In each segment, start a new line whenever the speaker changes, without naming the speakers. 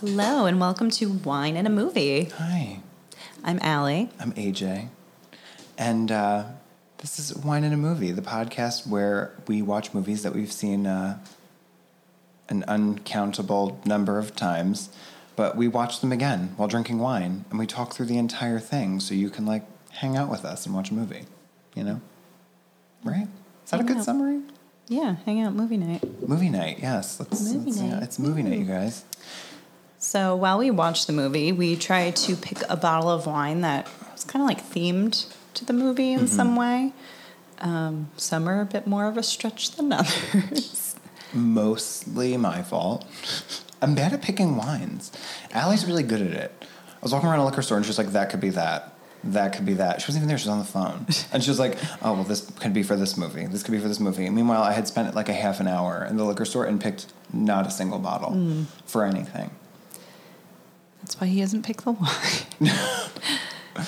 Hello, and welcome to Wine and a Movie.
Hi,
I'm Allie.
I'm AJ, and uh, this is Wine in a Movie, the podcast where we watch movies that we've seen uh, an uncountable number of times, but we watch them again while drinking wine, and we talk through the entire thing so you can like hang out with us and watch a movie, you know? Right? Is that a
Hang
good
out.
summary?
Yeah, hang out movie night.
Movie night, yes. Let's,
Movie
let's- yeah,
night.
it's movie night, you guys.
So while we watch the movie, we try to pick a bottle of wine that is kind of like themed to the movie in some way. Um, some are a bit more of a stretch than others.
mostly my fault. I'm bad at picking wines. Allie's really good at it. I was walking around a liquor store and she was like, that could be that. That could be that. She wasn't even there. She was on the phone. And she was like, oh, well, this could be for this movie. This could be for this movie. Meanwhile, I had spent like a half an hour in the liquor store and picked not a single bottle for anything.
That's why he hasn't picked the wine.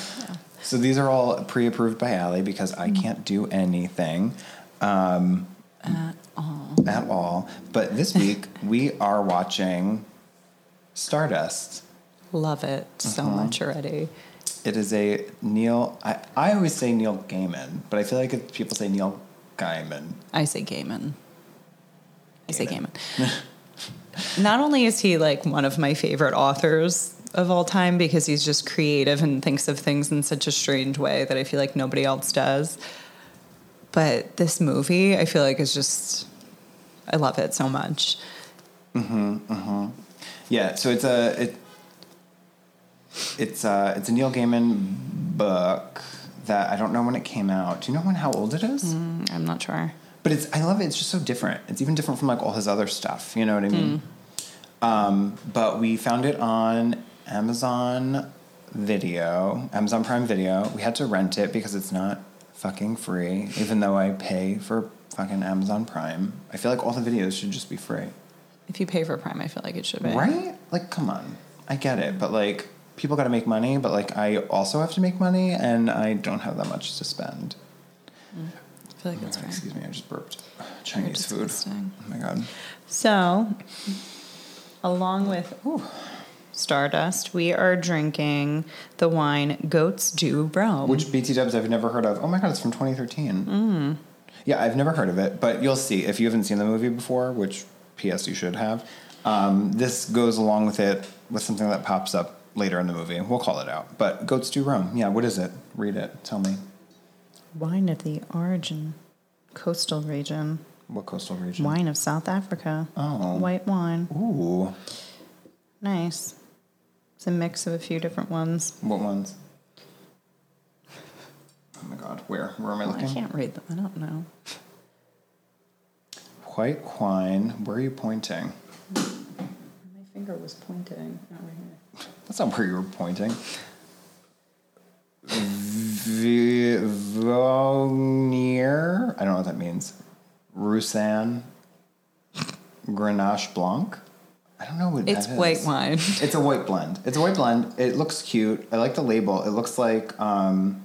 So these are all pre approved by Allie because I can't do anything. Um, at all. At all. But this week, we are watching Stardust.
Love it so much already.
It is a Neil. I, I always say Neil Gaiman, but I feel like if people say Neil Gaiman.
I say Gaiman. I say
Gaiman.
Gaiman. Not only is he like one of my favorite authors of all time because he's just creative and thinks of things in such a strange way that I feel like nobody else does, but this movie I feel like is just, I love it so much.
Yeah, so it's a it, it's a it's a Neil Gaiman book that I don't know when it came out. Do you know when how old it is?
Mm, I'm not sure.
But it's I love it. It's just so different. It's even different from like all his other stuff. You know what I mean? Um, but we found it on Amazon Video, Amazon Prime Video. We had to rent it because it's not fucking free. Even though I pay for fucking Amazon Prime, I feel like all the videos should just be free,
If you pay for Prime, I feel like it should be.
right? Like, come on. I get it, but like people got to make money. But like I also have to make money, and I don't have that much to spend.
I feel like that's fair.
Excuse me, I just burped. Chinese food.
disgusting.
Oh my god.
So, along with ooh, Stardust, we are drinking the wine Goats Do Bro.
Which BT dubs I've never heard of. Oh my god, it's from 2013.
Mm.
Yeah, I've never heard of it, but you'll see if you haven't seen the movie before, which PS you should have. Um, this goes along with it with something that pops up later in the movie. We'll call it out. But Goats Do Roam. Yeah, what is it? Read it. Tell me.
Wine of the origin, coastal region,
What coastal region?
wine of South Africa.
Oh.
White wine.
Ooh.
Nice. It's a mix of a few different ones.
What ones? Oh my god, where? Where am I
Oh, I
looking?
can't read them. I don't know.
White wine. Where are you pointing?
My finger was pointing over here.
That's not where you were pointing. V- Vonier? I don't know what that means. Roussan Grenache Blanc? I don't know what
It's
that is.
white wine.
It's a white blend. It's a white blend. It looks cute. I like the label. It looks like um,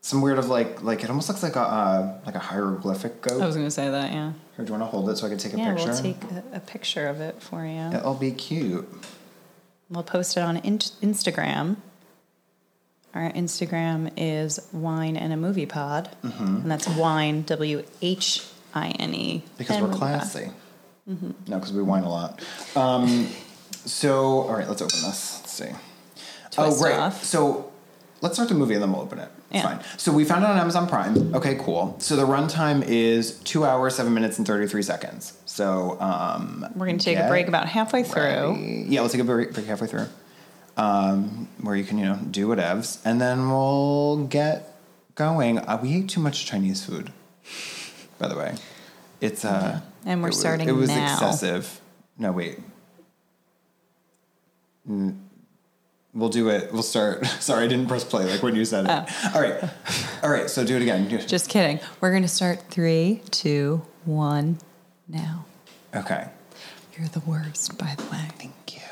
some weird of like like it almost looks like a uh, like a hieroglyphic goat.
I was going to say that, yeah.
Here, do you want to hold it so I can take a
Oh. yeah,
picture?
we'll take a, a picture of it for you.
It'll be cute.
We'll post it on in- Instagram. Our Instagram is wine and a movie pod,
Mm-hmm.
and that's wine w h i n e.
Because
and
we're
movie pod.
classy. Mm-hmm. No, because we whine a lot. Um, so, all right, let's open this. Let's see.
Twist
oh, right.
off.
So, let's start the movie and then we'll open it. It's
Yeah.
Fine. So, we found it on Amazon Prime. Okay, cool. So, the runtime is two hours, seven minutes, and 33 seconds. So, um,
We're going to take
get
a break about halfway through.
ready. Yeah, we'll take a break, break halfway through um, where you can, you know, do whatevs. And then we'll get going. Uh, we ate too much Chinese food, by the way. It's uh,
And we're
it was-
starting
It was
now.
excessive. No, wait. Mm, We'll do it. We'll start. Sorry, I didn't press play like when you said it. All right, all right. So do it again.
Oh. Just kidding. We're going to start three, two, one, now.
okay.
You're the worst, by the way.
Thank you.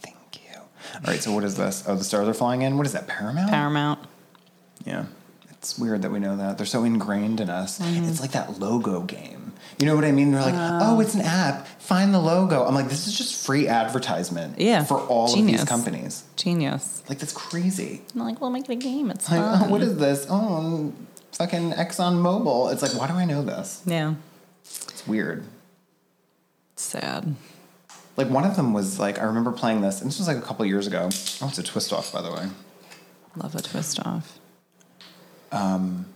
Thank you. All right. So what is this? Oh, the stars are flying in. What is that? Paramount.
Paramount. Mm-hmm.
Yeah. It's weird that we know that. They're so ingrained in us. It's like that logo game. You know what I mean? They're like, oh, it's an app. Find the logo. I'm like, this is just free advertisement
Yeah.
for all
Genius.
of these companies.
Genius.
Like, that's crazy.
And they're like, we'll make it a game. It's
Like,
fun.
oh, what is this? Oh, i fucking Exxon Mobil. It's like, why do I know this?
yeah.
It's weird.
Sad.
Like one of them was like, I remember playing this, and this was like a couple years ago. Oh, it's a twist off, by the way.
Love a twist off.
Oh,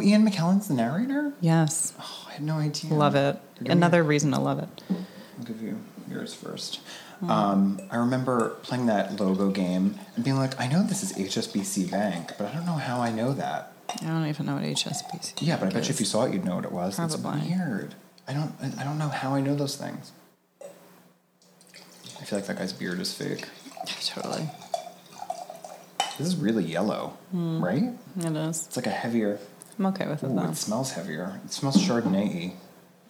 Ian McKellen's the narrator.
Yes.
Oh, I had no idea.
Love it.
Give me-
Another reason to love it.
I'll give you yours first. Um, I remember playing that logo game and being like, I know this is HSBC Bank, but I don't know how I know that.
I don't even know what HSBC.
Yeah, but I bet you if you
is.
saw it, you'd know what it was.
Probably.
It's weird. I don't. I- I don't know how I know those things. I feel like that guy's beard is fake.
Totally.
This is really yellow, right?
It is.
It's like a heavier.
I'm okay with it
Ooh,
though.
it smells heavier. It smells Chardonnay.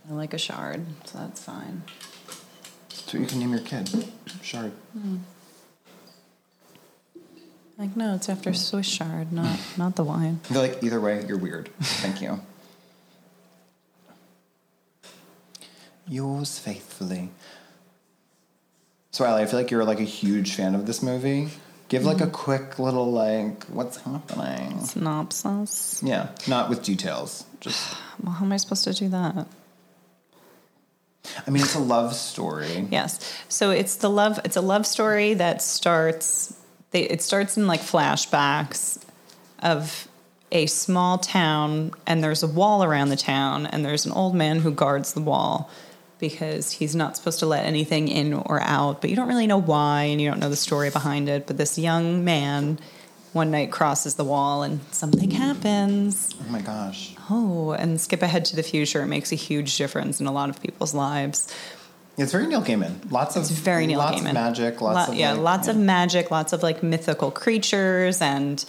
I like a shard, so that's fine.
So you can name your kid Chard.
Like no, it's after Swiss chard, not not the wine.
They're like, either way, you're weird. Thank you. Yours faithfully. So Ally, I feel like you're like a huge fan of this movie. Give like
Mm-hmm.
a quick little like, what's happening?
Synopsis.
Yeah, not with details. Just,
Well, how am I supposed to do that?
I mean, it's a love story.
Yes. So it's the love. It's a love story that starts. They, it starts in like flashbacks of a small town, and there's a wall around the town, and there's an old man who guards the wall because he's not supposed to let anything in or out. But you don't really know why, and you don't know the story behind it. But this young man one night crosses the wall, and something happens.
Oh my gosh.
Oh, and skip ahead to the future. It makes a huge difference in a lot of people's lives.
It's very Neil Gaiman. Lots of
It's very Neil
lots
Gaiman.
of magic. Lots
Lot-
of
yeah,
like,
lots of magic, lots of like mythical creatures and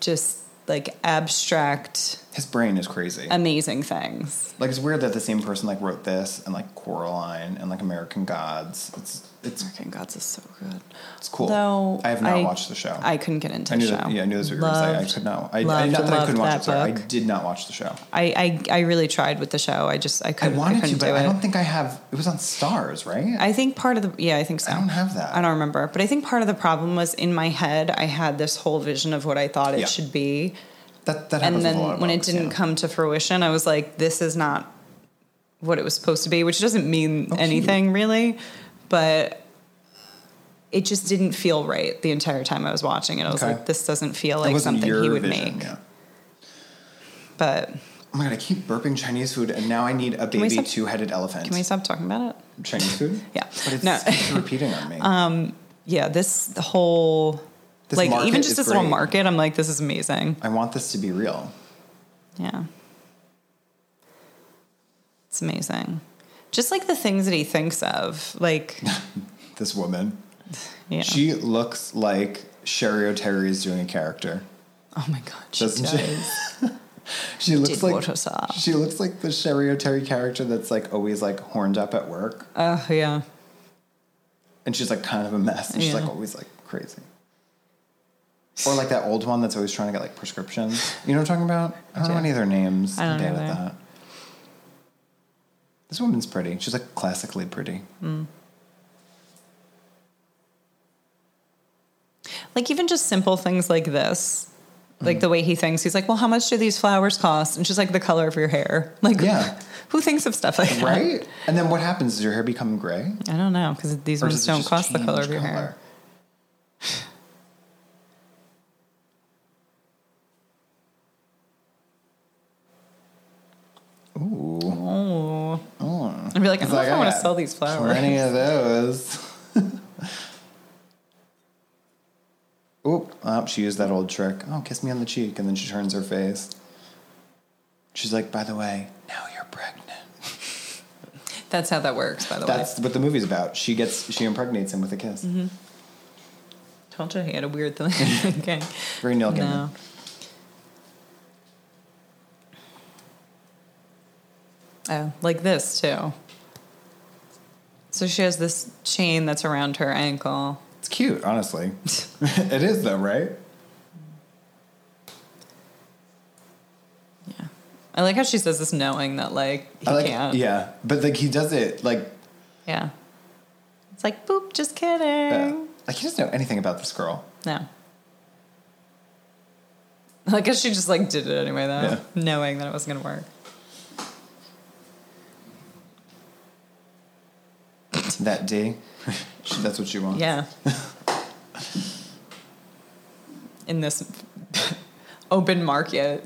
just like abstract,
His brain is crazy.
amazing things.
Like it's weird that the same person like wrote this and like Coraline and like American Gods. It's it's
American Gods is so good.
it's cool.
Though
I have not watched the show.
I couldn't get into
I knew
the show.
that, yeah, I knew that's what you were gonna say. I could not. I, I not that I couldn't watch it. Sorry, I
book.
did not watch the show.
I, I I really tried with the show. I just I
I
couldn't.
wanted to,
couldn't
but
do
I
it.
don't think I have. It was on Stars, right?
I think part of the yeah, I think so.
I don't have that.
I don't remember, but I think part of the problem was in my head. I had this whole vision of what I thought it
Yeah.
should be,
that that happens
and
with a lot
then
of
when
books,
it didn't
yeah.
come to fruition, I was like, this is not what it was supposed to be, which doesn't mean
cute.
anything really, but it just didn't feel right the entire time I was watching it. I was
Okay.
like, this doesn't feel
It
like
wasn't
something
your
he would
vision,
make.
Yeah.
But
Oh my god! I keep burping Chinese food, and now I need a
we
baby
stop-
two-headed elephant.
can we stop talking about it?
Chinese food?
Yeah.
but it's
No. Um,
keeps repeating on me.
Yeah, this the whole
This
like
market
even just
is
this little
great.
market, I'm like, this is amazing.
I want this to be real.
Yeah. It's amazing. Just like the things that he thinks of. Like,
This woman.
yeah.
She looks like Sherry O'Terry is doing a character.
oh my God. She
Doesn't
does.
she? She looks
Did
like
what I saw.
she looks like the Sherry O'Terry character that's like always like horned up at work,
Oh, yeah.
and she's like kind of a mess, and she's
Yeah.
like always like crazy. Or like that old one that's always trying to get like prescriptions. You know what I'm talking about? I don't know
Yeah.
any of their names.
I don't
I'm bad
know
at
either.
that. This woman's pretty. She's like classically pretty.
Like, even just simple things like this. Like
Mm.
the way he thinks, he's like, "Well, how much do these flowers cost?" And she's like, "The color of your hair." Like,
Yeah.
who thinks of stuff like that?
Right? And then what happens? Does your hair become gray?
I don't know because these
Or
ones
does it
don't
just
cost the color of
change
your hair.
color? Ooh.
Oh, I'd be like, I
It's
don't know if I
I
want to
got
sell these flowers.
Plenty of those. Oop, oh, she used that old trick. Oh, kiss me on the cheek. And then she turns her face. She's like, by the way, now you're pregnant.
That's how that works, by the way.
That's what the movie's about. She gets, she impregnates him with a kiss.
Mm-hmm. Told you he had a weird thing. okay.
Very Neil Gaiman.
No. Oh, like this too. So she has this chain that's around her ankle.
It's cute, honestly. it is though, right?
Yeah. I like how she says this knowing that like he
I like,
can't.
Yeah, but like he does it like
Yeah. It's like boop, just kidding.
uh, like he doesn't know anything about this girl.
No. I guess she just like did it anyway though,
Yeah.
knowing that it wasn't gonna work.
That D, She- that's what she wants.
Yeah. In this open market.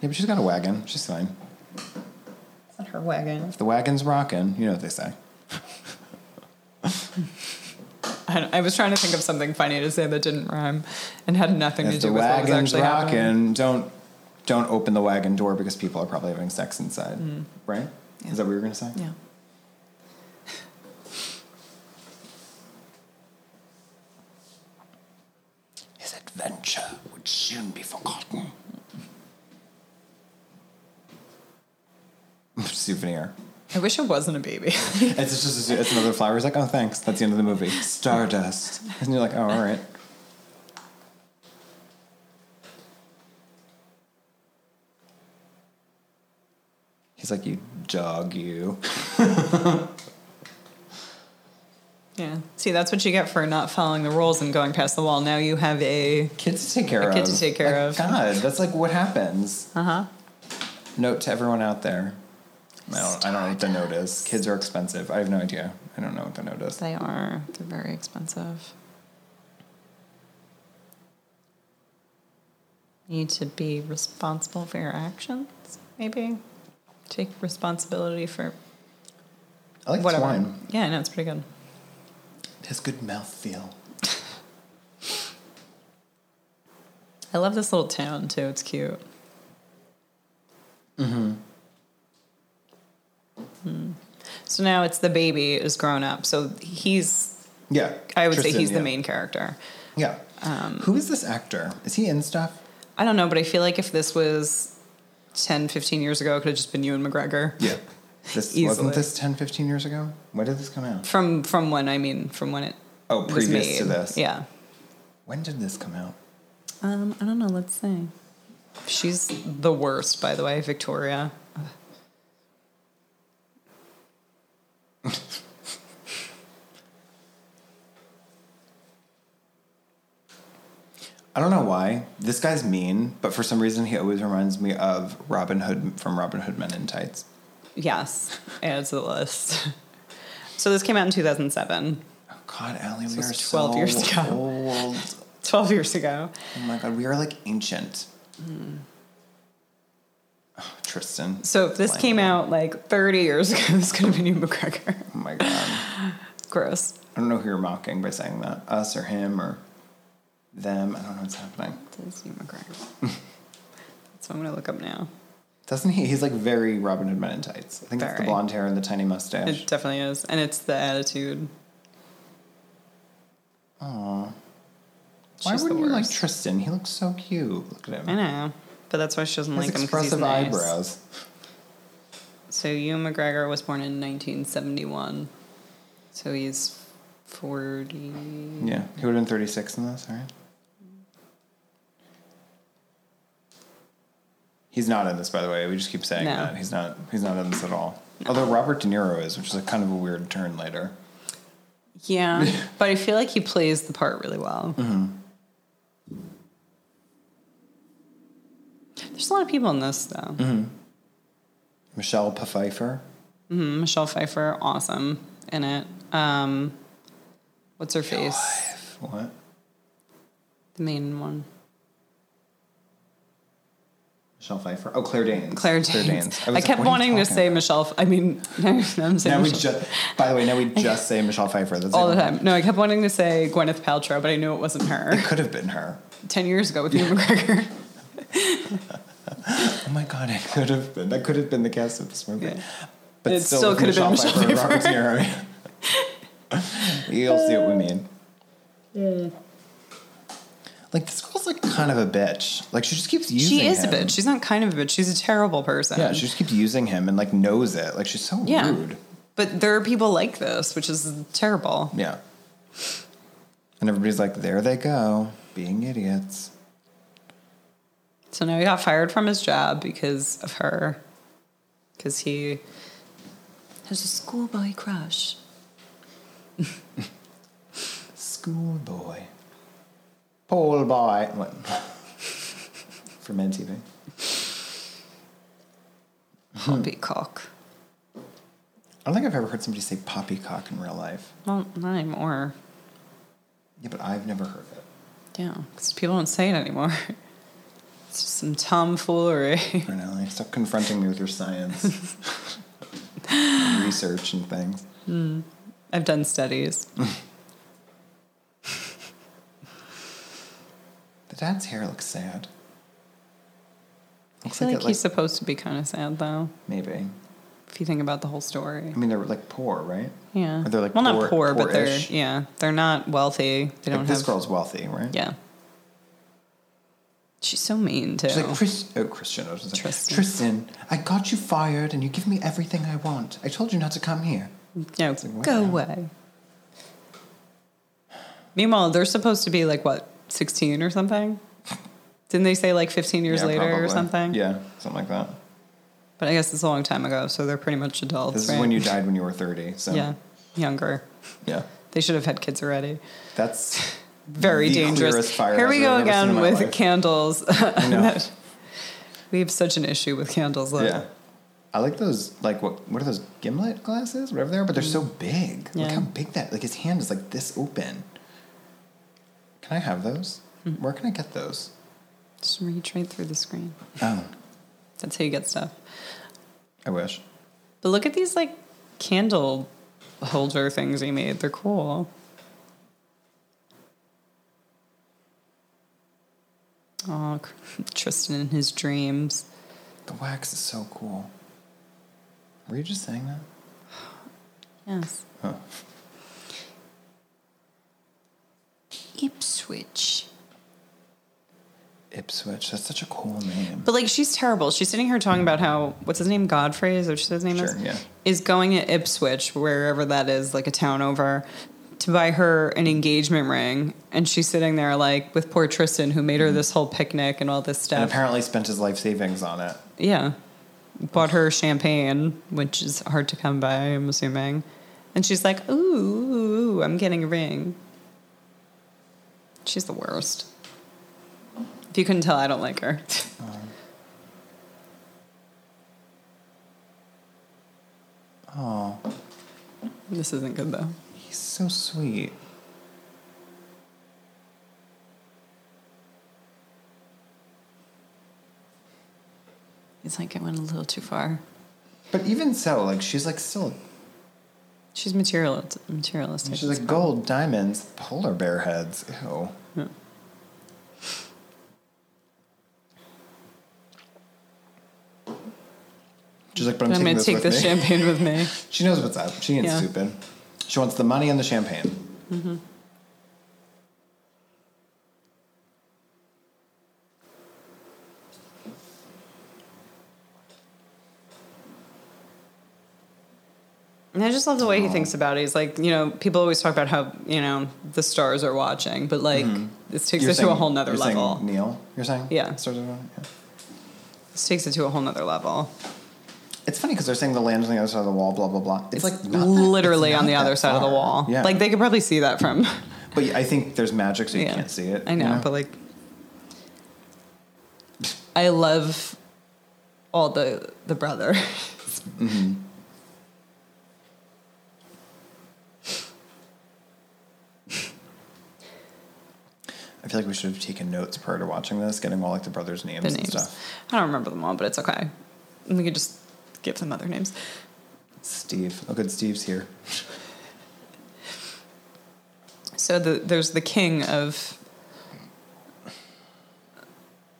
Yeah, but she's got a wagon. She's fine.
It's not her wagon.
If the wagon's rocking, you know what they say.
I, don't- I was trying to think of something funny to say that didn't rhyme and had nothing to
If the
do with what was
wagon's
actually happening.
rocking, don't don't open the wagon door because people are probably having sex inside.
Mm.
Right?
Yeah.
Is that what you were gonna say?
Yeah.
His adventure would soon be forgotten. Souvenir.
I wish it wasn't a baby.
It's just it's another flower. He's like, oh, thanks. That's the end of the movie. Stardust. And you're like, oh, all right. He's like, you dog, you.
yeah. See, that's what you get for not following the rules and going past the wall. Now you have a.
Kids to take care
A
of.
kid to take care of.
Like, God, that's like what happens.
Uh huh.
Note to everyone out there. I don't, I don't know what the note is. Kids are expensive. I have no idea. I don't know what the note is.
They are. They're very expensive. Need to be responsible for your actions, maybe. Take responsibility for
I like this
whatever.
wine.
Yeah, I know, it's pretty good.
It has good mouthfeel.
I love this little town too, it's cute. Mm-hmm. Hmm. So now it's the baby is grown up. So he's,
Yeah.
I would say
Tristan,
he's
yeah.
the main um, character.
Yeah. Who is this actor? Is he in stuff?
I don't know, but I feel like if this was 10, 15 years ago, it could have just been you and McGregor.
Yeah. This
Easily.
wasn't this 10, 15 years ago? When did this come out?
From from when I mean from when it
Oh,
was
previous to
made.
this.
Yeah.
When did this come out?
Um, I don't know, let's see. She's the worst, by the way, Victoria.
I don't know why. This guy's mean, but for some reason he always reminds me of Robin Hood from Robin Hood Men in Tights.
Yes. Adds to the list. so this came out in 2007.
Oh God, Allie, we
was
are
12
so
years ago.
old.
12 years ago.
Oh my God, we are like ancient. Oh, Tristan.
Mm. So if this came out like 30 years ago, this could have been you, McGregor.
Oh my God.
Gross.
I don't know who you're mocking by saying that. Us or him or them. I don't know what's happening.
It's you, McGregor. That's what I'm going to look up now.
Doesn't he? He's like very Robin Hood Men in Tights. I think that's the
Very.
blonde hair and the tiny mustache.
It definitely is. And it's the attitude.
Why
she's the
wouldn't you like
worst.
Tristan? He looks so cute. Look at him.
I know. But that's why she doesn't
His
like him because he's
expressive
nice.
eyebrows.
So Ewan McGregor was born in 1971. So he's 40.
Yeah, he would have been 36 in this, right? He's not in this, by the way. We just keep saying
No.
that he's not. He's not in this at all. Although Robert De Niro is, which is a kind of a weird turn later.
Yeah, Mm-hmm. but I feel like he plays the part really well. There's a lot of people in this though.
Michelle Pfeiffer.
Mhm, Michelle Pfeiffer, awesome in it. Um, what's her face?
What?
The main one.
Michelle Pfeiffer. Oh, Claire Danes.
Claire Danes. I,
was like,
kept
what are you
wanting to
talking
say
about?
Michelle. F- I mean, now I'm saying
Now we
Michelle
just. By the way, now we just say Michelle Pfeiffer. That's
all the
it.
time. No, I kept wanting to say Gwyneth Paltrow, but I knew it wasn't her.
It could have been her.
Ten years ago with Ewan McGregor.
Oh my god, it could have been. That could have been the cast of this movie.
Yeah.
But
It still
with
could have been Michelle
Pfeiffer and Robert De Niro. You'll see what we mean. Like this girl's like kind of a bitch. Like she just keeps using.
She is
him.
a bitch. She's not kind of a bitch. She's a terrible person.
yeah, she just keeps using him and like knows it. Like she's so
Yeah.
rude.
But there are people like this, which is terrible.
Yeah. And everybody's like, there they go, being idiots.
So now he got fired from his job because of her, because he has a schoolboy crush.
Schoolboy. Pole boy. What? For men TV. Hmm.
Poppycock.
I don't think I've ever heard somebody say poppycock in real life.
Well, not anymore.
Yeah, but I've never heard it.
Yeah, because people don't say it anymore. It's just some tomfoolery.
Renelli, stop confronting me with your science, research, and things.
I've done studies.
The dad's hair looks sad.
I
Looks
feel like,
it,
he's supposed to be kind of sad though,
maybe.
if you think about the whole story.
I mean, they're like poor, right?
Yeah.
Or they're Mm. like
well,
poor-
not poor, but they're
poor-ish.
yeah, they're not wealthy. They
Like
don't
this
have.
girl's wealthy, right?
Yeah. She's so mean too.
She's like Chris, oh, Christian. I was just like,
Tristan.
Tristan, I got you fired, and you give me everything I want. I told you not to come here.
no,
like, what
go
the hell?
away. Meanwhile, they're supposed to be like what, sixteen or something? Didn't they say like fifteen years
Yeah,
later or
probably.
something?
Yeah, something like that.
But I guess it's a long time ago, so they're pretty much adults.
This
right?
is when you died when you were thirty. So
Yeah, younger.
yeah.
They should have had kids already.
that's
Very
the
dangerous.
clearest fire
Here we
hazard
go
I've ever seen
again
in my
with
life.
candles.
I know.
we have such an issue with candles. Look.
Yeah. I like those, like, what what are those gimlet glasses? Whatever they are, but they're so big. Look
Mm. Yeah.
how big that, like, his hand is like this open. Can I have those?
Hmm.
Where can I get those?
Just reach right through the screen.
Oh,
That's how you get stuff.
I wish.
But look at these like candle holder things he made. They're cool. Oh, Tristan and his dreams.
The wax is so cool. Were you just saying that?
Yes.
Huh.
Ipswich.
Ipswich. That's such a cool name.
But like she's terrible. She's sitting here talking about how what's his name Godfrey is that what she said his name
Sure,
is
yeah.
is going to Ipswich wherever that is like a town over to buy her an engagement ring and she's sitting there like with poor Tristan who made her
Mm-hmm.
this whole picnic and all this
And
stuff.
apparently spent his life savings on it.
yeah. Bought her champagne, which is hard to come by, I'm assuming. And she's like, "Ooh, ooh, ooh, I'm getting a ring." She's the worst. If you couldn't tell, I don't like her.
Oh,
this isn't good though.
he's so sweet.
It's like I went a little too far.
But even so, like, she's like still,
She's material, materialistic.
she's like gold, diamonds, polar bear heads. Ew. She's like, but I'm,
I'm,
taking
going to
this
take
with
this
me.
champagne with me.
She knows what's up. She ain't
Yeah.
stupid. She wants the money and the champagne.
And I just love the way he thinks about it. He's like, you know, people always talk about how, you know, the stars are watching, but like, this takes it to a whole nother
Mm-hmm. you're saying
level.
Neil, you're saying?
Yeah.
Starts with one? Yeah.
This takes it to a whole nother level.
It's funny because they're saying the land's on the other side of the wall, blah, blah, blah. It's, like not that-
literally
it's
on
not
the
that
other side of the
far.
wall.
Yeah.
Like, they could probably see that from.
but I think there's magic so you
Yeah.
can't see it.
I know,
you
but like, I love all the the brother.
I feel like we should have taken notes prior to watching this, getting all like the brothers' names
the
and
names.
stuff.
I don't remember them all, but it's okay. We could just give them other names.
Steve. Oh, good. Steve's here.
So the, there's the king of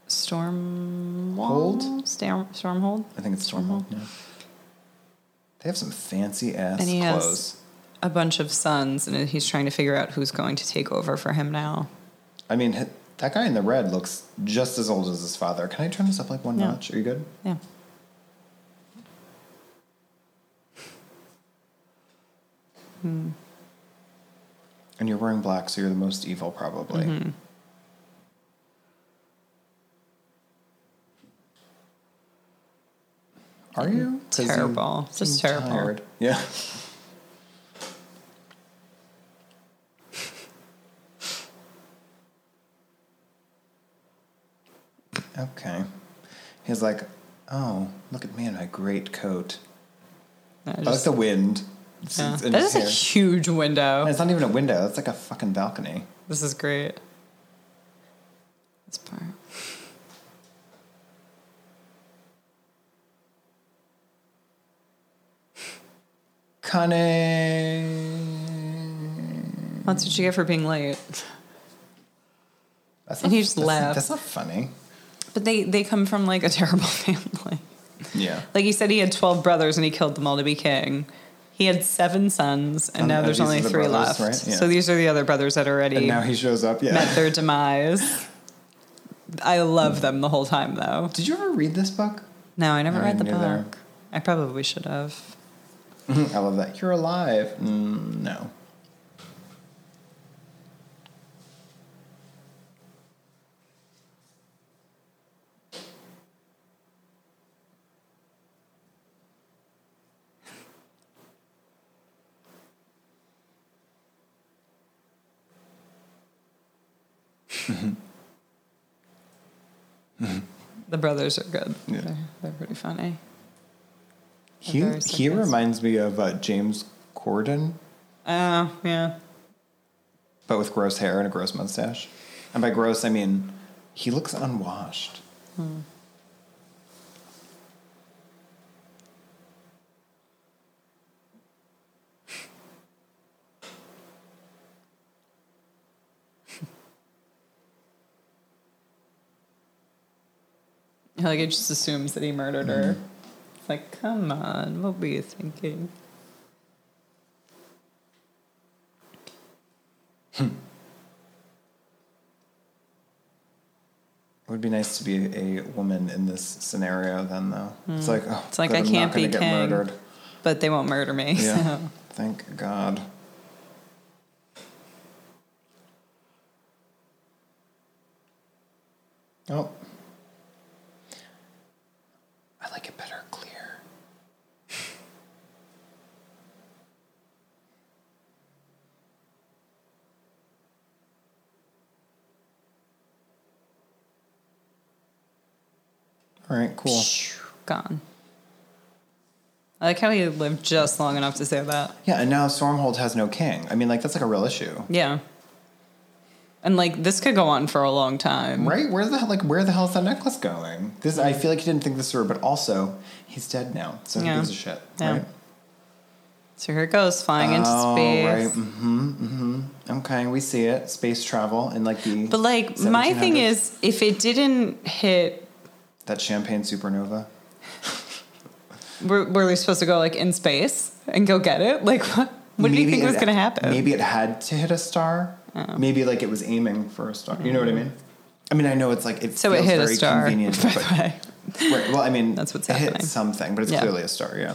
Stormhold.
Hold?
Storm, Stormhold.
I think it's Stormhold. Yeah. They have some fancy ass
Mm-hmm. And he has-
clothes.
A bunch of sons, and he's trying to figure out who's going to take over for him now.
I mean, h- that guy in the red looks just as old as his father. Can I turn this up like one
Yeah.
notch? Are you good?
Yeah.
And you're wearing black,
Mm-hmm.
so you're the most evil, probably. Are you? 'Cause you
Terrible. Just
seem
terrible.
tired. Yeah. okay. He's like, oh, look at me in my great coat.
I
Oh, that's
just-
the wind. It's,
yeah.
it's in
That
his
is a
hair.
huge
And
window.
it's not even a window. That's like a fucking balcony.
This is great. This part.
Cunning.
That's what you get for being late.
That's
And
not-
he just
that's-
laughed.
That's not funny.
But they, they come from like a terrible family.
Yeah.
Like he said, he had 12 brothers and he killed them all to be king. He had seven sons, and
Um,
now
uh,
there's
these
only
are the
three
brothers,
left.
right? Yeah.
So these are the other brothers that
And
already
now he shows up. Yeah.
met their demise. I love them the whole time, though.
Did you ever read this book?
No, I never
I
read the book.
neither.
I probably should have.
I love that. You're alive. Mm, no.
The brothers are good.
Yeah.
They're, they're pretty funny.
He,
very
he
sarcastic.
reminds me of uh, James Corden,
Oh, yeah.
but with gross hair and a gross mustache. And by gross, I mean he looks unwashed.
Like, it just assumes that he murdered her.
Mm-hmm.
It's like, come on, what were you thinking?
It would be nice to be a woman in this scenario, then, though. It's like, oh,
Hmm. It's like,
good,
I
I'm not
can't
gonna
be
get
king.
murdered.
But they won't murder me.
Yeah.
So.
Thank God. Oh. I like it better clear. All right, cool.
Gone. I like how he lived just long enough to say that.
Yeah, and now Stormhold has no king. I mean, like, that's like a real issue.
Yeah. And like this could go on for a long time.
Right? Where's the like? Where the hell is that necklace going? This I feel like he didn't think this through, but also he's dead now, so
Yeah.
who gives a shit?
Yeah.
Right?
So here it goes, flying into
oh,
space.
right. Mm-hmm. Mm-hmm. Okay, we see it. Space travel and like the
But like my thing
1700s.
is if it didn't hit
that champagne supernova.
were, were we supposed to go like in space and go get it? Like what what do you think
it-
was gonna happen? Oh.
Maybe it had to hit a star. Maybe like it was aiming for a star. You know what I mean? I mean, I know it's like it
Mm. so it
feels
hit a
very
star. By
convenient,
the
but
way.
right, well, I mean,
That's what's
it hit
happening.
something, but it's
Yeah.
clearly a star. Yeah,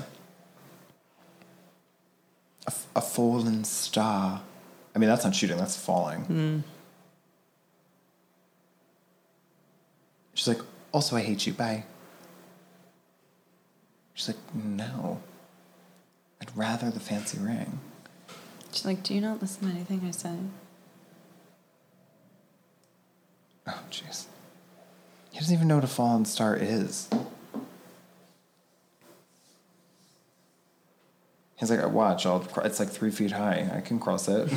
a, f- a fallen star. I mean, that's not shooting; that's falling.
Hmm.
She's like, "Also, I hate you. Bye." She's like, "No, I'd rather the fancy ring."
She's like, Do you not listen to anything I say?
Oh, jeez. He doesn't even know what a fallen star is. He's like, watch, I'll, cr- it's like three feet high. I can cross it.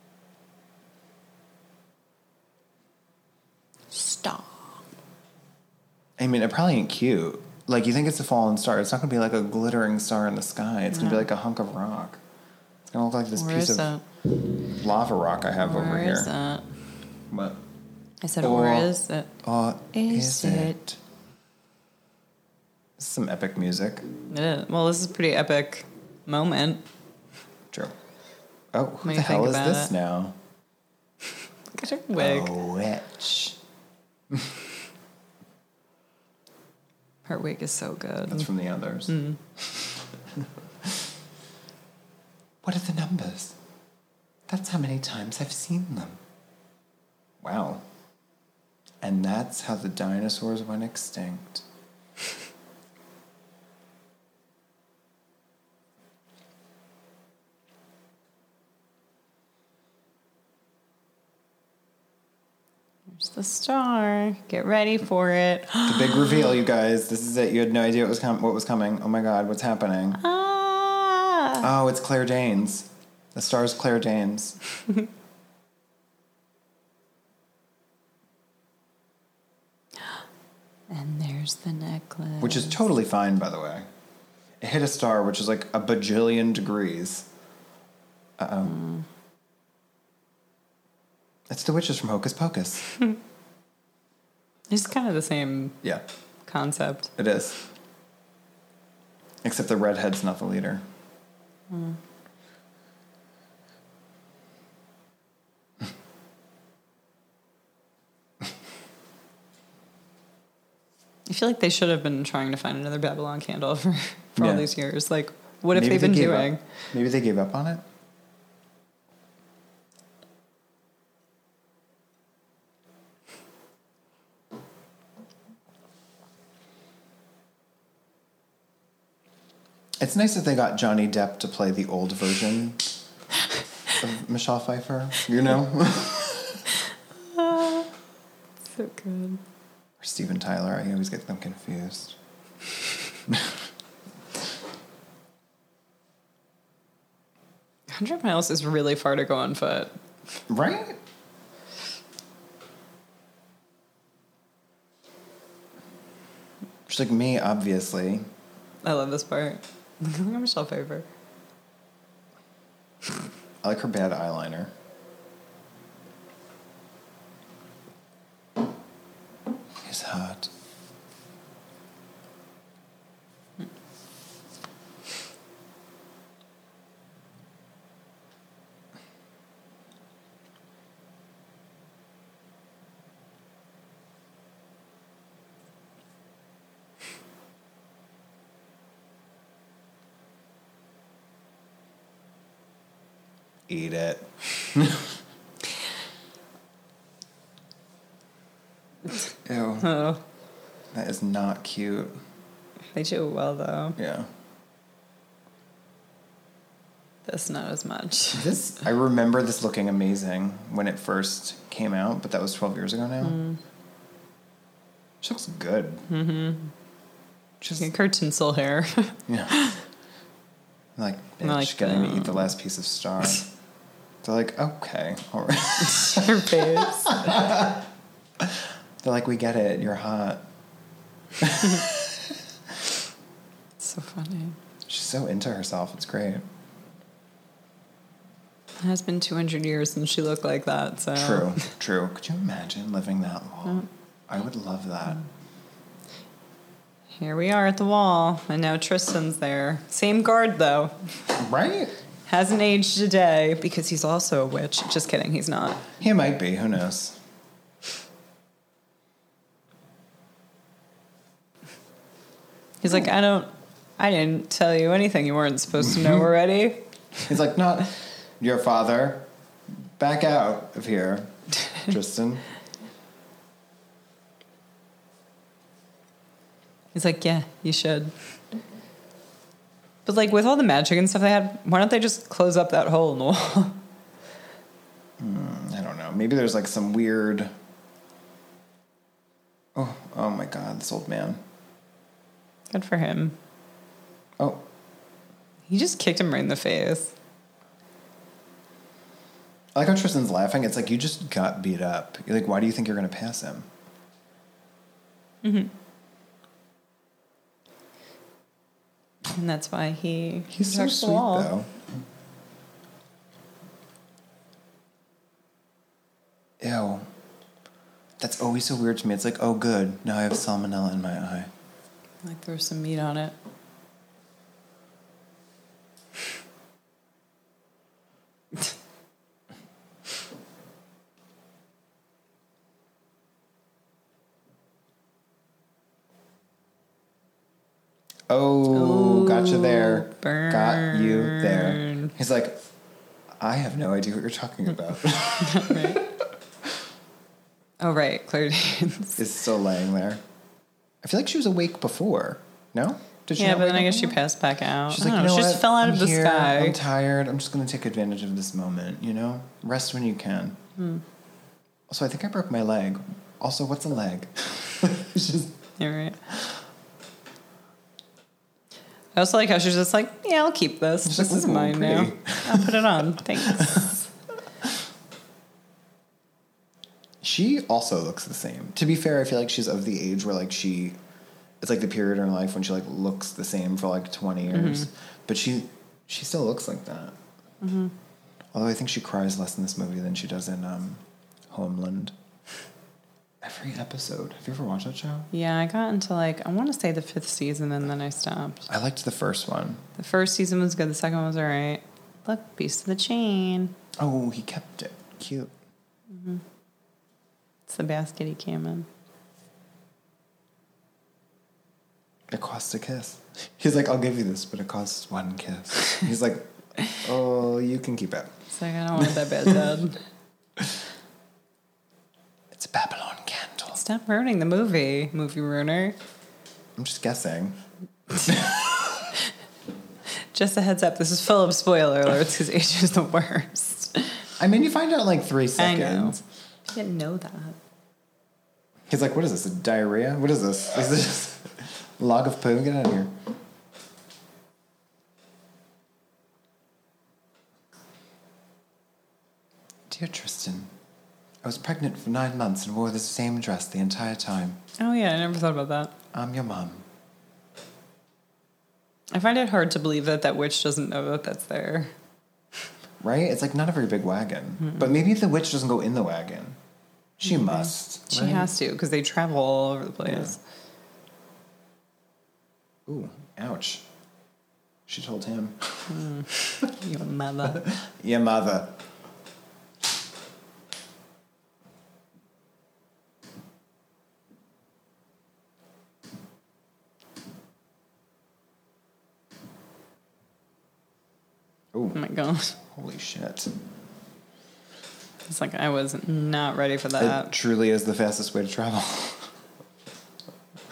Stop.
I mean, it probably ain't cute. Like, you think it's a fallen star. It's not going to be like a glittering star in the sky. It's going to
No.
be like a hunk of rock. It's going to look like this
Where
piece
is
of
that?
lava rock I have over
Where
here.
is that?
What?
I said,
Or-
Where is it?
Oh,
Is
is,
it?
it? This is some epic music.
It is. Well, this is a pretty epic moment.
True. Oh, who
What do
the
you
hell
think
is
about
this
it?
now?
Look at her wig.
A witch.
Her wig is so good.
That's from the others.
Hmm.
what are the numbers? That's how many times I've seen them. Wow. And that's how the dinosaurs went extinct.
There's the star. Get ready for it.
The big reveal, you guys. This is it. You had no idea what was, com- what was coming. Oh my God, what's happening?
ah.
Oh, it's Claire Danes. The star's Claire Danes.
And there's the necklace.
which is totally fine, by the way. It hit a star, which is like a bajillion degrees. Uh oh. It's the witches from Hocus Pocus.
it's kind of the same
yeah,
concept.
it is. Except the redhead's not the leader.
I feel like they should have been trying to find another Babylon candle for, for all
Yeah.
these years. Like, what have
Maybe
they been
gave
doing?
Up. Maybe they gave up on it. It's nice that they got Johnny Depp to play the old version of Michelle Pfeiffer. You know, or
So good.
Steven Tyler. I always get them confused.
Hundred miles is really far to go on foot.
Right? She's like me, obviously.
I love this part. Look at Michelle Pfeiffer.
I like her bad eyeliner. He's hot. Eat it. Ew.
Oh,
That is not cute.
they do it well though.
Yeah.
That's not as much.
This I remember this looking amazing when it first came out, but that was 12 years ago now. She looks good. Mm-hmm. She's
Like her tinsel hair.
yeah. I'm like bitch,
I like
getting
that.
to eat the last piece of star. They're like, okay, all right.
her face.
They're like, we get it. You're hot.
so funny.
She's so into herself. It's great.
It has been 200 years since she looked like that, so.
True. True. Could you imagine living that long? I would love that.
Here we are at the wall, and now Tristan's there. Same guard, though.
Right?
Hasn't aged a day because he's also a witch. Just kidding, he's not.
He might be. Who knows?
He's like, I don't, I didn't tell you anything you weren't supposed to know already.
He's like, not your father. Back out of here, Tristan.
He's like, yeah, you should. But like with all the magic and stuff they had, why don't they just close up that hole in the wall?
I don't know. Maybe there's like some weird. Oh, oh my God! This old man.
Good for him.
Oh,
He just kicked him right in the face.
I like how Tristan's laughing. It's like you just got beat up. You're like, why do you think you're gonna pass him?
And that's why he
He's so
touched the
sweet
wall.
though. Ew. That's always so weird to me. It's like, oh, good. Now I have salmonella in my eye.
Like there was some meat on it.
Oh, gotcha
Ooh,
there. Got you there.
burn.
He's like, I have no idea what you're talking about.
Oh right, Claire Danes.
Is still laying there. I feel like she was awake before. No? Did
Yeah,
not
but then
wake
I
up
guess she
before?
passed back out.
She's
I
like,
don't
you
know,
know
she just
what?
fell out
I'm
of the
here.
sky. Hmm.
I'm tired. I'm just going to take advantage of this moment, you know? Rest when you can. So I think I broke my leg. Also, what's a leg? It's just-
All right. I also like how she's just like, yeah, I'll keep this.
She's
this
like,
is
"Ooh,
mine now.
pretty."
I'll put it on. Thanks.
she also looks the same. To be fair, I feel like she's of the age where like she, it's like the period in her life when she like looks the same for like twenty years, but she she still looks like that. Although I think she cries less in this movie than she does in um, Homeland. Every episode. Have you ever watched that show?
yeah, I got into like I want to say the fifth season, and then I stopped.
I liked the first one.
The first season was good. The second one was all right. Look, piece of the chain.
Oh, he kept it. Cute.
It's the basket he came in.
It costs a kiss. He's like, I'll give you this, but it costs one kiss. He's like, oh, you can keep it.
It's like I don't want that bad, Dad.
It's a Babylon candle.
Stop ruining the movie, movie ruiner.
I'm just guessing.
Just a heads up, this is full of spoiler alerts because Asia is the worst.
I mean, you find out in like
I
three
know.
seconds.
I didn't know that.
He's like, what is this? A diarrhea? What is this? Is this a log of poo? Get out of here. Dear Tristan, I was pregnant for nine months and wore the same dress the entire time.
Oh yeah, I never thought about that.
I'm your mom.
I find it hard to believe that that witch doesn't know that that's there.
Right? It's like not a very big wagon. But maybe the witch doesn't go in the wagon. She must.
She
right?
has to because they travel all over the place.
Ooh, ouch. She told him.
You mother.
Your mother. Ooh,
Oh my gosh.
holy shit.
It's like I was not ready for
it
that.
truly is the fastest way to travel.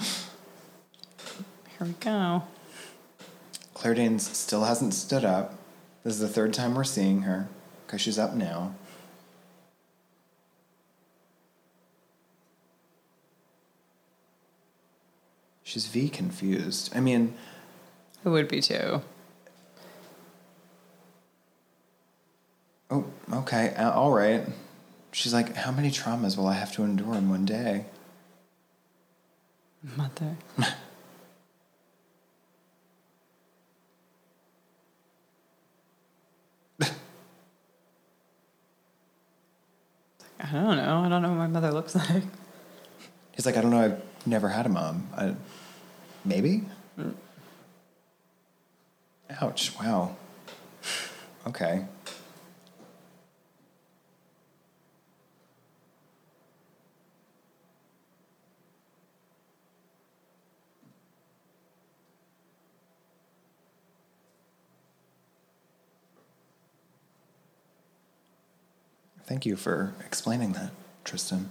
Here we go.
Claire Danes still hasn't stood up. This is the third time we're seeing her because she's up now. She's V confused. I mean,
It would be too.
oh, okay, a- all right. She's like, how many traumas will I have to endure in one day?
Mother. I don't know. I don't know what my mother looks like.
He's like, I don't know. I've never had a mom. I, maybe. Ouch! Wow. Okay. Thank you for explaining that, Tristan.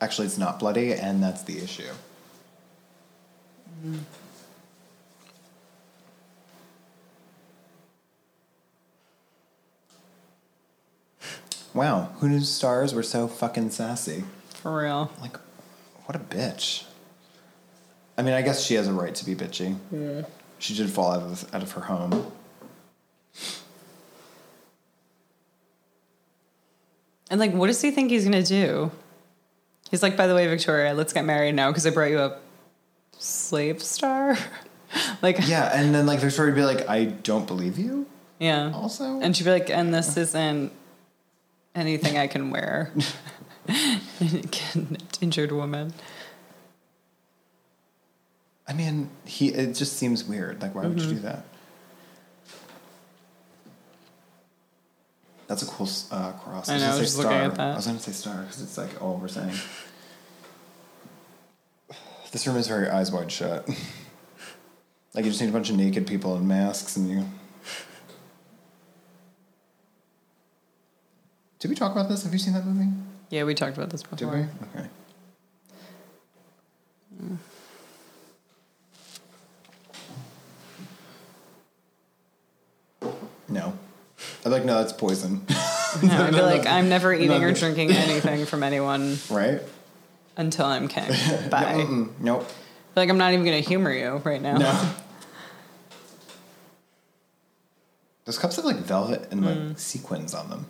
Actually, it's not bloody, and that's the issue. Wow, who knew stars were so fucking sassy?
For real.
Like, what a bitch. I mean, I guess she has a right to be bitchy. She did fall out of, out of her home.
And like, what does he think he's gonna do? He's like, by the way, Victoria, let's get married now because I brought you a slave star. like, yeah.
Yeah, and then, like, Victoria would be like, I don't believe you, also.
And she'd be like, and this isn't anything I can wear. Kidnapped, Injured woman.
I mean, he it just seems weird. Like, why would
Mm-hmm.
you do that? That's a cool s- uh, cross.
I know,
gonna
I was
say
just looking at
star.
that.
I was gonna say star because it's like all we're saying. This room is very eyes wide shut. Like you just need a bunch of naked people in masks, and you. Did we talk about this? Have you seen that movie?
Yeah, we talked about this
Did
before.
we? Okay. No. I'm like, no, that's poison.
No, I'd be
No, no,
like,
no.
I'm never eating or
no.
drinking anything from anyone
right?
until I'm king. Bye.
Mm, nope.
Like, I'm not even going to humor you right now.
No. Those cups have like velvet and like sequins on them.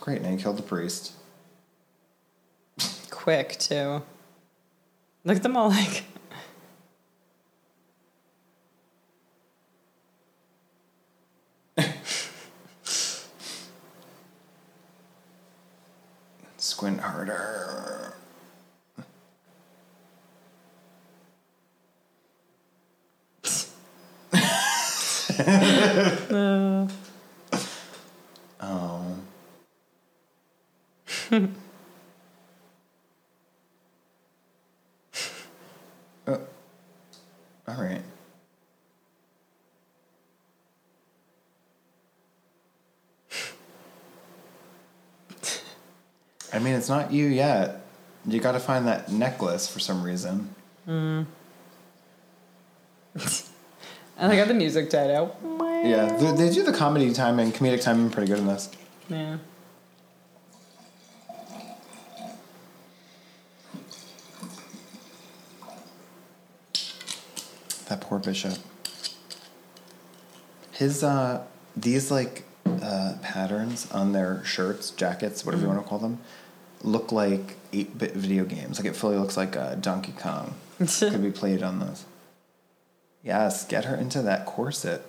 Great, now you killed the priest.
Quick, too. Look at them all like.
Squint harder. Um. oh. All right. I mean, it's not you yet. You got to find that necklace for some reason.
And I got the music died out.
Yeah, they, they do the comedy time and comedic timing pretty good in this.
Yeah.
That poor bishop. His uh, these like uh, patterns on their shirts, jackets, whatever you want to call them, look like eight bit video games. Like it fully looks like uh, Donkey Kong could be played on those. Yes, get her into that corset.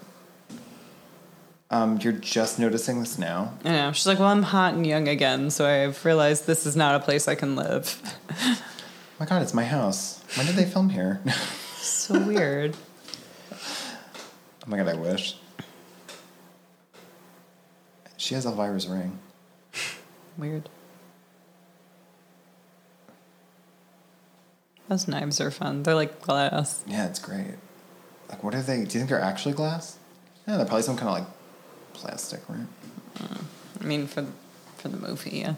Um, you're just noticing this now.
I know. She's like, well, I'm hot and young again, so I've realized this is not a place I can live.
Oh my God, it's my house. When did they film here? oh
so weird.
my God, I wish. She has Elvira's ring.
Weird. Those knives are fun. They're like glass.
Yeah, it's great. Like, what are they? Do you think they're actually glass? Yeah, they're probably some kind of like plastic, right?
I mean, for for the movie, yeah.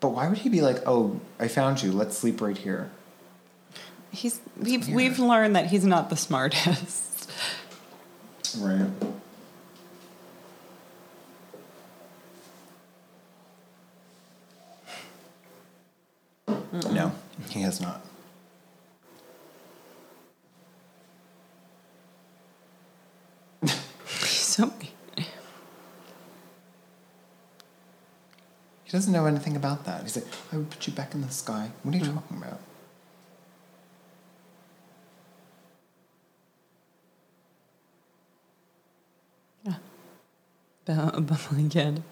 But why would he be like, oh, I found you. Let's sleep right here?
He's we've
weird.
we've learned that he's not the smartest.
Right. No, he has not.
so
He doesn't know anything about that. He's like, I would put you back in the sky. What are you talking about?
bu- bumbling kid.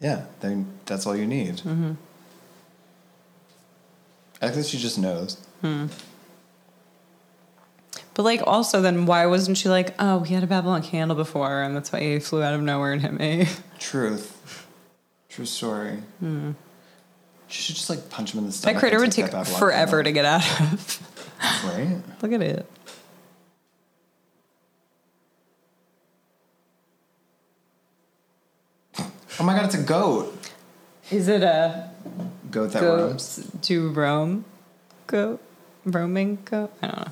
Yeah, then that's all you need. Mm-hmm. I think she just knows.
But like, also, then why wasn't she like, oh, he had a Babylon candle before, and that's why he flew out of nowhere and hit me?
Truth. True story. She should just like punch him in the stomach.
Mm. That crater would
and
take
that Babylon
forever to
candle.
get out of.
Right?
Look at it.
Oh my god, it's a goat.
Is it a
Goat that
go
roams.
to Rome? Go roaming? Go? I don't know.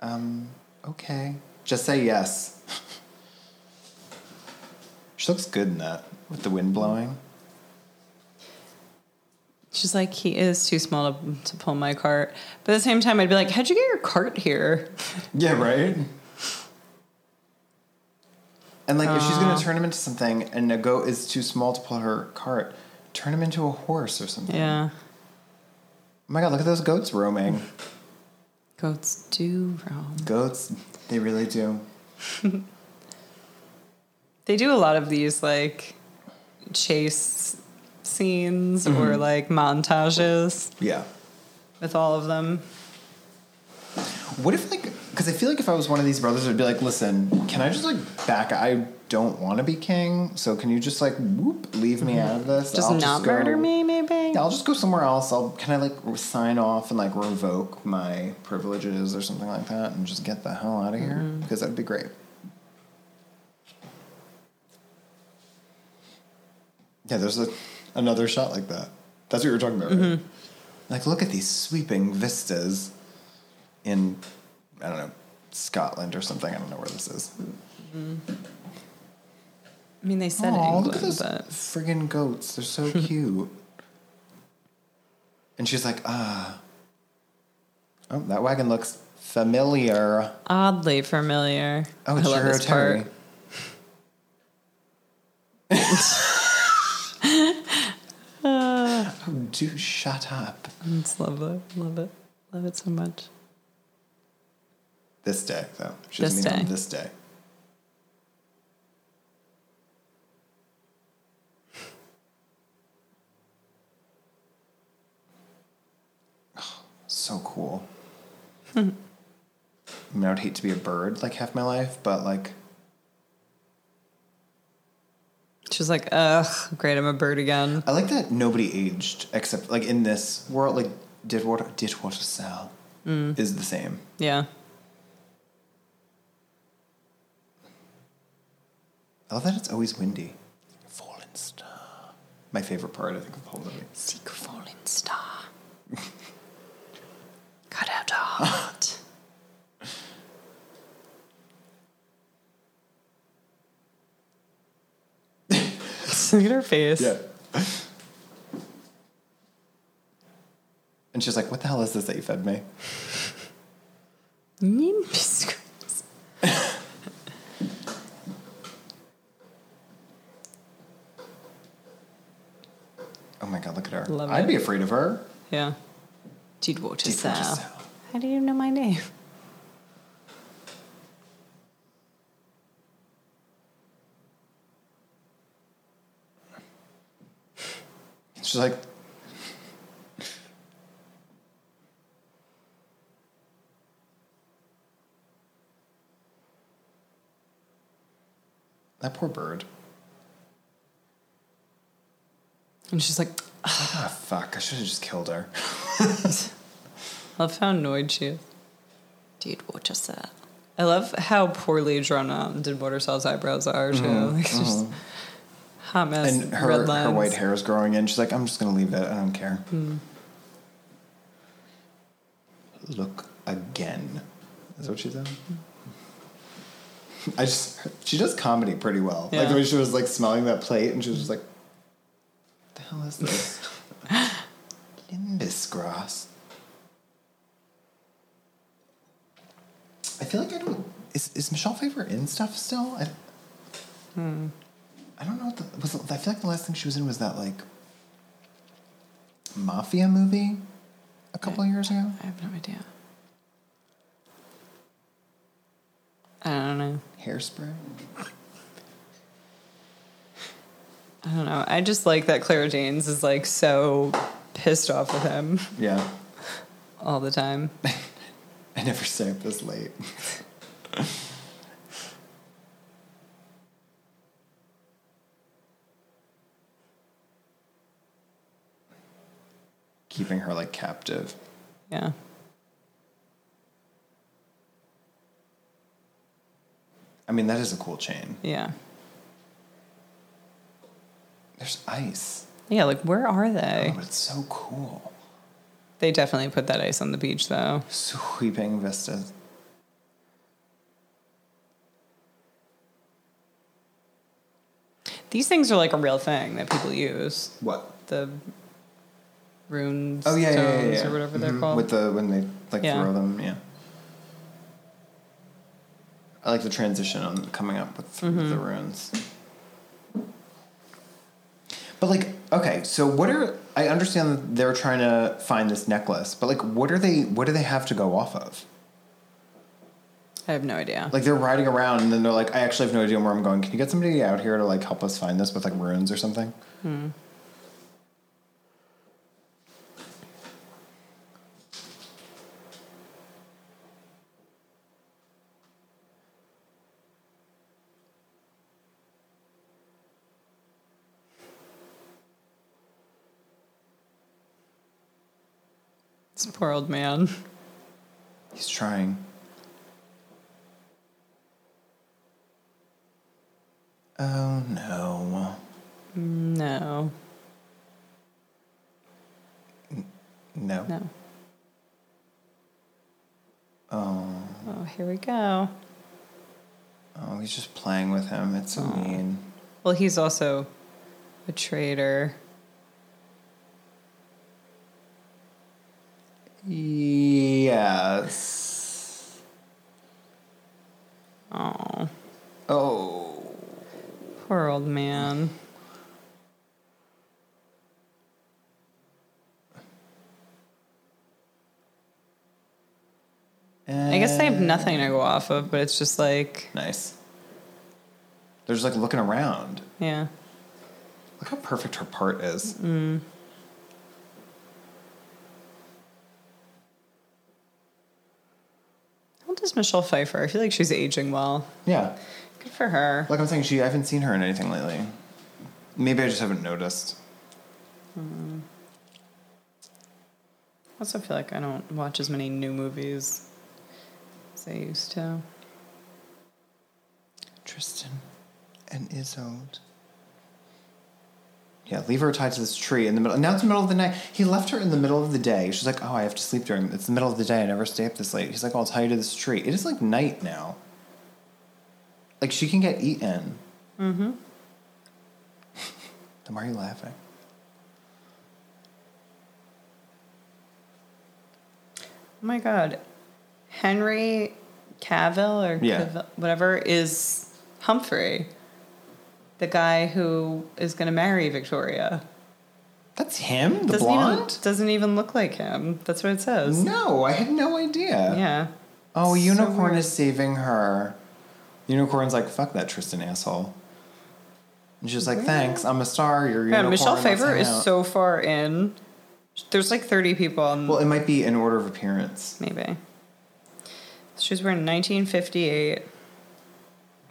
Um, okay. Just say yes. she looks good in that with the wind blowing.
She's like, he is too small to, to pull my cart. But at the same time, I'd be like, how'd you get your cart here?
Yeah, right? And like, if she's
Uh.
gonna turn him into something and a goat is too small to pull her cart, turn him into a horse or something.
Yeah.
Oh my god, look at those goats roaming.
Goats do roam.
Goats, they really do.
They do a lot of these like chase scenes or
Mm-hmm.
like montages
Yeah.
with all of them.
What if like because I feel like if I was one of these brothers, I'd be like, listen, can I just like back? I don't want to be king, so can you just like whoop leave me out of this?
Mm-hmm. Just
I'll
not
go-
murder me, maybe.
Yeah, I'll just go somewhere else. I'll can I like re- sign off and like revoke my privileges or something like that and just get the hell out of here because that'd be great. Yeah, there's a, another shot like that. That's what you were talking about. Right? Like, look at these sweeping vistas in I don't know Scotland or something. I don't know where this is.
I mean, they said
Aw,
England,
Oh, look at those
but
friggin' goats. They're so cute. And she's like, ah. Oh, that wagon looks familiar.
oddly familiar.
Oh,
I
it's
love
your
this
Terry.
part.
oh, dude, shut up.
It's lovely. Love it. Love it so much.
This day, though. She doesn't
This
mean on
day.
this day. Oh, So cool. I mean, I would hate to be a bird like half my life, but like,
She's like, ugh, great, I'm a bird again.
I like that nobody aged except like in this world, like Ditwater, Ditwater Sal is the same.
Yeah.
I love that it's always windy. Fallen star. My favorite part, I think, of the whole movie.
Seek falling star. Cut out our heart. Look at her face.
and she's like, "What the hell is this that you fed me?"
Neem biscuits.
Oh my god, look at her.
Love
I'd
it.
be afraid of her.
Yeah. Did what
Deep water sow.
How do you know my name?
She's like, that poor bird.
And she's like,
Ah, fuck! I should have just killed her.
love how annoyed she is. Did water sow. I love how poorly drawn out did water sow's eyebrows are too. Like, it's just hot mess.
Mm-hmm. and her,
red
her
lines. Hmm.
white hair is growing in. She's like, I'm just gonna leave it. I don't care. Look again. Is that what she said? I just she does comedy pretty well. Like
Yeah.
the way she was like smelling that plate and she was just like, "The hell is this? Limbus grass." I feel like I don't. Is, is Michelle Favor in stuff still? I, I don't know. What the, was I feel like the last thing she was in was that like mafia movie a couple of years ago.
I have no idea. I don't know.
Hairspray.
I don't know. I just like that Clara Danes is like so pissed off with him
Yeah,
all the time.
I never stay up this late. Keeping her like captive.
Yeah.
I mean, that is a cool chain.
Yeah.
There's ice.
Yeah, like where are they?
Oh, but it's so cool.
They definitely put that ice on the beach though.
Sweeping vistas.
These things are like a real thing that people use.
What?
The runes,
Oh yeah, yeah,
stones,
yeah, yeah.
or whatever they're
Mhm.
called.
With the when they like
Yeah.
throw them, yeah. I like the transition on coming up with th-
Mm-hmm.
the runes. But like, okay, so what are I understand that they're trying to find this necklace, but like, what are they? What do they have to go off of?
I have no idea.
Like they're riding around and then they're like, I actually have no idea where I'm going. Can you get somebody out here to like help us find this with like runes or something?
This poor old man.
He's trying. Oh no.
No.
No.
No.
Oh.
Oh, here we go.
Oh, he's just playing with him. It's so mean.
Well, he's also a traitor.
Yes.
Oh,
Oh.
poor old man. I guess I have nothing to go off of, but it's just like,
Eh, Nice. They're just like looking around.
yeah.
Look how perfect her part is.
How does Michelle Pfeiffer? I feel like she's aging well.
Yeah.
Good for her.
Like I'm saying, she I haven't seen her in anything lately. Maybe I just haven't noticed.
I also feel like I don't watch as many new movies as I used to.
Tristan and Isolde. Yeah, leave her tied to this tree in the middle. And now it's the middle of the night. He left her in the middle of the day. She's like, oh, I have to sleep during. It's the middle of the day. I never stay up this late. He's like, I'll tie you to this tree. It is like night now. Like she can get eaten. Mm-hmm. then why are you laughing?
Oh my God. Henry Cavill or
Yeah.
Cavill, whatever is Humphrey, the guy who is going to marry Victoria.
That's him, the
doesn't
blonde.
Even, doesn't even look like him. That's what it says.
no, I had no idea.
Yeah.
Oh,
So
Unicorn
weird.
is saving her. Unicorn's like, fuck that Tristan asshole. And she's like, thanks, I'm a star, you're a
Yeah,
unicorn.
Michelle
let's
Favor
hang
is
out."
so far in. There's like 30 people on
Well, it might be in order of appearance.
maybe. She's wearing 1958.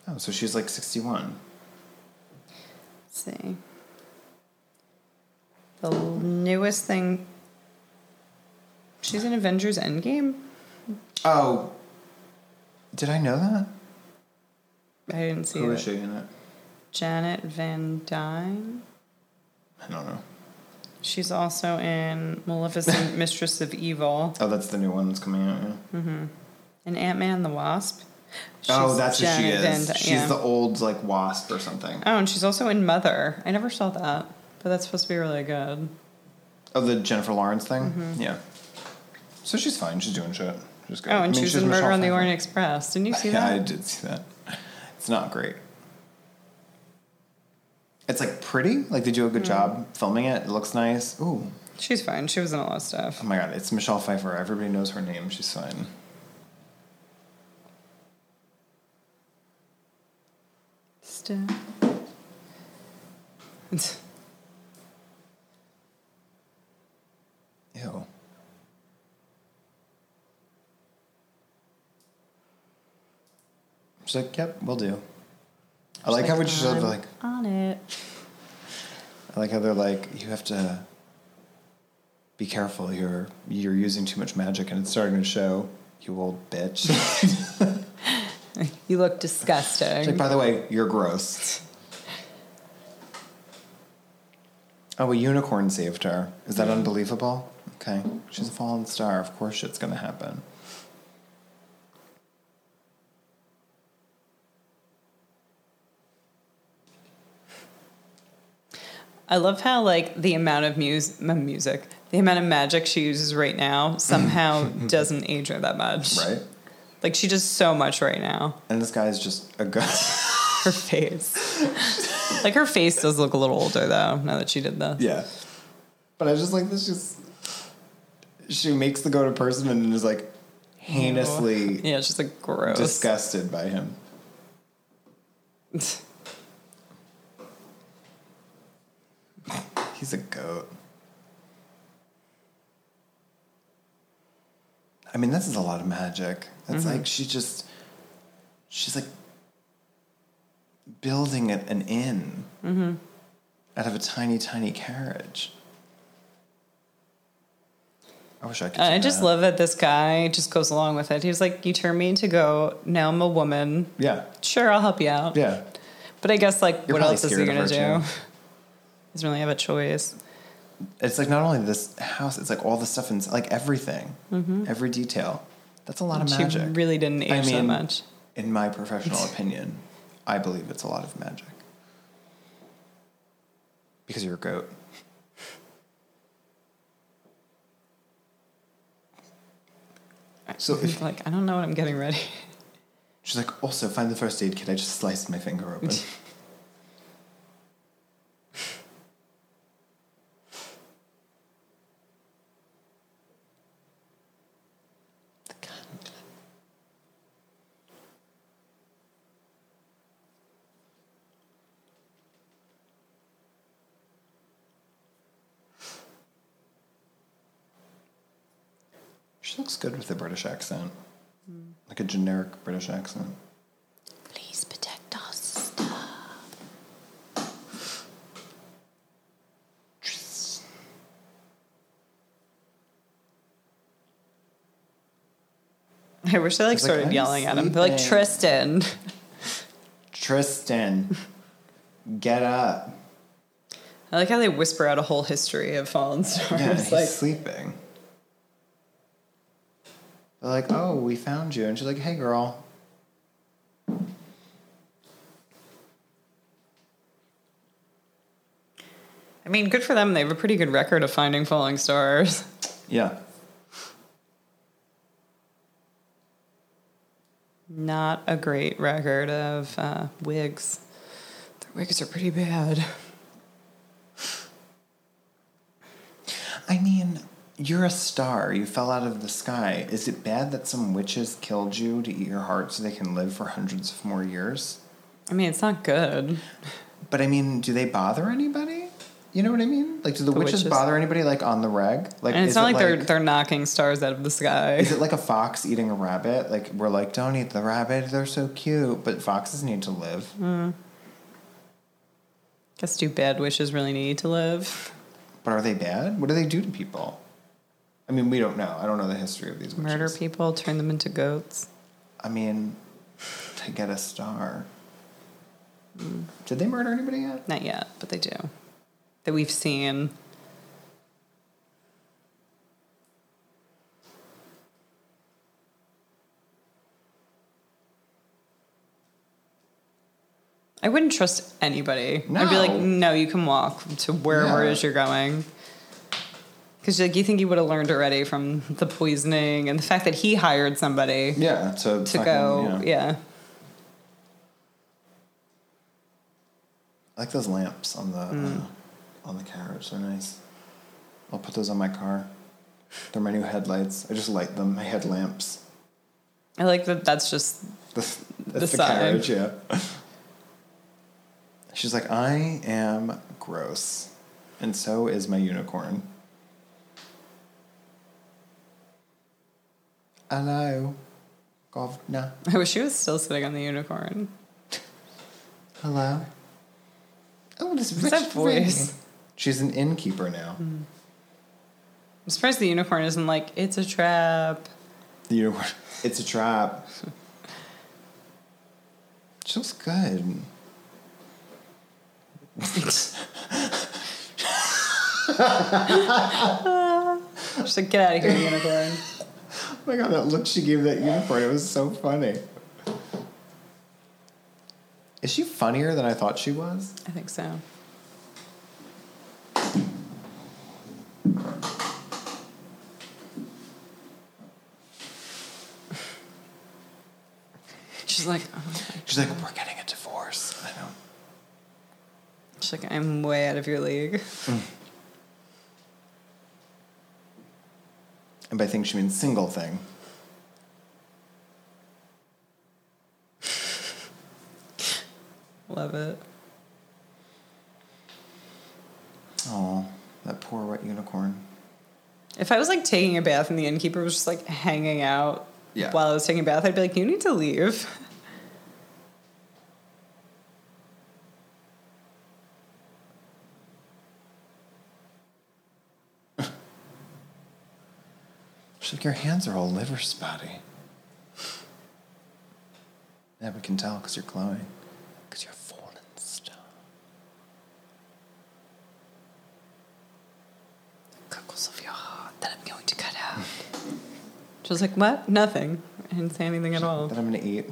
Let's
Oh, so she's like 61.
see. The newest thing. She's in Avengers Endgame?
Oh. Did I know that?
I didn't see
Who
it.
is she in it?
Janet Van Dyne.
I don't know.
She's also in Maleficent Mistress of Evil
Oh, that's the new one that's coming out. Yeah.
and Ant Man the Wasp.
oh,
She's
that's who she
Janet Van
is.
Dyne,
she's
yeah.
the old like wasp or something.
Oh, and she's also in Mother. I never saw that, but that's supposed to be really good.
Oh, the Jennifer Lawrence thing. Yeah. So she's fine. She's doing shit. She's good.
Mm-hmm. Oh, and
I mean,
she was in Murder
Michelle
on the
Pfeiffer.
Orient Express. Didn't you see
yeah, I
that?
did see that. It's not great. It's like pretty. Like they do a good
Hmm.
job filming it. It looks nice. Ooh,
She's fine. She was in a lot of
oh
stuff.
my god! It's Michelle Pfeiffer. Everybody knows her name. She's fine.
Still.
Ew. She's like, "Yep, we'll do." I like, how we just
I'm
like.
on it.
I like how they're like, "You have to be careful. You're you're using too much magic, and it's starting to show." You old bitch.
You look
It's like,
disgusting.
by the way, you're gross. Oh, a unicorn saved her. Is that unbelievable? Okay. She's a fallen star. Of course shit's gonna happen.
I love how like the amount of mus- m- music, the amount of magic she uses right now somehow doesn't age her that much.
Right?
Like she does so much right now.
And this guy's just a ghost.
Her face. like her face does look a little older though, now that she did this.
yeah. But I just like this just she makes the go to person and is like heinously
Yeah, she's like gross.
disgusted by him. He's a goat. I mean, this is a lot of magic. It's
Mm-hmm.
like she just, she's like building it an inn
Mm-hmm.
out of a tiny, tiny carriage. I wish I could.
Uh,
do
I just
that.
love that this guy just goes along with it. He was like, You turn me into goat. Now I'm a woman.
Yeah,
Sure, I'll help you out.
yeah.
But I guess, like,
You're
what
probably
else is he
scared of
going to
her,
do?
too.
Doesn't really have a choice.
It's like not only this house; it's like all the stuff and like everything, every detail. That's a lot of
She
magic.
really didn't age
I
that
mean,
much.
In my professional opinion, I believe it's a lot of magic. Because you're a goat. So if
like, I don't know what I'm getting ready.
she's like, also find the first aid kit, I just sliced my finger open. She looks good with a British accent, like a generic British accent.
Please protect us. I wish I like
It's like,
started
I'm
yelling at him. They're like
sleeping.
Tristan.
Tristan, get up.
I like how they whisper out a whole history of fallen stars.
Yeah, he's
like
sleeping. They're like, oh, we found you. And she's like, hey, girl.
I mean, good for them. They have a pretty good record of finding falling stars.
Yeah.
Not a great record of uh, wigs. Their wigs are pretty bad.
I mean, you're a star. You fell out of the sky. Is it bad that some witches killed you to eat your heart so they can live for hundreds of more years?
I mean, it's not good.
But I mean, do they bother anybody? You know what I mean? Like, do the,
The
witches,
witches.
bother anybody, like, on the reg? Like,
And it's
is
not
it
like, they're they're knocking stars out of the sky.
Is it like a fox eating a rabbit? Like we're like, don't eat the rabbit; they're so cute. But foxes need to live.
Mm. Guess do bad wishes really need to live?
But are they bad? What do they do to people? I mean, we don't know. I don't know the history of these witches.
Murder people, turn them into goats.
I mean, to get a star. Did they murder anybody yet?
Not yet, but they do. That we've seen. I wouldn't trust anybody. I'd be like,
No.
no, you can walk to wherever it
Yeah.
is you're going. Because like you think you would have learned already from the poisoning and the fact that he hired somebody
Yeah, to
to
fucking,
go.
yeah.
yeah.
I like those lamps on the
Mm.
uh, on the carriage. They're nice. I'll put those on my car. They're my new headlights. I just light them. My headlamps.
I like that. That's just
That's,
The
that's the,
sign.
carriage, yeah. She's like, I am gross, and so is my unicorn. Hello, governor.
I wish she was still sitting on the unicorn.
Hello. Oh, this
What's
rich
that voice? Hmm.
ring. She's an innkeeper now.
I'm surprised the unicorn isn't like, it's a trap.
The unicorn. It's a trap. She looks good.
She's like, get out of here, unicorn.
Oh my god, that look she gave that unicorn, it was so funny. Is she funnier than I thought she was?
I think so. She's like, oh.
She's like, we're getting a divorce. I know.
she's like, I'm way out of your league.
And by thing, she means single thing.
Love it.
Oh, that poor wet unicorn.
If I was like taking a bath and the innkeeper was just like hanging out
Yeah.
while I was taking a bath, I'd be like, you need to leave.
She's like, your hands are all liver spotty. Yeah, we can tell because you're glowing. Because you're fallen stone.
Cockles of your heart that I'm going to cut out. She was like, what? Nothing. I didn't say anything at all.
That I'm going to eat.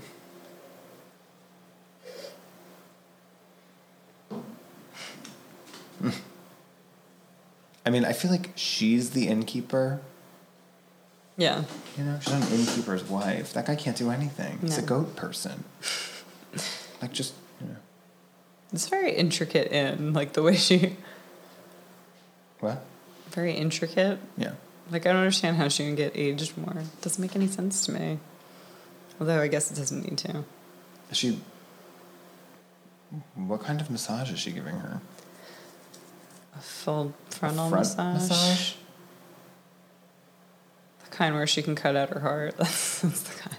I mean, I feel like she's the innkeeper.
Yeah.
You know, she's not an innkeeper's wife. That guy can't do anything. He's a
No.
goat person. like, just, you know.
It's very intricate in, like, the way she.
What?
Very intricate.
Yeah.
Like, I don't understand how she can get aged more. It doesn't make any sense to me. Although, I guess it doesn't need to.
Is she. What kind of massage is she giving her?
A full frontal
Front
massage. The kind where she can cut out her heart. That's, that's the kind.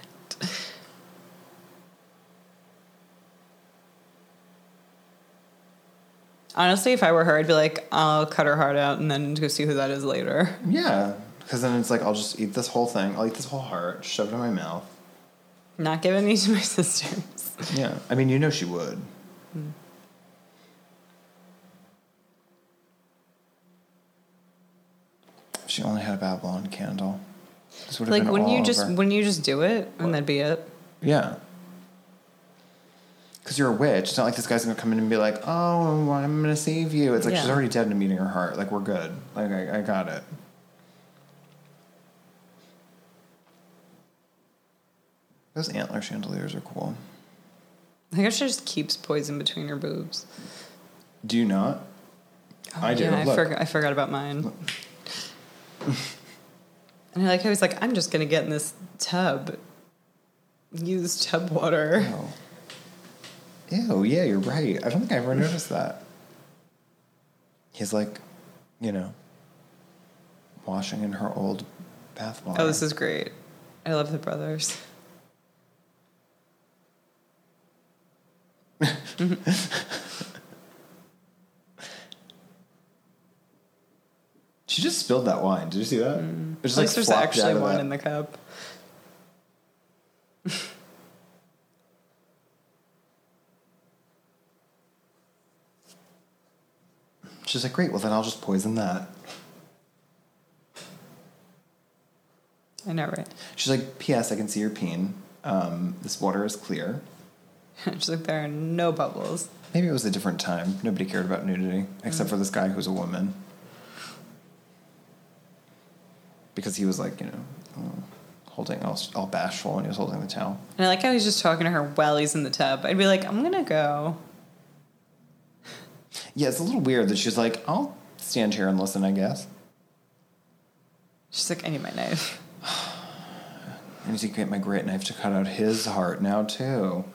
Honestly, if I were her, I'd be like, I'll cut her heart out and then go see who that is later.
Yeah. Because then it's like, I'll just eat this whole thing. I'll eat this whole heart, shove it in my mouth.
Not giving these to my sisters.
Yeah. I mean, you know she would.
Hmm.
If She only had a Babylon candle. This would have
Like,
been
wouldn't
all
you just
over.
wouldn't you just do it and that'd be it?
Yeah. Because you're a witch. It's not like this guy's going to come in and be like, oh, I'm going to save you. It's like she's
Yeah.
already dead and meeting her heart. Like, we're good. Like, I, I got it. Those antler chandeliers are cool.
I guess she just keeps poison between her boobs.
Do you not? I do.
Yeah, I,
Look.
forgot, I forgot about mine. and I like, I was like, I'm just gonna get in this tub, use tub water.
Oh. Ew, yeah, you're right. I don't think I ever noticed that. He's like, you know, washing in her old bathwater.
Oh, this is great. I love the brothers.
She just spilled that wine. Did you see that? It just
Mm. At least there's
flopped out
actually
of
one
that-
in the cup.
She's like, great. Well, then I'll just poison that.
I know, right?
She's like, P.S. I can see your peen. Um, this water is clear.
She's like, there are no bubbles.
Maybe it was a different time. Nobody cared about nudity except for this guy who's a woman. Because he was like, you know, mm, holding all, all bashful and he was holding the towel.
And I like how he's just talking to her while he's in the tub. I'd be like, I'm gonna go.
Yeah, it's a little weird that she's like, I'll stand here and listen, I guess.
She's like, I need my knife.
I need to get my great knife to cut out his heart now, too.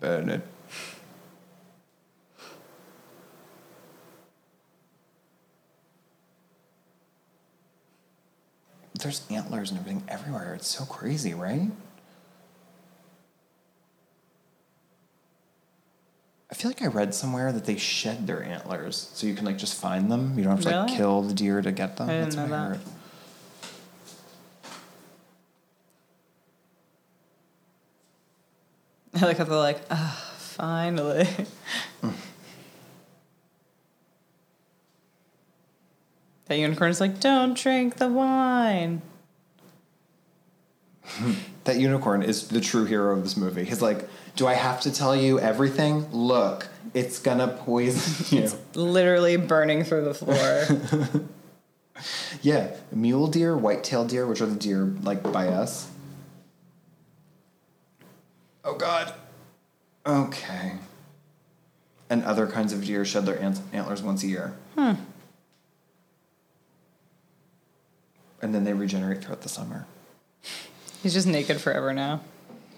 Burn it. There's antlers and everything everywhere. It's so crazy, right? I feel like I read somewhere that they shed their antlers, so you can like just find them. You don't have to like
Really?
kill the deer to get them.
I didn't
what
know that. I like how they're like, ah, finally.
Hmm.
that unicorn is like, don't drink the wine.
That unicorn is the true hero of this movie. He's like, "Do I have to tell you everything? Look, it's gonna poison you."
Literally burning through the floor.
yeah, mule deer, white-tailed deer, which are the deer like by us. Oh God. Okay. And other kinds of deer shed their ant- antlers once a year. Hmm. And then they regenerate throughout the summer.
he's just naked forever now.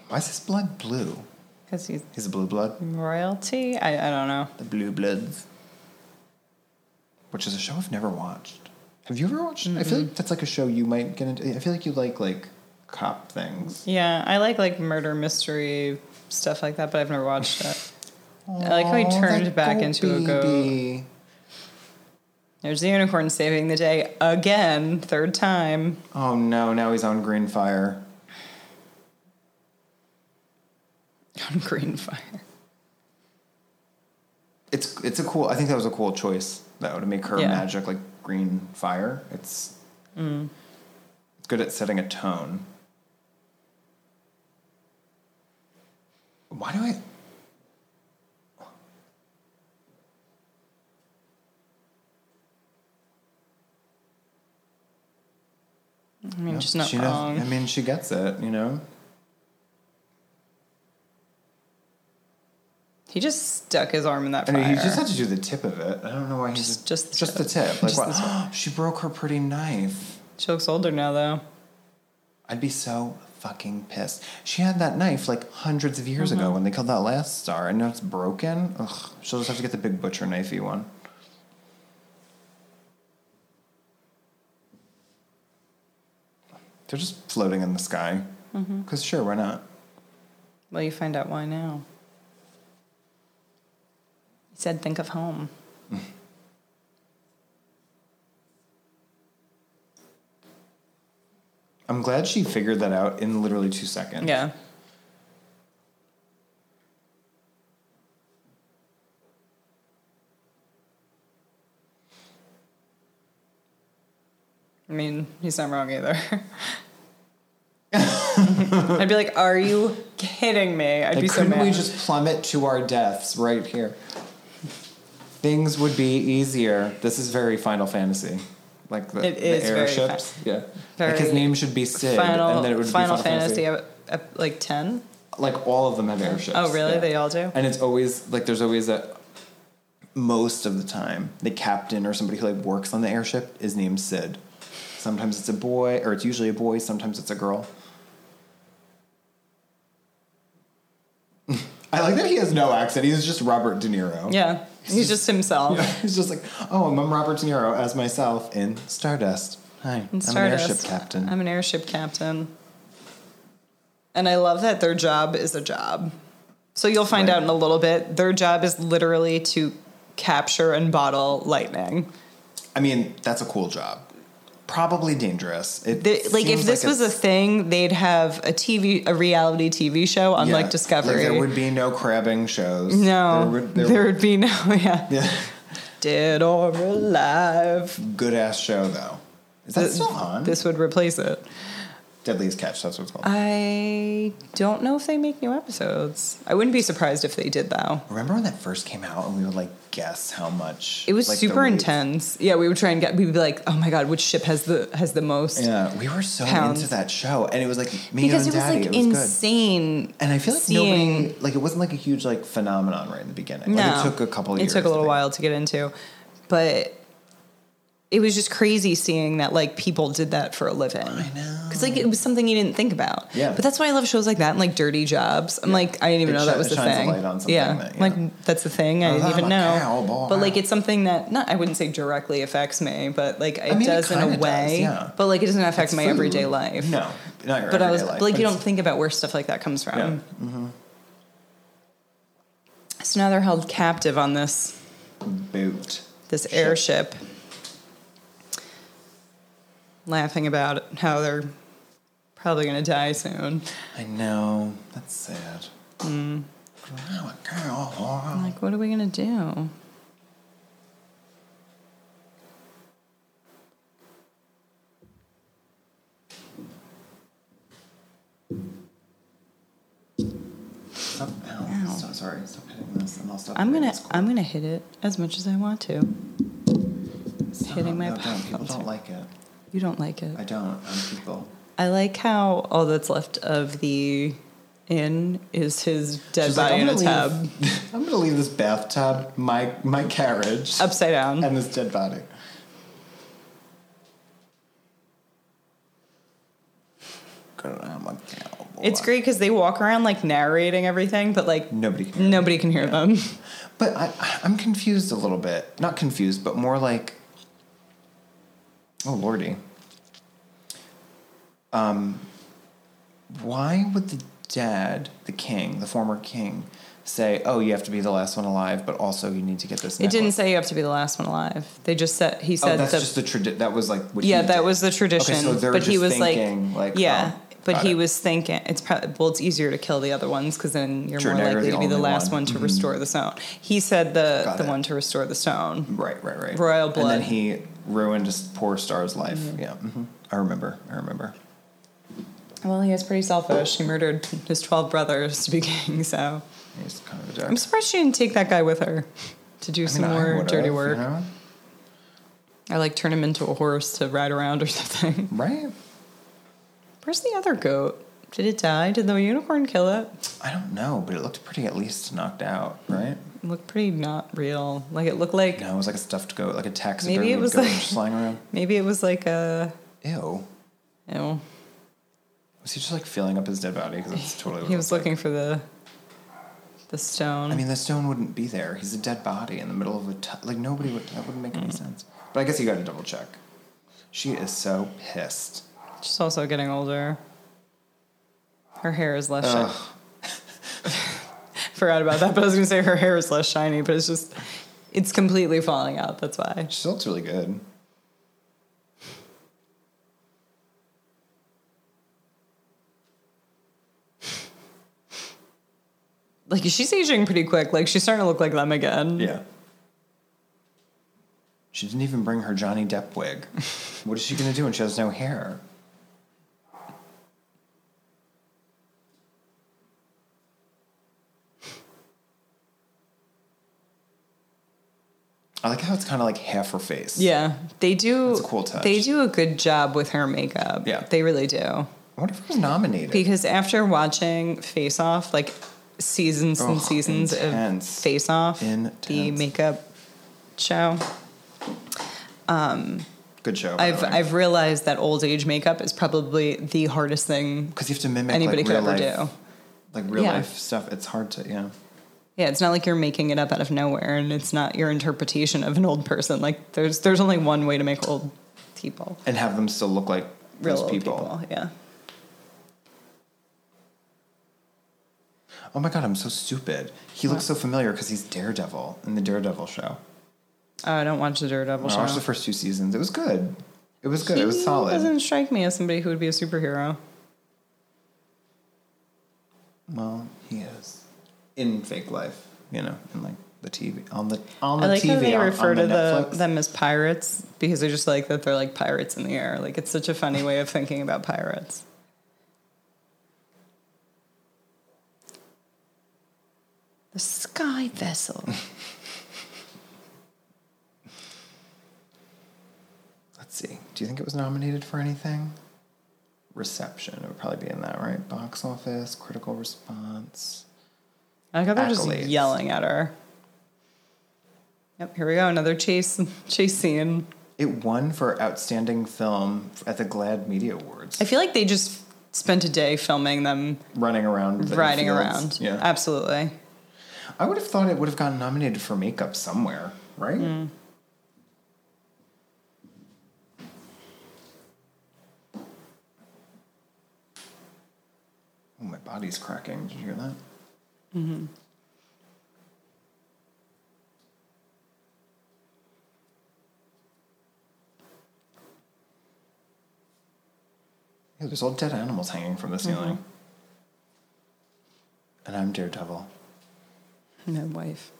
Why is his blood blue?
Because he's
He's a blue blood.
royalty? I, I don't know.
The Blue Bloods, which is a show I've never watched. Have you ever watched? it? I feel like that's like a show you might get into. I feel like you like like cop things.
Yeah, I like like murder mystery stuff like that, but I've never watched it. I like how he turned back into a goat.
Oh, baby.
There's the unicorn saving the day again, third time.
Oh no! Now he's on green fire.
On green fire.
It's it's a cool. I think that was a cool choice though to make her
Yeah. Mm.
magic like green fire. It's it's good at setting a tone. Why do I?
I mean, just not
she knows-
wrong.
I mean, she gets it. You know.
He just stuck his arm in that
I
fire.
mean, he just had to do the tip of it. I don't know why he
Just-
just
just the
just
tip.
the tip. Like
Just the
what? she broke her pretty knife.
she looks older now, though.
I'd be so fucking pissed. She had that knife like hundreds of years
Mm-hmm.
ago when they killed that last star, and now it's broken. Ugh, she'll just have to get the big butcher knifey one. They're just floating in the sky. Because
Mm-hmm.
sure, why not?
Well, you find out why now. He said, think of home.
I'm glad she figured that out in literally two seconds.
Yeah. I mean, he's not wrong either. I'd be like, are you kidding me? I'd
Like,
be so
couldn't
mad.
we just plummet to our deaths right here? Things would be easier. This is very Final Fantasy. Like the,
It
the
is very
airships. yeah. like his
very
name should be Sid.
final,
and then it would
Final
be
Fantasy, uh, uh, like 10?
Like all of them have airships.
Oh, really?
yeah.
They all do?
And it's always like there's always a most of the time the captain or somebody who like works on the airship is named Sid. Sometimes it's a boy, or it's usually a boy. Sometimes it's a girl. I like that he has no accent. He's just Robert De Niro.
Yeah. He's just himself.
He's just like, oh, I'm Robert De Niro as myself in Stardust. Hi, I'm
And
an
Stardust.
airship captain.
I'm an airship captain. And I love that their job is a job. So you'll find
Right.
out in a little bit. Their job is literally to capture and bottle lightning.
I mean, that's a cool job. Probably dangerous. It
The- like
seems
if this was a
it's-
thing, they'd have a TV, a reality TV show,
yeah,
unlike
like,
Discovery.
there would be no crabbing shows.
no,
there would, there
be no. Yeah,
yeah,
dead or alive.
good ass show though. Is that
Th-
still on?
This Uh, would replace it.
Deadliest Catch. That's what it's called.
I don't know if they make new episodes. I wouldn't be surprised if they did though.
Remember when that first came out and we would like guess how much?
It was
like, the
super
weight-
intense. Yeah, we would try and get. We'd be like, "Oh my god, which ship has the has the most?"
Yeah, we were so
Pounds.
into that show, and it was like me
because it
and
was
Daddy.
like
it was good.
insane.
And I feel like
seeing-
nobody like it wasn't like a huge like phenomenon right in the beginning.
no,
Like, it took a couple.
It
years,
took a
I
little
think.
while to get into, but it was just crazy seeing that like people did that for a living. I
know.
because like it was something you didn't think about.
Yeah.
but that's why I love shows like that and like Dirty Jobs. I'm like, I didn't even
It
know
shi-
that was
it
the
shines a
thing.
light on something
yeah,
that, yeah.
like that's the thing. I
Oh,
didn't
I'm
even
a
know.
cowboy.
But like it's something that not I wouldn't say directly affects me, but like it
mean, it
does in a
kinda does,
way.
yeah.
But like it doesn't affect my
Food.
everyday life.
No, not your
But I
everyday
was
life,
like,
but
you
it's-
don't think about where stuff like that comes from. Mm-hmm.
Yeah.
So now they're held captive on this
boot.
this
Ship.
airship laughing about how they're probably going to die soon.
I know. That's sad.
Hmm. I'm like, what are we going to do?
Stop. Ow. So sorry. Stop hitting this, and I'll stop.
I'm
doing
going
this.
to I'm going to hit it as much as I want to.
Stop.
hitting my
No, don't. People
balls.
don't like it.
You don't like it.
I don't. I'm people.
I like how all that's left of the inn is his dead
She's like,
body
I'm
in a
gonna
tub
leave- I'm gonna leave this bathtub, my my carriage,
upside down.
and this dead body. Girl, I'm a cowboy.
It's great because they walk around like narrating everything, but like
Nobody can hear
nobody can hear them.
But I, I- I'm confused a little bit. Not confused, but more like, oh lordy. Um, why would the dad, the king, the former king, say, "Oh, you have to be the last one alive, but also you need to get this"?
It didn't
necklace?
say you have to be the last one alive. They just said he
Oh,
said
that's
the,
just the tradition. That was like what
yeah
he
that
did.
was the tradition.
Okay, so they're
but he
just
was
thinking,
like,
like,
yeah.
oh,
but
got
he
it.
was thinking it's probably well, it's easier to kill the other ones because then you're
Sure,
more
now you're
likely
the
to be the
only
last
one. Mm-hmm.
one, to restore the stone. He said the
Got
the
it.
one to restore the stone.
Right, right, right.
Royal
And
blood. Mm-hmm.
then he ruined his poor star's life. Yeah, hmm I remember. I remember.
Well, he was pretty selfish. He murdered his twelve brothers to be king. So
He's kind of a jerk.
I'm surprised she didn't take that guy with her to do
I
some
mean, I
more
would've,
dirty
you
work.
know?
Or like turn him into a horse to ride around or something.
Right?
Where's the other goat? Did it die? Did the unicorn kill it?
I don't know, but it looked pretty at least knocked out, right?
It looked pretty not real. Like it looked like
No, it was like a stuffed goat, like a taxidermy
Maybe it was
goat
like-
just lying around.
maybe it was like a
Ew.
you know,
Was he just like filling up his dead body? Because that's totally what
he
it
was
looked
looking for the the stone.
Like. I mean, the stone wouldn't be there. He's a dead body in the middle of a tu- like nobody would. That wouldn't make
Mm-hmm.
any sense. But I guess you got to double check. She is so pissed.
she's also getting older. Her hair is less shiny. Forgot about that, but I was gonna say her hair is less shiny, but it's just it's completely falling out. That's why.
She still looks really good.
Like she's aging pretty quick. Like she's starting to look like them again.
Yeah. She didn't even bring her Johnny Depp wig. what is she gonna do when she has no hair? I like how it's kind of like half her face.
Yeah, they do.
That's a cool touch.
They do a good job with her makeup.
Yeah.
they really do.
I wonder if it was nominated.
Because after watching Face Off, like seasons and
Ugh,
seasons
intense.
of Face Off, the
Intense.
makeup show,
Good show.
I've I've realized that old age makeup is probably the hardest thing.
because you have to mimic
anybody
like,
could
real
ever
life,
do.
like real
Yeah.
life stuff. It's hard to yeah.
Yeah, it's not like you're making it up out of nowhere, and it's not your interpretation of an old person. Like there's there's only one way to make old people
and have them still look like
real
those
old
people.
people. Yeah.
Oh my god, I'm so stupid. He looks so familiar because he's Daredevil in the Daredevil show.
Oh, I don't watch the Daredevil
I
show.
watched the first two seasons. It was good. It was good. it was
He
solid.
Mm, Doesn't strike me as somebody who would be a superhero.
Well, he is in fake life, you know, in like the TV on the on
I
the
like
TV
how they
on,
refer
on
to
the
the,
Netflix.
them as pirates because I just like that they're like pirates in the air. Like it's such a funny way of thinking about pirates. The sky vessel.
Let's see. Do you think it was nominated for anything? Reception. It would probably be in that right box office. Critical response.
I got they're just
Accolades.
yelling at her. Yep, here we go. Another chase chase scene.
It won for outstanding film at the GLAAD Media Awards.
I feel like they just spent a day filming them
running around, the
riding
fields.
around.
Yeah,
Absolutely.
I would have thought it would have gotten nominated for makeup somewhere, right? Oh, my body's cracking. Did you hear that? Yeah, there's all dead animals hanging from the ceiling. And I'm Daredevil.
No wife.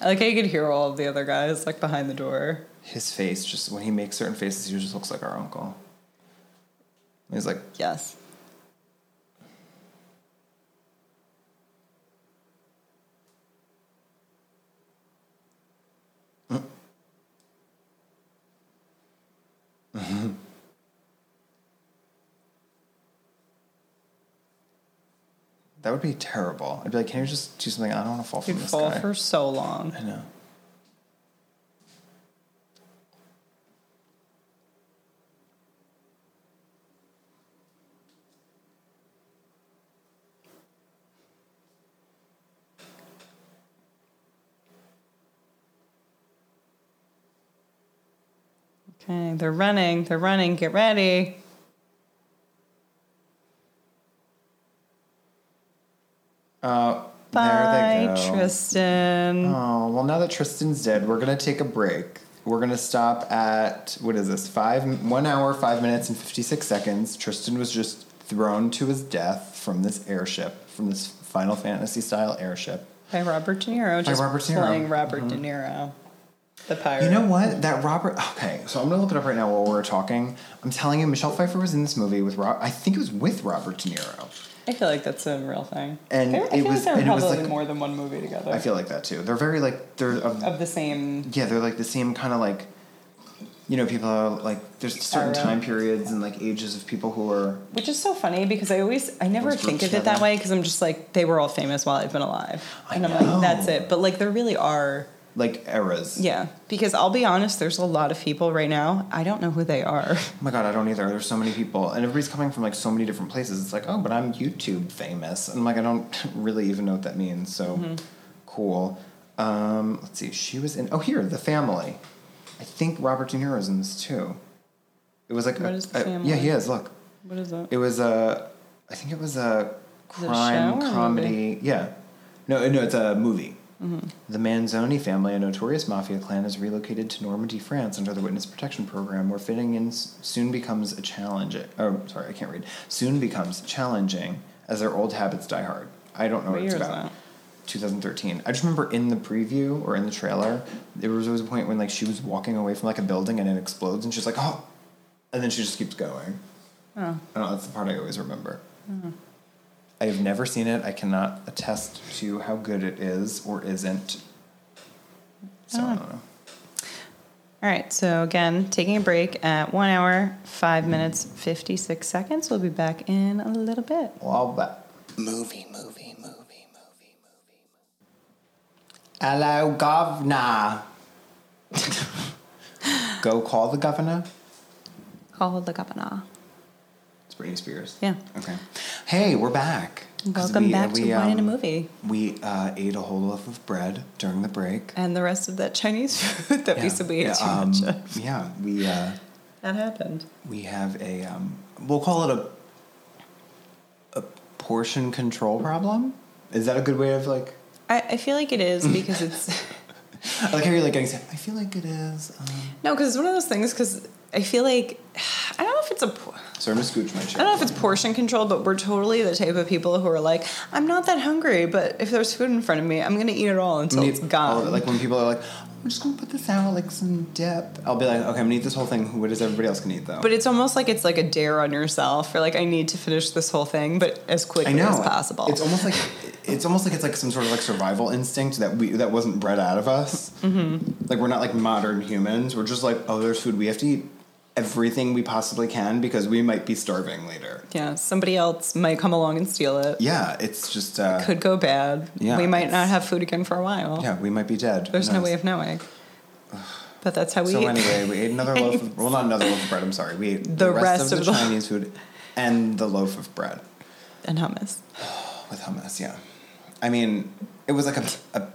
I like how you could hear all of the other guys like behind the door.
his face just when he makes certain faces he just looks like our uncle And he's like
Yes.
that would be terrible i'd be like can you just do something i don't want to fall from
You'd
this
fall
guy
for so long.
i know
Okay, they're running. They're running. Get ready.
Uh,
Bye,
there they go.
Tristan.
Oh, well, now that Tristan's dead, we're going to take a break. We're going to stop at, what is this, five, one hour, five minutes, and 56 seconds. Tristan was just thrown to his death from this airship, from this Final Fantasy style airship.
By Robert De Niro. Just
Robert De Niro. Mm-hmm.
playing Robert De Niro, the pirate.
You know what? That Robert. Okay, so I'm gonna look it up right now while we're talking. I'm telling you, Michelle Pfeiffer was in this movie with Rob. I think it was with Robert De Niro.
I feel like that's a real thing.
And
There- I
it
feel
was-
like there
and it
were
was
probably
like-
more than one movie together
I feel like that too. They're very like they're of
of the same.
yeah, they're like the same kind of like. You know, people are like there's certain
Era.
time periods and like ages of people who are
Which is so funny because I always I never
Those
think
groups
of it that
together.
way because I'm just like they were all famous while I've been alive
I
and I'm
know.
like that's it. But like there really are
like eras.
yeah because I'll be honest there's a lot of people right now I don't know who they are.
Oh my god, I don't either. There's so many people, and everybody's coming from like so many different places. It's like, oh, but I'm YouTube famous, and I'm like, I don't really even know what that means. So,
Mm-hmm.
cool. Um, let's see. She was in. Oh, here, The Family. I think Robert De Niro's in this too. It was like,
What
a-
is The
a-
Family?
yeah, he is. Look,
What is that?
it was a. I think it was a
Is it a
crime
show or a
comedy. Yeah. No, uh, no, it's a movie.
Mm-hmm.
The Manzoni family, a notorious mafia clan, is relocated to Normandy, France, under the Witness Protection Program, where fitting in s- soon becomes a challenge. Oh, sorry, I can't read. Soon becomes challenging as their old habits die hard. I don't know what,
What
it's
year is
about.
that?
2013. I just remember in the preview or in the trailer, there was always a point when like she was walking away from like a building and it explodes, and she's like, "Oh," and then she just keeps going.
Oh.
I don't know, that's the part I always remember. I have never seen it. I cannot attest to how good it is or isn't.
Oh.
So I don't know.
All right, so again, taking a break at one hour, five minutes, 56 seconds. We'll be back in a little bit.
Well, I'll bet.
Movie, movie, movie, movie, movie.
Hello, governor. Go call the governor.
Call the ah. governor.
It's Britney Spears.
Yeah.
Okay. Hey, we're back. 'Cause
Welcome
we-
back to
we,
Wine and a
um,
Movie.
We uh, ate a whole loaf of bread during the break.
And the rest of that Chinese food that we said we ate
yeah,
too
um,
much of.
yeah, we uh,
That happened.
we have a um, we'll call it a a portion control problem. Is that a good way of like?
I, I feel like it is because it's.
I like how you're like getting. I feel like it is. Um,
no, because it's one of those things because I feel like. I don't know if it's a. por-
sorry, I'm gonna scooch my chair.
I don't know if it's portion control, but we're totally the type of people who are like, I'm not that hungry, but if there's food in front of me, I'm going to eat it all until
Need
Oh, it's
all
gone.
of it. Like when people are like, I'm just gonna put this out like some dip. I'll be like, okay, I'm gonna eat this whole thing. What is everybody else gonna eat though?
But it's almost like it's like a dare on yourself, or like I need to finish this whole thing, but as
I
quickly
know
as possible.
It's almost like it's almost like it's like some sort of like survival instinct that we that wasn't bred out of us. Mm-hmm. Like we're not like modern humans. We're just like, oh, there's food. We have to eat everything we possibly can because we might be starving later.
yeah, somebody else might come along and steal it.
Yeah, it's just uh,
Could go bad.
Yeah,
we might
it's-
not have food again for a while.
yeah, we might be dead. Who
There's no
knows?
way of knowing. But that's how we
So
eat.
anyway, we ate another loaf. Of, well, not another loaf of bread. I'm sorry. We ate the, rest, of, the Chinese food and the loaf of bread.
and hummus.
With hummus, yeah. I mean, it was like a, a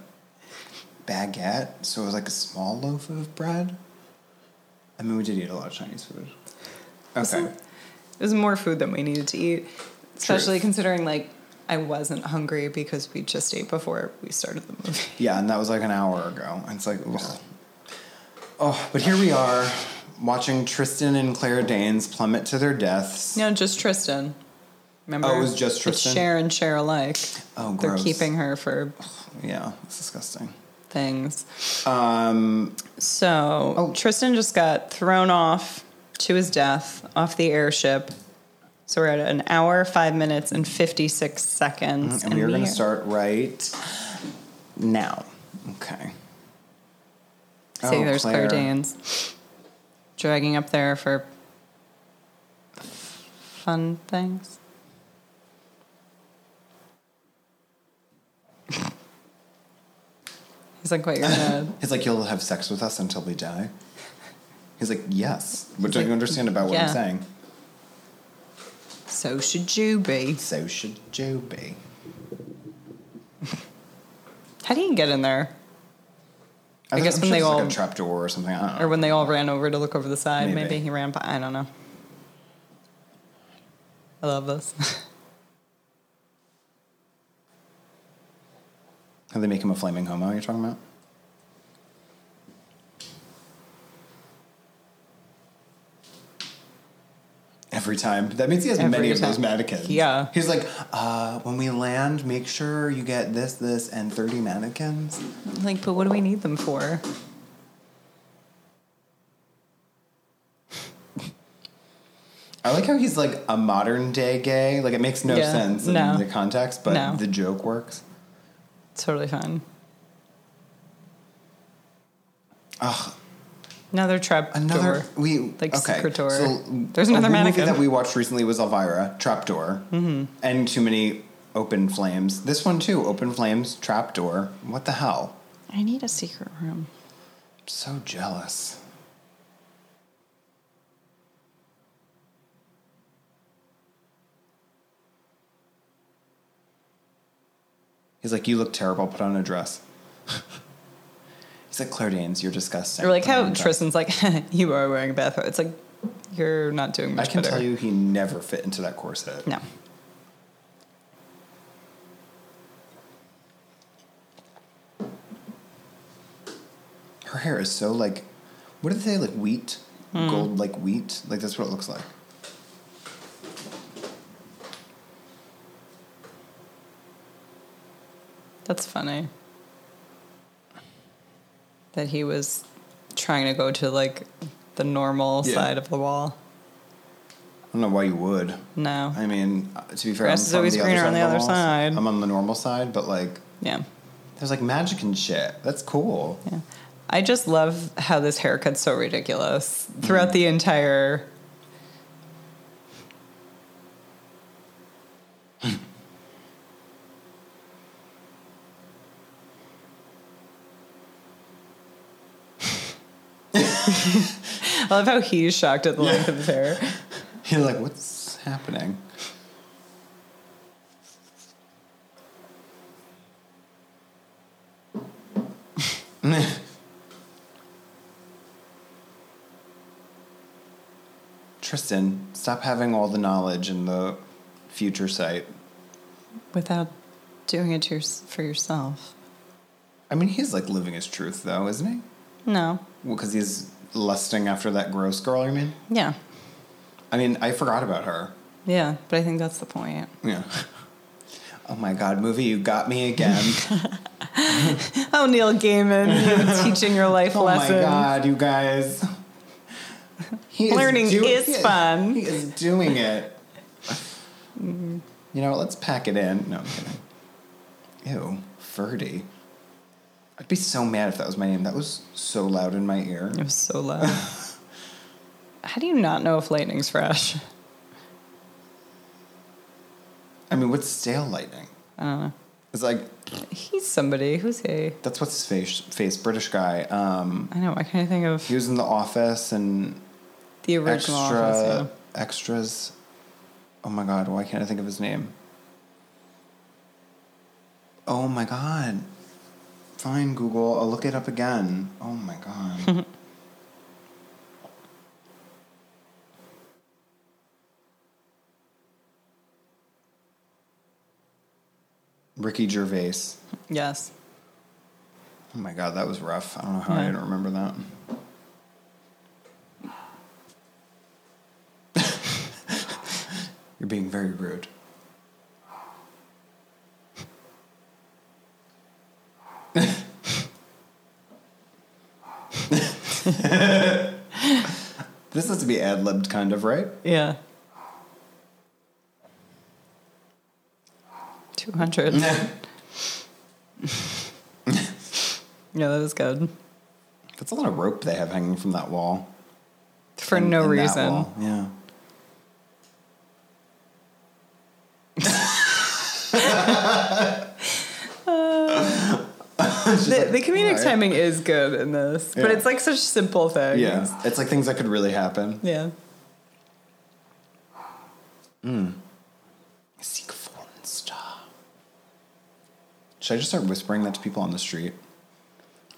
baguette, so it was like a small loaf of bread. I mean, we did eat a lot of Chinese food. Okay.
It was more food than we needed to eat, especially
Truth.
considering like I wasn't hungry because we just ate before we started the movie.
Yeah, and that was like an hour ago. And it's like, ugh. oh, but here we are watching Tristan and Claire Danes plummet to their deaths.
No, just Tristan. Remember?
Oh, it was just
It's
Tristan?
share and share alike.
Oh,
They're
gross.
keeping her for
Yeah, it's disgusting.
things.
Um,
So
Oh.
Tristan just got thrown off to his death off the airship. So we're at an hour, five minutes, and fifty-six seconds.
Mm, and we are
we
going to start right now. Okay.
See,
Oh,
there's Claire
Claire.
Danes dragging up there for fun things. He's like, "Wait, you're gonna
He's like, you'll have sex with us until we die. He's like, yes. But don't
like,
you understand about what I'm
yeah.
saying?
so should you be?"
So should Joe be.
How do you get in there?
I
I guess
I'm
when
sure
they
there's,
all-
like a trapdoor or something. I don't know.
Or when they all ran over to look over the side, maybe,
Maybe.
he ran by. I don't know. I love this.
How they make him a flaming homo? You're talking about? Every time. That means he has many
Every
of those
time.
mannequins.
Yeah.
He's like, uh, when we land, make sure you get this, this, and 30 mannequins.
like, but what do we need them for?
I like how he's like a modern day gay. Like, it makes no
Yeah.
sense in
No.
the context, but
No.
the joke works.
Totally fine. Ugh. Another trap.
Another
door.
we
Like
okay.
secret door.
So
There's
a
another
movie
mannequin.
that we watched recently was Elvira Trapdoor, mm-hmm. and too many open flames. This one too, open flames, trapdoor. What the hell?
I need a secret room.
I'm so jealous. He's like, you look terrible. Put on a dress. He's like, Claire Danes, you're disgusting.
Or like
Put on
how
a dress."
Tristan's like, you are wearing a bathrobe. It's like you're not doing
I
much
can
better.
tell you, he never fit into that corset.
No.
Her hair is so like, what do they say? Like wheat,
Hmm.
gold, like wheat. Like that's what it looks like.
That's funny. That he was trying to go to like the normal
Yeah.
side of the wall.
I don't know why you would.
No.
I mean, uh, to be fair,
Grass
I'm
is
from
always
the
greener
other
on the
side of
other
wall,
side.
I'm on the normal side, but like,
yeah.
there's like magic and shit. That's cool.
Yeah. I just love how this haircut's so ridiculous
Mm.
throughout the entire. I love how he's shocked at the length of his hair.
You're like, what's happening? Tristan, stop having all the knowledge in the future sight.
Without doing it to your, for yourself.
I mean, he's like living his truth, though, isn't he?
No.
Well, because he's lusting after that gross girl. You mean?
Yeah.
I mean, I forgot about her.
Yeah. But I think that's the point.
Yeah. Oh my god, movie, you got me again.
Oh, Neil Gaiman, you teaching your life
oh
lessons.
my god, you guys. He
Learning
do-
is
he
fun.
He is doing it. you know, what, let's pack it in. No, I'm kidding. Ew, Ferdy. I'd be so mad if that was my name. That was so loud in my ear.
It was so loud. How do you not know if lightning's fresh?
I mean, what's stale lightning?
I don't know.
It's like
Uh, He's somebody. Who's he?
that's what's his face, face British guy. Um,
I know. Why can't I think of
he was in the office and
the original
extra
office? Yeah.
extras. Oh my god, why can't I think of his name? Oh my god. Fine, Google. I'll look it up again. Oh my god. Ricky Gervais.
Yes.
Oh my god, that was rough. I don't know how I
Yeah.
didn't remember that. You're being very rude. this has to be ad libbed, kind of, right?
Yeah. 200. yeah, that was good.
That's a lot of rope they have hanging from that wall.
For
in-
no
in that
reason.
wall. Yeah.
The, the comedic
"Alright."
timing is good in this, but
Yeah.
it's like such simple things.
Yeah. It's like things that could really happen.
Yeah.
Seek fallen star. Should I just start whispering that to people on the street?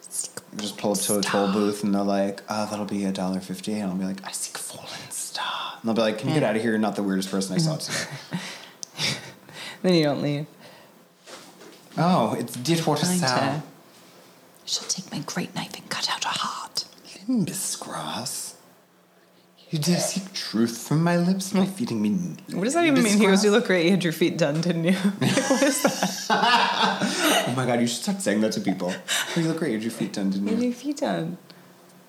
Seek
just pull up to a toll booth and they're like, oh, that'll be a dollar fifty, and I'll be like, I seek fallen star, and they'll be like, can you get out of here? You're not the weirdest person I saw today.
Then you don't leave.
oh, it's Deepwater
Trying
Sound.
to. She'll take my great knife and cut out her heart.
Miss Grass. You dare seek truth from my lips by feeding me.
Mm. What does that even mean? He goes, "You look great. You had your feet done, didn't you?"
Oh my god, you should start saying that to people. You look great. You had your feet done, didn't
you had
you?
your feet done.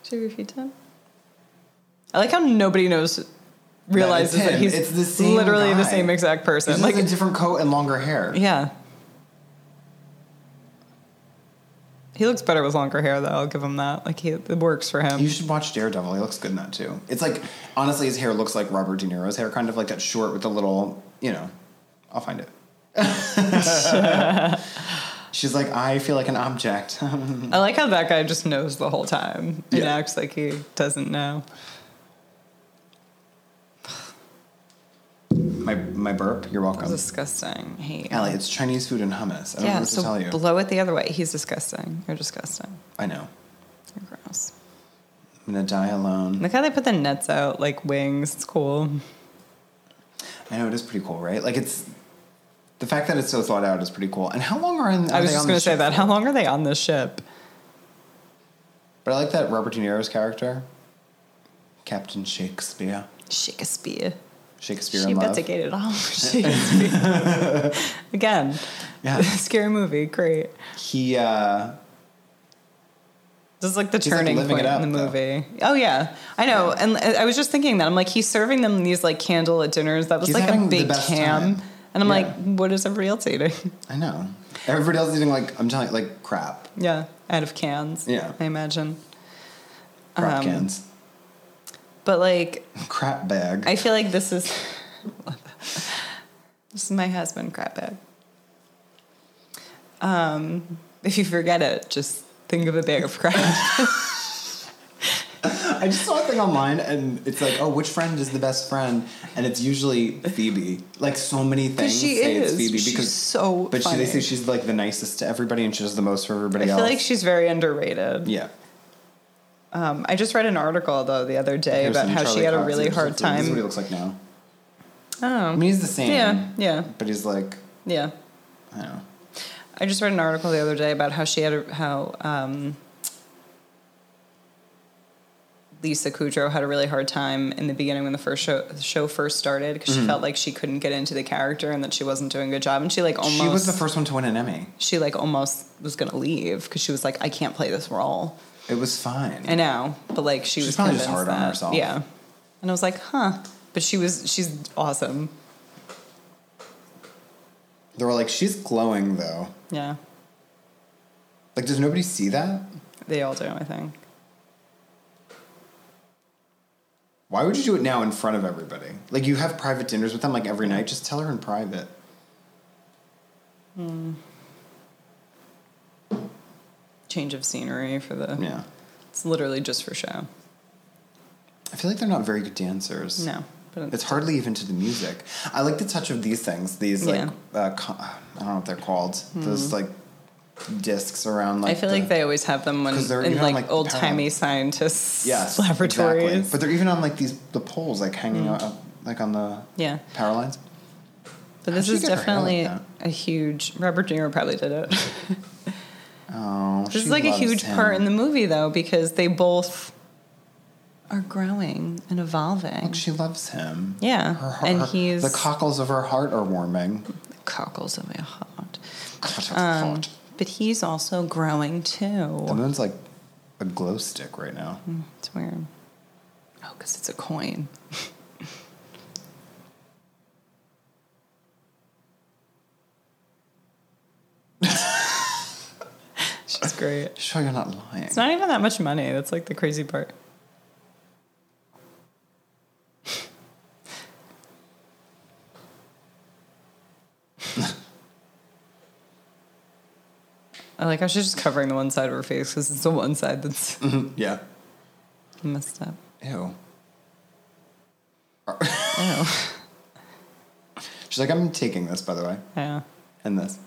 Did you have your feet done? I like how nobody knows, realizes
it's
that,
him.
he's
It's the same
literally the
guy.
same exact person.
It's like
like,
a different coat and longer hair.
yeah. He looks better with longer hair, though. I'll give him that. Like, he, it works for him.
You should watch Daredevil. He looks good in that too. It's like honestly, his hair looks like Robert De Niro's hair, kind of like that short with the little. You know, I'll find it. She's like, I feel like an object.
I like how that guy just knows the whole time and
Yeah.
acts like he doesn't know.
my my burp. You're welcome,
Disgusting. He.
Ellie. It's Chinese food and hummus. I don't know
yeah,
what
so
to tell you.
blow it the other way. He's disgusting. You're disgusting.
I know.
You're gross.
I'm gonna die alone.
Look how they put the nets out like wings. It's cool.
I know it is pretty cool, right? Like it's the fact that it's so thought out is pretty cool. And how long are, in, are
I was
they
just
on
going to
this
say
ship
that.
for?
How long are they on this ship?
But I like that Robert De Niro's character, Captain Shakespeare.
Shakespeare.
Shakespeare
she
in love.
bet to get it all. Shakespeare. Again,
Yeah.
scary movie. Great.
He uh,
This is like the
like,
turning
living
point
it
in the
up, though.
movie. Oh yeah, I know. And uh, I I was just thinking that I'm like he's serving them these like candlelit dinners. That was
He's
like
having
a
the
big
best
cam.
time.
And I'm
Yeah.
like, what is everybody else eating?
I know. Everybody else is eating like I'm telling you, like crap,
yeah, out of cans.
Yeah.
I imagine.
crap
Um,
cans,
But like,
crap bag.
I feel like this is this is my husband crap bag. Um, if you forget it, just think of a bag of crap.
I just saw a thing online and it's like, oh, which friend is the best friend? And it's usually Phoebe. Like so many things
she
say
is.
it's Phoebe
She's
because
so
But she they say
funny.
she's like the nicest to everybody and she does the most for everybody
I feel
else.
like she's very underrated.
yeah.
Um, I just read an article though the other day
Here's
about
some
how
Charlie
she had a
Cox.
really
Here's
hard
some- This is what he
time.
looks like now. I
Oh,
mean, he's the same.
yeah, yeah,
But he's like,
yeah.
I don't know.
I just read an article the other day about how she had a, how um, Lisa Kudrow had a really hard time in the beginning when the first show show first started because
Mm-hmm.
she felt like she couldn't get into the character and that she wasn't doing a good job and she like almost
She was the first one to win an Emmy.
she, like almost was gonna leave because she was like I can't play this role
It was fine.
I know but like she
She's
was
probably just
convinced
hard on
that-
herself.
yeah and I was like huh but she was she's awesome
they were like, she's glowing though.
yeah
Like, does nobody see that?
they all do I think
Why would you do it now in front of everybody? Like, you have private dinners with them like every night. Just tell her in private.
change of scenery for the
Yeah.
it's literally just for show
I feel like they're not very good dancers.
no but
It's hardly even to the music. I like the touch of these things. These like uh, co- I don't know what they're called. Those like discs around.
Hmm.
like
I feel
the-
like they always have them when
'Cause they're
in
even,
like,
like, the
old timey
pound.
scientists'
yes
laboratories. Hmm.
Exactly. But they're even on like these the poles like hanging out up, like on the
yeah,
power lines.
but this
How'd she
is
get her hair like
definitely
that?
a huge. Robert De Niro probably did it. this
Oh, she
is like a
loves
huge
him.
part in the movie though because they both are growing and evolving.
Look, she loves him.
Yeah,
Her, heart
and
her-
he's-
the cockles of her heart are warming.
Cockles of my heart. Um,
God,
but he's also growing too.
the moon's like a glow stick right now.
It's weird. Oh, because it's a coin. She's great.
Sure, you're not lying.
It's not even that much money. That's like the crazy part. I like how she's just covering the one side of her face because it's the one side that's
yeah.
messed up.
Ew.
Oh.
She's like, I'm taking this, by the way,
Yeah.
and this.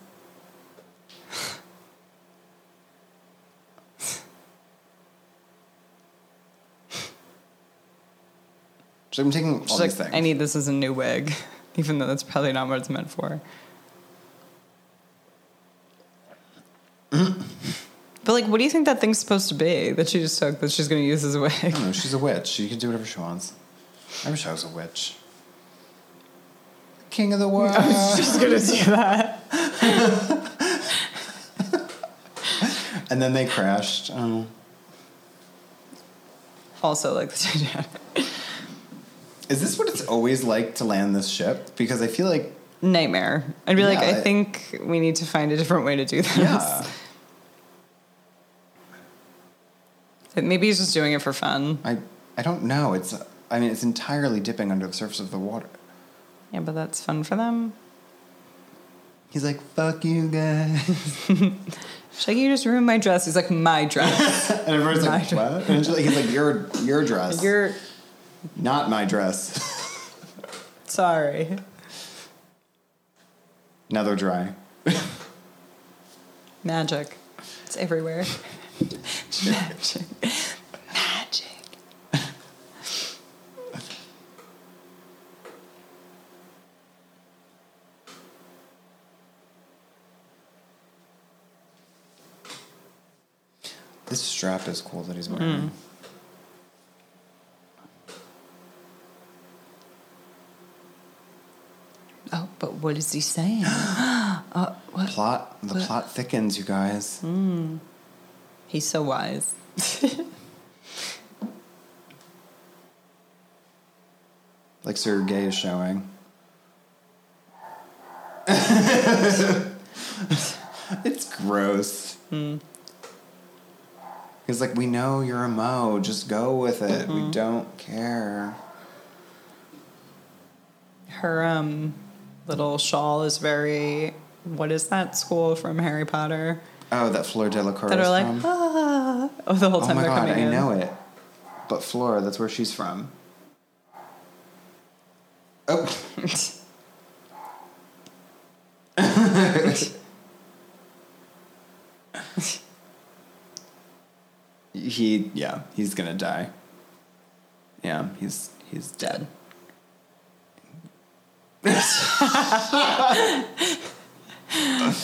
So I'm taking all
She's
these
like,
things.
I need this as a new wig, even though that's probably not what it's meant for. but like, what do you think that thing's supposed to be that she just took that she's going to use as a wig?
I don't know. She's a witch. She can do whatever she wants. I wish I was a witch. King of the world.
She's going to do that.
and then they crashed. Oh.
Also, like the Titanic.
Is this what it's always like to land this ship? Because I feel like
nightmare. I'd be like,
Yeah,
I
I-
think we need to find a different way to do this.
yeah,
But Maybe he's just doing it for fun.
I I don't know. It's I mean it's entirely dipping under the surface of the water.
Yeah, but that's fun for them.
He's like, "Fuck you guys,"
She's like, you just ruined my dress. He's like, my dress.
and everyone's
My
like, "What?" And she's like, he's like, "Your your dress,
You're
not my dress."
sorry.
now they're dry.
Magic. It's everywhere. Magic. Magic.
This strap is cool that he's wearing.
Oh, but what is he saying? uh, what?
Plot the plot thickens, you guys.
He's so wise.
Like Sergey is showing. it's gross.
Hmm.
He's like, we know you're a mo. Just go with it. We
Mm-hmm.
don't care.
Her um, little shawl is very. What is that school from Harry Potter?
Oh, that Fleur Delacour
that
is
are like
from.
ah oh the whole
oh
time
my
they're
god,
coming
I
in.
know it. But Flora, that's where she's from. Oh, he. Yeah, he's gonna die. Yeah, he's he's dead.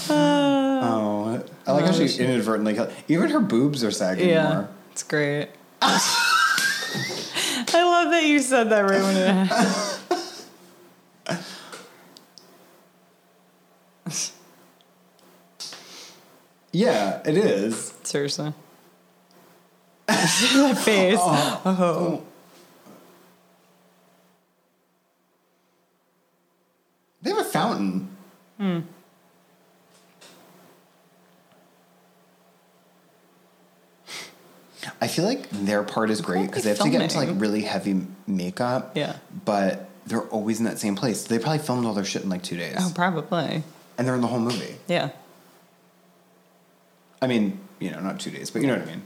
Oh, I like how she inadvertently killed. Even her boobs are sagging
yeah,
more.
it's great. I love that you said that right when it happened.
Yeah, it is.
Seriously, that face.
Oh. They have a fountain. I feel like their part is great because they have to get into like
filming?
really heavy makeup.
Yeah.
But they're always in that same place. They probably filmed all their shit in like two days.
Oh, probably.
and they're in the whole movie.
Yeah,
I mean, you know, not two days, but you know what I mean.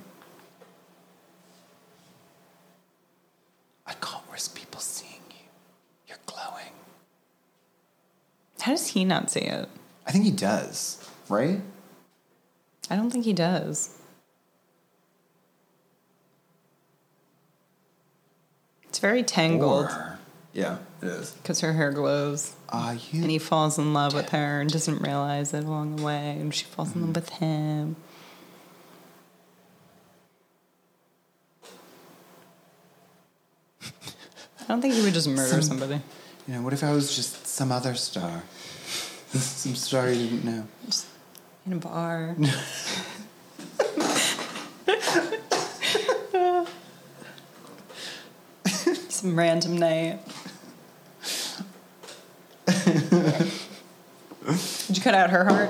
I can't risk people seeing you. You're glowing.
how does he not see it?
I think he does, right?
I don't think he does. It's very tangled
Or- yeah, it is.
because her hair glows.
Are you?
And he falls in love with her and doesn't realize it along the way, and she falls in love with him. I don't think he would just murder
Some-
somebody.
you know, what if I was just some other star? some star you didn't know.
Just in a bar. Some random night. Did you cut out her heart?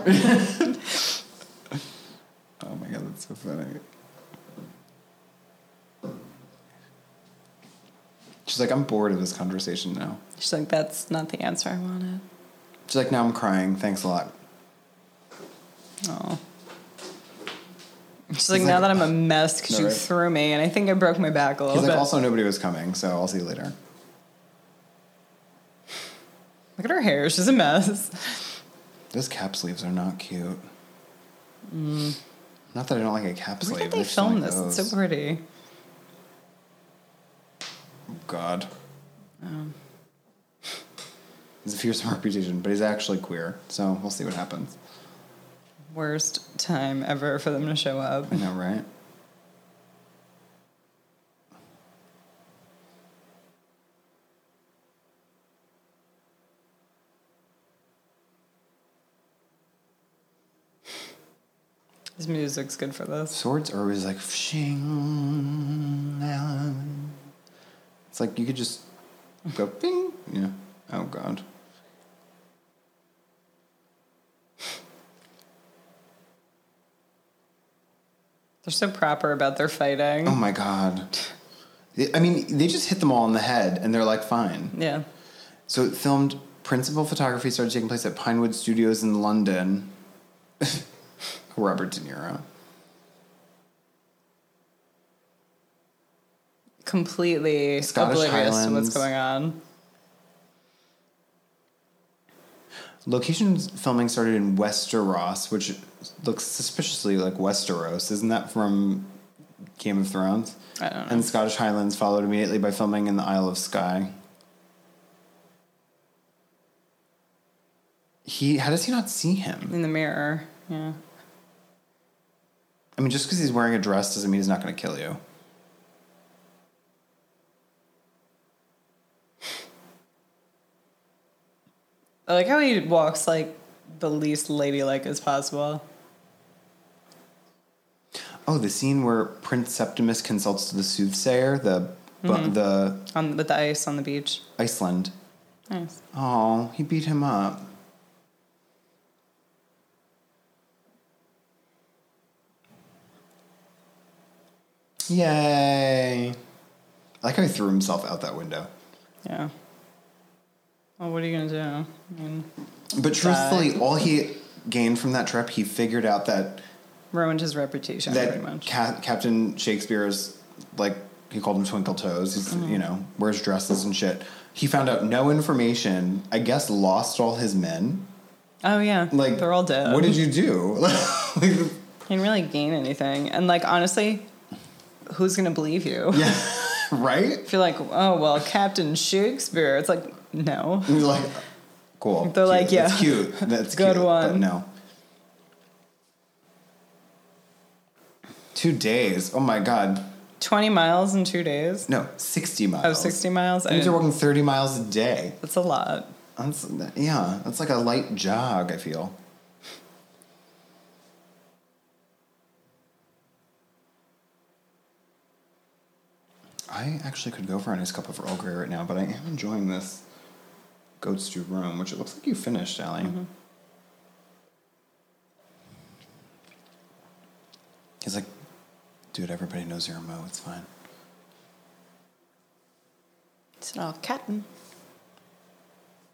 Oh my god, that's so funny. She's like, I'm bored of this conversation now.
She's like, that's not the answer I wanted.
She's like, now I'm crying. Thanks a lot.
Oh. She's like,
He's
now
like-
that I'm a mess because
No,
you
right?
threw me, and I think I broke my back a little
He's like,
bit.
also nobody was coming, so I'll see you later.
Look at her hair; she's a mess.
Those cap sleeves are not cute. Not that I don't like a cap
Mm. Where
sleeve.
did they
they're just oh, not
film
like
this? It's
those.
so pretty.
God.
Oh.
He's a fearsome reputation, but he's actually queer, so we'll see what happens.
Worst time ever for them to show up.
I know, right?
His music's good for this.
Swords are always like shing. It's like you could just go bing. Yeah. Oh god.
They're so proper about their fighting.
Oh my god. I mean, they just hit them all in the head, and they're like fine.
Yeah.
So it filmed principal photography started taking place at Pinewood Studios in London. Robert De Niro.
Completely
Scottish
oblivious to
Highlands.
what's going on.
Location filming started in Westeros, which looks suspiciously like Westeros. Isn't that from Game of Thrones?
I don't know.
And Scottish Highlands followed immediately by filming in the Isle of Skye. He, how does he not see him?
In the mirror. Yeah.
I mean, just because he's wearing a dress doesn't mean he's not going to kill you.
I like how he walks like the least ladylike as possible.
Oh, the scene where Prince Septimus consults the soothsayer, the bu-
Mm-hmm.
the
On with the ice on the beach.
Iceland.
Nice.
Oh, he beat him up. Yay. I like how he threw himself out that window.
Yeah. Well, what are you gonna do? I mean,
But truthfully, all he gained from that trip, he figured out that
ruined his reputation pretty
that
much.
Ca- Captain Shakespeare's like he called him Twinkle Toes. He's
Mm.
you know wears dresses and shit. He found out no information. I guess lost all his men.
oh yeah,
Like
they're all dead.
What did you do? Like,
He didn't really gain anything, and like honestly, who's gonna believe you?
yeah, right.
If you're like, oh well, Captain Shakespeare, it's like no.
And you're like, cool.
They're like,
cute.
yeah.
that's cute. That's
Good
cute, But
one.
no. Two days. Oh my god.
Twenty miles in two days.
No, sixty miles.
Oh, 60 miles. I
That means you're
didn't-
walking thirty miles a day.
That's a lot.
That's yeah. That's like a light jog. I feel. I actually could go for a nice cup of Earl Grey right now, but I am enjoying this goat stew room, which it looks like you finished, Allie. He's like, dude, everybody knows you're a mo. It's fine.
It's all cotton.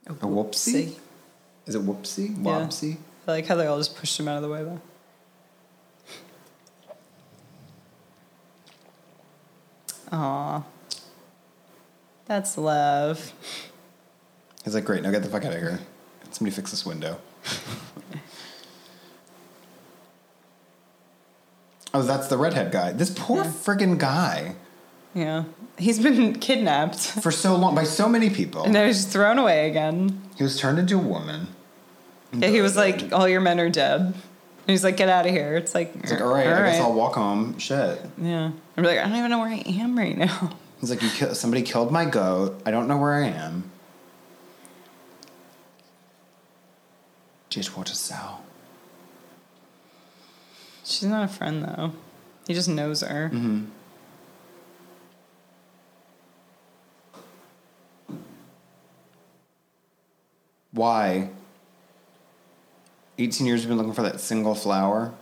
A whoopsie? Is it whoopsie? Whoopsie?
I like how they all just pushed him out of the way though. Aw. That's love.
He's like, great, now get the fuck out of here. Somebody fix this window. oh, that's the redhead guy. This poor
Yeah.
friggin' guy
Yeah. He's been kidnapped.
for so long by so many people.
And now he's just thrown away again.
He was turned into a woman.
Yeah, he was like, All your men are dead. And he's like, Get out of here. It's like,
He's like, all right, I guess I'll walk home. Shit.
Yeah. I'm like, I don't even know where I am right now.
He's like, you kill- somebody killed my goat. I don't know where I am. Just what a sow.
She's not a friend though. He just knows her.
Mm-hmm. Why? 18 years you've been looking for that single flower.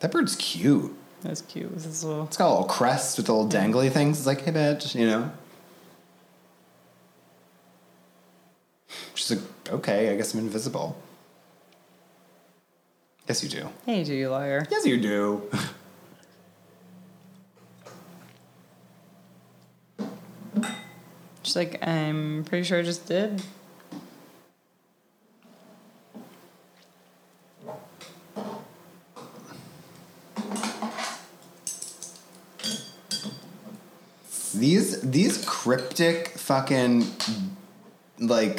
That bird's cute.
That's cute with his little
It's got a little crest with the little dangly things. It's like, hey, bitch, you know? She's like, okay, I guess I'm invisible. Yes, you do.
Hey do you liar.
Yes, you do.
She's like, I'm pretty sure I just did.
cryptic fucking like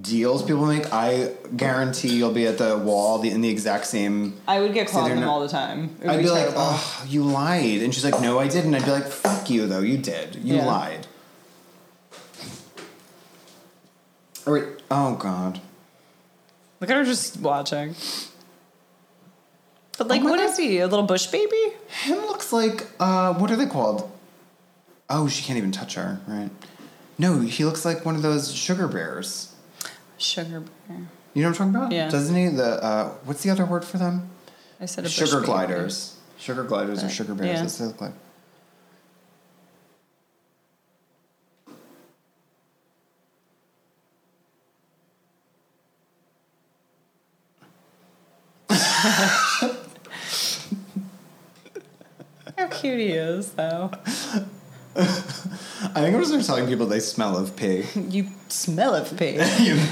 deals people make, I guarantee you'll be at the wall the, in the exact same.
I would get
So
called
they're
them
not-
all the time. It would
I'd be, like,
terrible.
oh, you lied. And she's like, no, I didn't. I'd be like, fuck you, though. You did. You
Yeah.
lied. All right. Oh, God.
look at her just watching. But like,
Oh my
what
God.
is he? A little bush baby?
Him looks like, uh, what are they called? Oh, she can't even touch her, right? No, he looks like one of those sugar bears.
Sugar bear.
You know what I'm talking about?
Yeah.
Doesn't he? The, uh, what's the other word for them?
I said a bush
sugar
baby.
gliders. Sugar gliders or
But,
sugar bears.
yeah.
That's what they look like.
How cute he is, though.
I think I'm just gonna start telling people they smell of pig.
You smell of pig.
you, you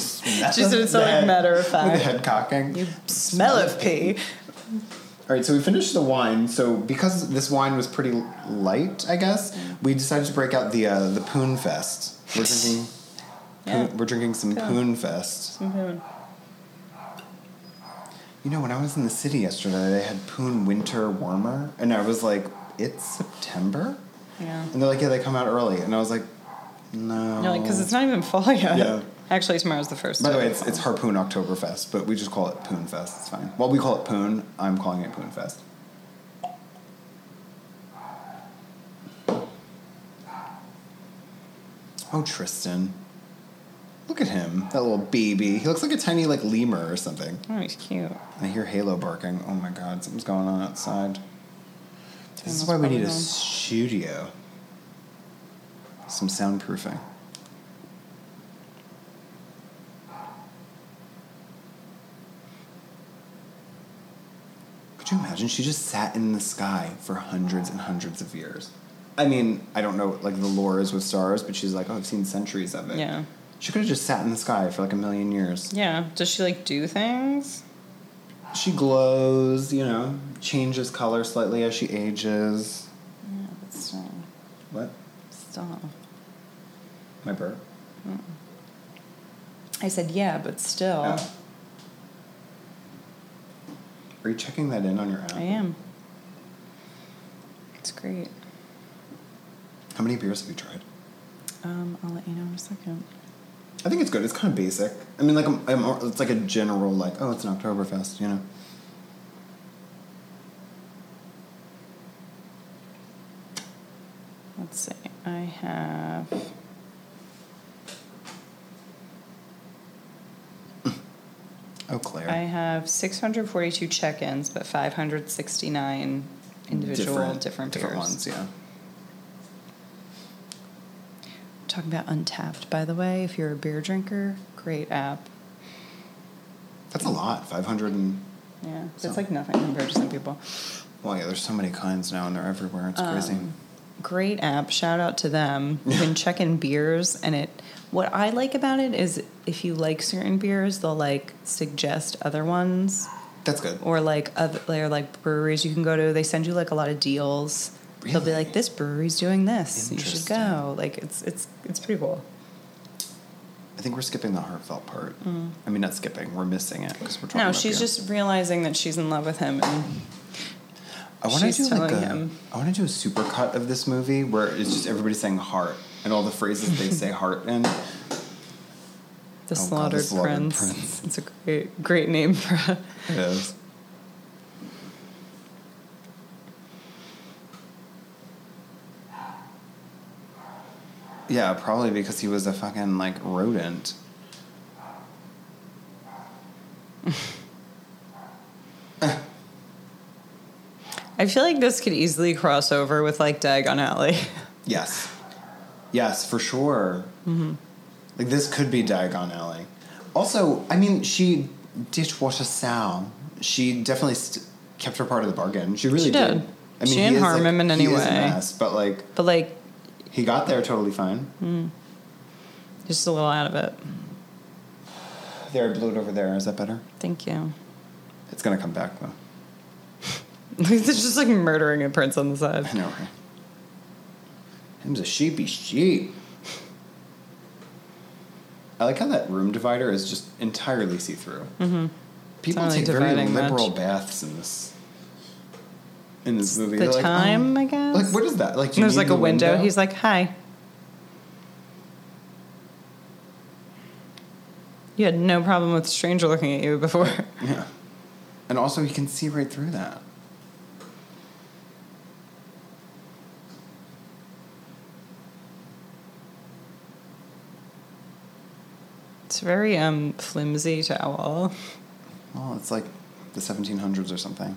smell
She said
of
it so, like,
that.
matter of fact.
With the head cocking.
You smell of pee.
All right, so we finished the wine. So because this wine was pretty light, I guess
Mm.
we decided to break out the uh, the poon fest. We're drinking.
Yeah.
Poon, we're drinking some
Poon.
poon fest. You know, when I was in the city yesterday, they had poon winter warmer, and I was like, "It's September,"
Yeah.
and they're like, "Yeah, they come out early," and I was like, "No."
No, like, because it's not even fall yet.
Yeah.
Actually, tomorrow's the first.
By the
day.
way, it's, it's Harpoon Oktoberfest, but we just call it Poon Fest. It's fine. Well, we call it Poon. I'm calling it Poon Fest. Oh, Tristan. Look at him. That little baby. He looks like a tiny, like, lemur or something.
Oh, he's cute.
I hear Halo barking. Oh my god, something's going on outside. This is
Someone's
why we
probably
need a
gone.
studio. Some soundproofing. Could you imagine? She just sat in the sky for hundreds and hundreds of years. I mean, I don't know what like the lore is with stars, but she's like, oh, I've seen centuries of it.
Yeah.
She could have just sat in the sky for like a million years.
Yeah. Does she like do things?
She glows, you know, changes color slightly as she ages.
Yeah, but still,
What?
still.
My burp?
I said yeah, but still.
Oh. Are you checking that in on your app?
I am. It's great.
How many beers have you tried?
Um, I'll let you know in a second.
I think it's good. It's kind of basic. I mean, like, I'm, I'm, it's like a general, like, oh, it's an Oktoberfest, you know?
Let's see. I have.
Oh, Claire.
I have 642 check-ins, but 569 individual different,
different
beers.
ones, yeah.
Talking about Untapped, by the way. If you're a beer drinker, great app.
That's a lot. 500 and.
Yeah,
So-
it's like nothing compared to some people.
Well, yeah, there's so many kinds now and they're everywhere. It's
Um,
crazy.
Great app. Shout out to them. You can check in beers, and it. What I like about it is if you like certain beers, they'll like suggest other ones
That's good.
or like other or like breweries you can go to. They send you like a lot of deals. They'll be
Really?
like, "This brewery's doing this. You should
Interesting.
go." Like it's it's it's pretty cool.
I think we're skipping the heartfelt part. I mean, not skipping. We're missing it because we're talking
Mm. No,
about
she's
beer.
just realizing that she's in love with him, and
I want to
She's
do like a.
telling
I
him.
want to do a supercut of this movie where it's just everybody saying heart and all the phrases they say heart in.
the
Oh, God, the
slaughtered,
Slaughtered
prince.
Prince.
It's a great great name for. A,
It is. Yeah, probably because he was a fucking like rodent.
I feel like this could easily cross over with like Diagon Alley.
Yes. Yes, for sure.
Mm-hmm.
Like this could be Diagon Alley. Also, I mean, she dishwasher Sal. She definitely st- kept her part of the bargain. She really
She
did.
did.
I mean,
She
he
didn't
is,
harm
like-
him in any
he is a
way.
mess, but like
But like,
he got there totally fine.
Mm-hmm. just a little out of it.
There, I blew it over there. Is that better?
Thank you.
It's gonna come back though.
it's just like murdering a prince on the side.
I know, right? Him's a sheepy sheep. I like how that room divider is just entirely see through. Mm-hmm. People
It's not really
take very
dividing much.
liberal baths in this in this movie.
the
They're like,
time,
oh.
I guess.
Like what is that? Like do you
And there's
need
like
the
a window. He's like, "Hi." You had no problem with a stranger looking at you before.
yeah, and also he can see right through that.
It's very um flimsy towel.
Well, it's like the 1700s or something.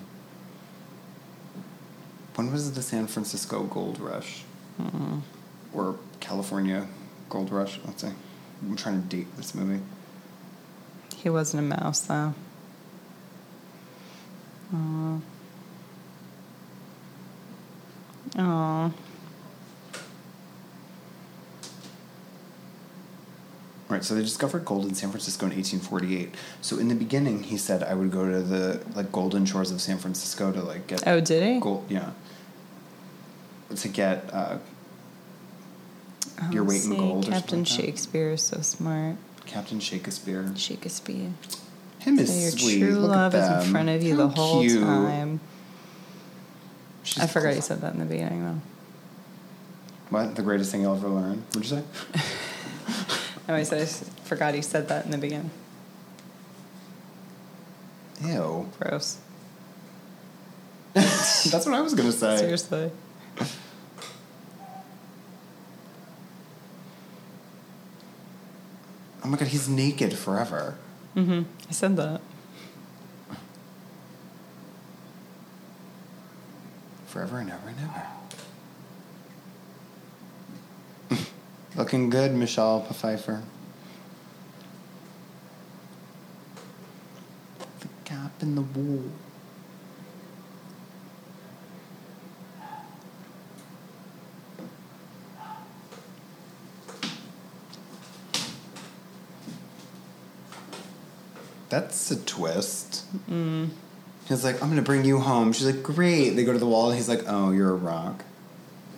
When was the San Francisco Gold Rush?
Mm-hmm.
Or California Gold Rush? Let's see. I'm trying to date this movie.
He wasn't a mouse though. Aw. Aw.
Right, so they discovered gold in San Francisco in 1848. So in the beginning, he said I would go to the like golden shores of San Francisco to like get
Oh, did he?
gold. Yeah, to get uh,
Oh,
your weight in
see,
gold or
Captain
something like that.
Shakespeare is so smart.
Captain Shakespeare.
Shakespeare.
Him
So your
is sweet.
true
Look
love
at
is in
them.
front of you the
How
whole
cute.
time.
She's
I forgot you
cool.
said that in the beginning though.
What? The greatest thing you'll ever learn? Would you say?
No, I said I s- forgot he said that in the beginning.
Ew.
Gross.
That's what I was gonna say.
Seriously.
Oh my god, he's naked forever.
Mm-hmm. I said that.
Forever and ever and ever. Looking good, Michelle Pfeiffer. The gap in the wall. That's a twist. He's like, I'm gonna bring you home. She's like, great. They go to the wall, and he's like, oh, you're a rock.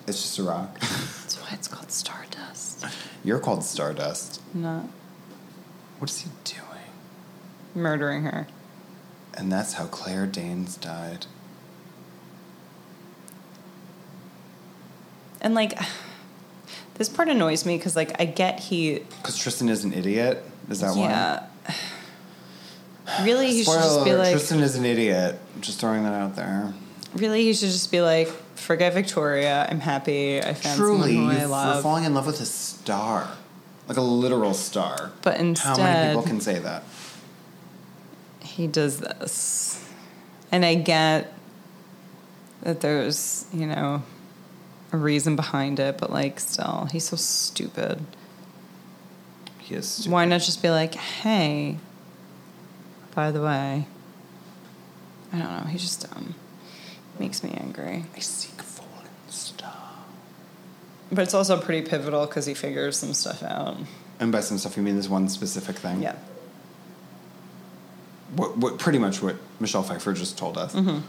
It's just a rock.
That's why it's called Stardust.
you're called Stardust.
Not
What is he doing?
murdering her.
And that's how Claire Danes died.
And like, this part annoys me because like I get he,
Because Tristan is an idiot. Is that
yeah. Really,
why?
he should
Spoiler
just be
alert,
like.
Tristan is an idiot. Just throwing that out there.
Really, he should just be like, forget Victoria. I'm happy. I found
Truly, you
someone who I
f-
love.
were falling in love with a star, like a literal star.
But
how many
instead-
people can say that?
he does this. And I get that there's, you know, a reason behind it, but like still, he's so stupid.
He is. stupid.
Why not just be like, hey, by the way, I don't know, he's just dumb. Makes me angry.
I seek fallen star.
But it's also pretty pivotal because he figures some stuff out.
And by some stuff, you mean this one specific thing?
Yeah.
What, what, pretty much what Michelle Pfeiffer just told us. Mm-hmm.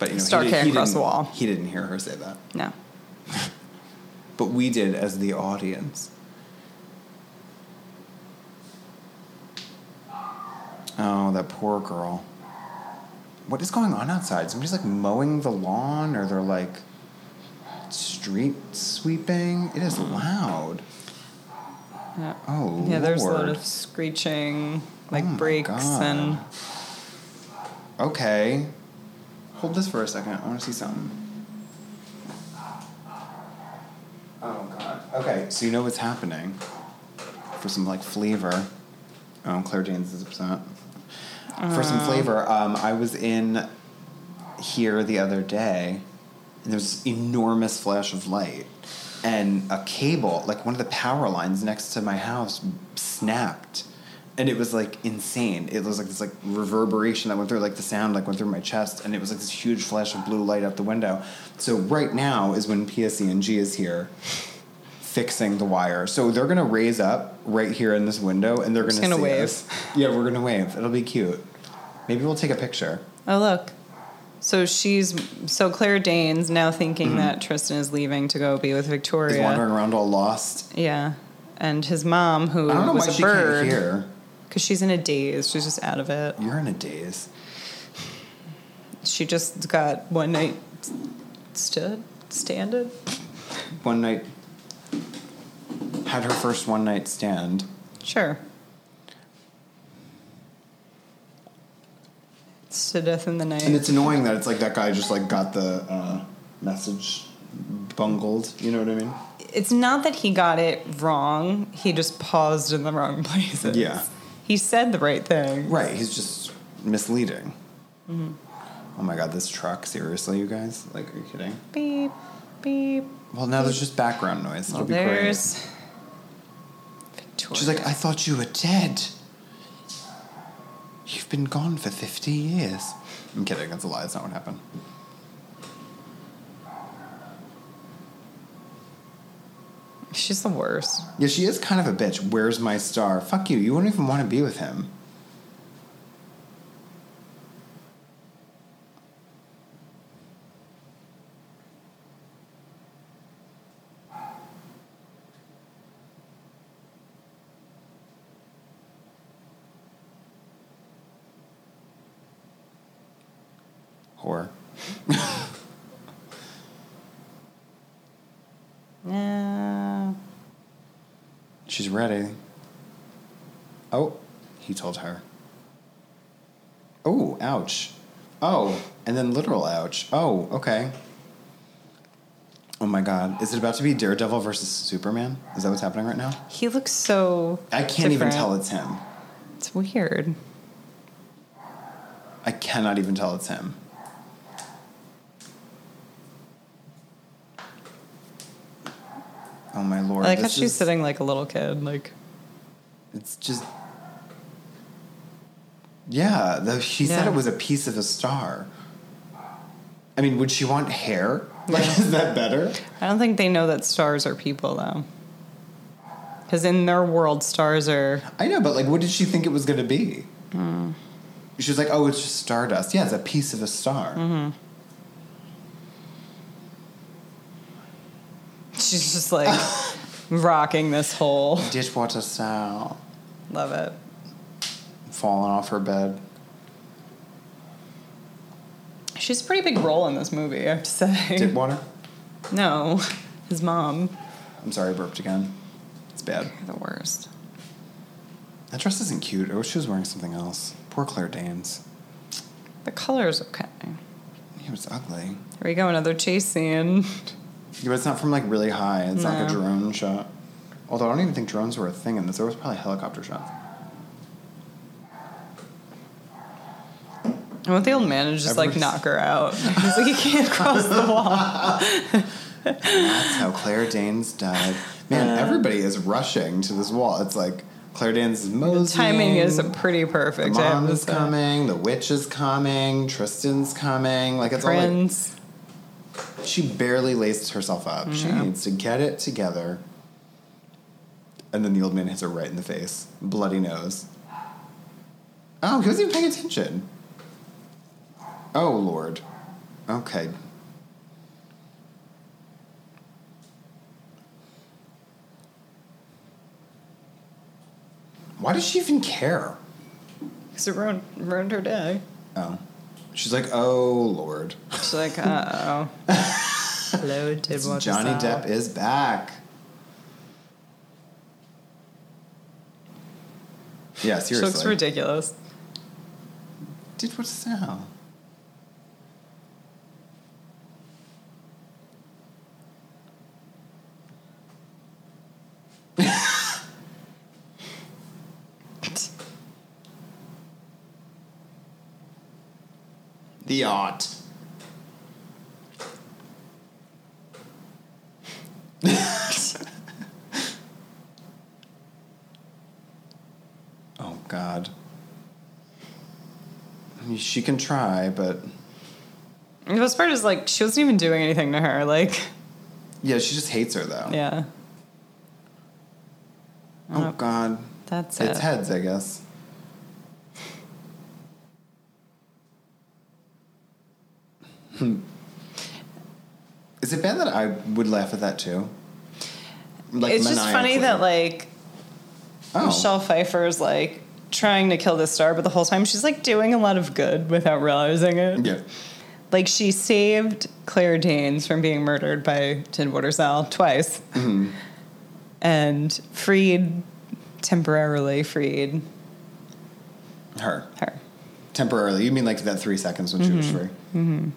But you know,
Star
he,
can't
did, he
cross the
didn't-
wall.
He didn't hear her say that,
No.
but we did as the audience. Oh, that poor girl. What is going on outside? Somebody's like mowing the lawn, or they're like street sweeping. It is loud.
Mm-hmm. Yeah.
Oh,
Yeah, there's a lot
Lord.
of screeching, like
Oh my
breaks and.
God. Okay. Hold this for a second. I want to see something. Oh god. Okay, so you know what's happening. For some like flavor. Oh, Claire James is upset. For some flavor, um, I was in here the other day, and there was this enormous flash of light, and a cable, like one of the power lines next to my house, snapped, and it was like insane. It was like this like reverberation that went through, like the sound like went through my chest, and it was like this huge flash of blue light out the window. So right now is when PSE&G is here. Fixing the wire, so they're gonna raise up right here in this window, and they're gonna,
Just gonna
see
wave.
us. Yeah, we're gonna wave. It'll be cute. Maybe we'll take a picture.
Oh, look. So she's so Claire Danes now thinking
Mm-hmm.
that Tristan is leaving to go be with
He's
Victoria.
wandering around all lost.
Yeah, and his mom who
I don't know
was
why
a
she
bird
can't hear.
because she's in a daze. She's just out of it.
You're in a daze.
She just got one night stood standed.
One night, had her first one night stand.
Sure. It's to death in the night.
And it's annoying that it's like that guy just like got the uh, message bungled. You know what I mean?
it's not that he got it wrong. He just paused in the wrong places.
Yeah.
He said the right thing.
Right. He's just misleading. Oh my god, this truck! Seriously, you guys? Like, are you kidding?
Beep, beep.
Well, now there's just background noise. It'll be great.
There's Victoria.
She's like, I thought you were dead. You've been gone for fifty years. I'm kidding. That's a lie. That's not what happened.
She's the worst.
Yeah, she is kind of a bitch. Where's my star? Fuck you. You wouldn't even want to be with him. Whore.
Nah.
She's ready. Oh, he told her. Oh, ouch. Oh, and then literal ouch. Oh, okay. Oh my god. Is it about to be Daredevil versus Superman? Is that what's happening right now?
He looks so.
I can't even
different.
tell it's him.
It's weird.
I cannot even tell it's him. Oh my
I
lord.
like how
this
she's
is-
sitting like a little kid. Like,
It's just. Yeah, though she said
Yeah.
it was a piece of a star. I mean, would she want hair? Like, is that better?
I don't think they know that stars are people though. Because in their world, stars are.
I know, but like, what did she think it was going to be? She was like, oh, it's just stardust. Yeah, it's a piece of a star.
She's just like rocking this whole.
Dishwater style.
Love it.
Falling off her bed.
She's a pretty big role in this movie, I have to say.
Dishwater?
no, his mom.
I'm sorry, I burped again. It's bad.
You're the worst.
That dress isn't cute. I wish she was wearing something else. Poor Claire Danes.
The color's okay. Here
It was ugly.
we go, another chase scene.
Yeah, but it's not from like really high. It's like a
No.
drone shot. Although I don't even think drones were a thing in this. There was probably helicopter shots.
And what the old man is just like
Everybody's-
knock her out. He's like, you can't cross the wall.
That's how Claire Danes
Uh.
died. Man, everybody is rushing to this wall. It's like Claire Danes is
The
moseying.
timing is pretty
The
perfect. I have
mom
to
is
say.
coming. The witch is coming. Tristan's coming. Like it's all like
Prince.
she barely laced herself up. She needs to get it together. And then the old man hits her right in the face. Bloody nose. Oh, he wasn't even paying attention. Oh, Lord. Okay. Why does she even care?
Because it ruined, ruined her day.
Oh. She's like, oh, Lord.
She's like, uh oh. Hello, did
It's Johnny Depp is back. Yeah,
She
seriously.
looks ridiculous.
Did what now? The art. oh God. I mean, She can try, but
And the best part is like she wasn't even doing anything to her. Like,
yeah, she just hates her though.
yeah,
Oh God.
that's
it's
it.
heads, I guess. Hmm. Is it bad that I would laugh at that too? Like
it's just funny
maniacally.
that like
oh.
Michelle Pfeiffer is like trying to kill this star, but the whole time she's like doing a lot of good without realizing it.
Yeah.
Like she saved Claire Danes from being murdered by Tin Water Sal twice,
Mm-hmm.
and freed temporarily freed
Her.
her.
Temporarily. You mean like that three seconds when she was free? Mm-hmm.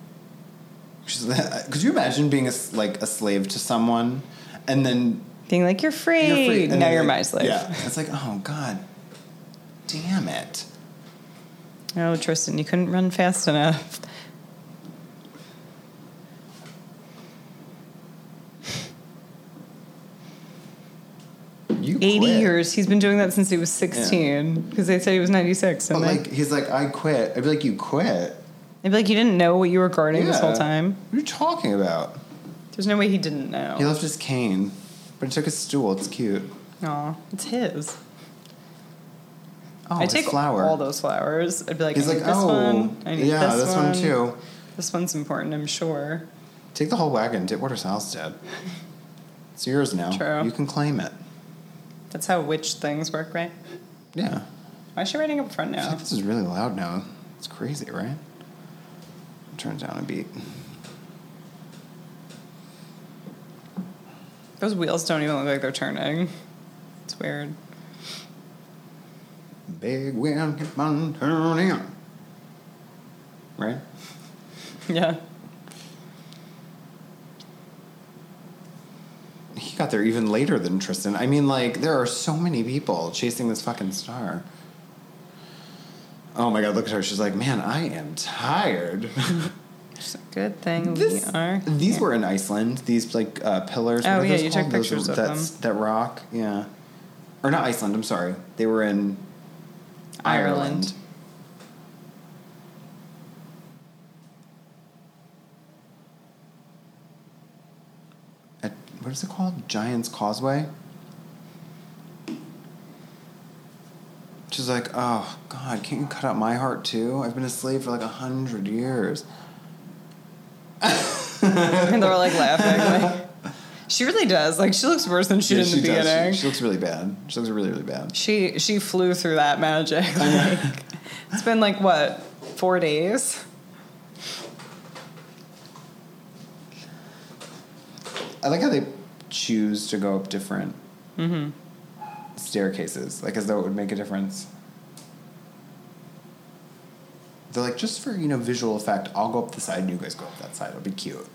Could you imagine being a, s- like a slave to someone and then
Being like, you're free.
you're free? And
now
then,
you're
like-
my slave.
Yeah. It's like, oh, God. Damn it.
Oh, Tristan, you couldn't run fast enough.
You
80
quit.
years. He's been doing that since he was 16 because they said he was 96.
But
And then
like, he's like, I quit. I'd be like, you quit?
they'd be like, you didn't know what you were guarding this whole
Yeah.
time.
What are you talking about?
There's no way he didn't know.
He left his cane, but he took his stool. It's cute.
Aw, it's his.
Oh,
I
his
take
flower.
all those flowers. I'd be like,
He's
I
like,
need this
oh,
one. I need
yeah,
this,
this one too.
This one's important, I'm sure.
Take the whole wagon. Ditwater Sal's dead. It's yours now.
True.
You can claim it.
That's how witch things work, right?
Yeah.
Why is she writing up front
I feel
now?
like this is really loud now. It's crazy, right? Turn down a beat.
Those wheels don't even look like they're turning. It's weird.
Big wheel, keep on turning. Right?
Yeah.
He got there even later than Tristan. I mean, like, there are so many people chasing this fucking star. Oh my god, look at her. She's like, man, I am tired.
It's a good thing
This-
we are.
These
here.
were in Iceland. These like uh, pillars.
Oh,
what are
yeah,
those
you took
called? Those-
pictures of
that's- That rock, yeah, or not Iceland. I'm sorry. They were in Ireland.
Ireland.
At, what is it called? Giant's Causeway. She's like, oh God, can't you cut out my heart too? I've been a slave for like a hundred years.
and they were like laughing. like- she really does. Like she looks worse than she
Yeah,
did in the
does. She-
beginning.
She, looks really bad. She looks really, really bad.
She she flew through that magic. Like, it's been like what four days.
I like how they choose to go up different
Mm-hmm.
staircases, like as though it would make a difference. They're like, just for you know visual effect, I'll go up the side and you guys go up that side. It'll be cute.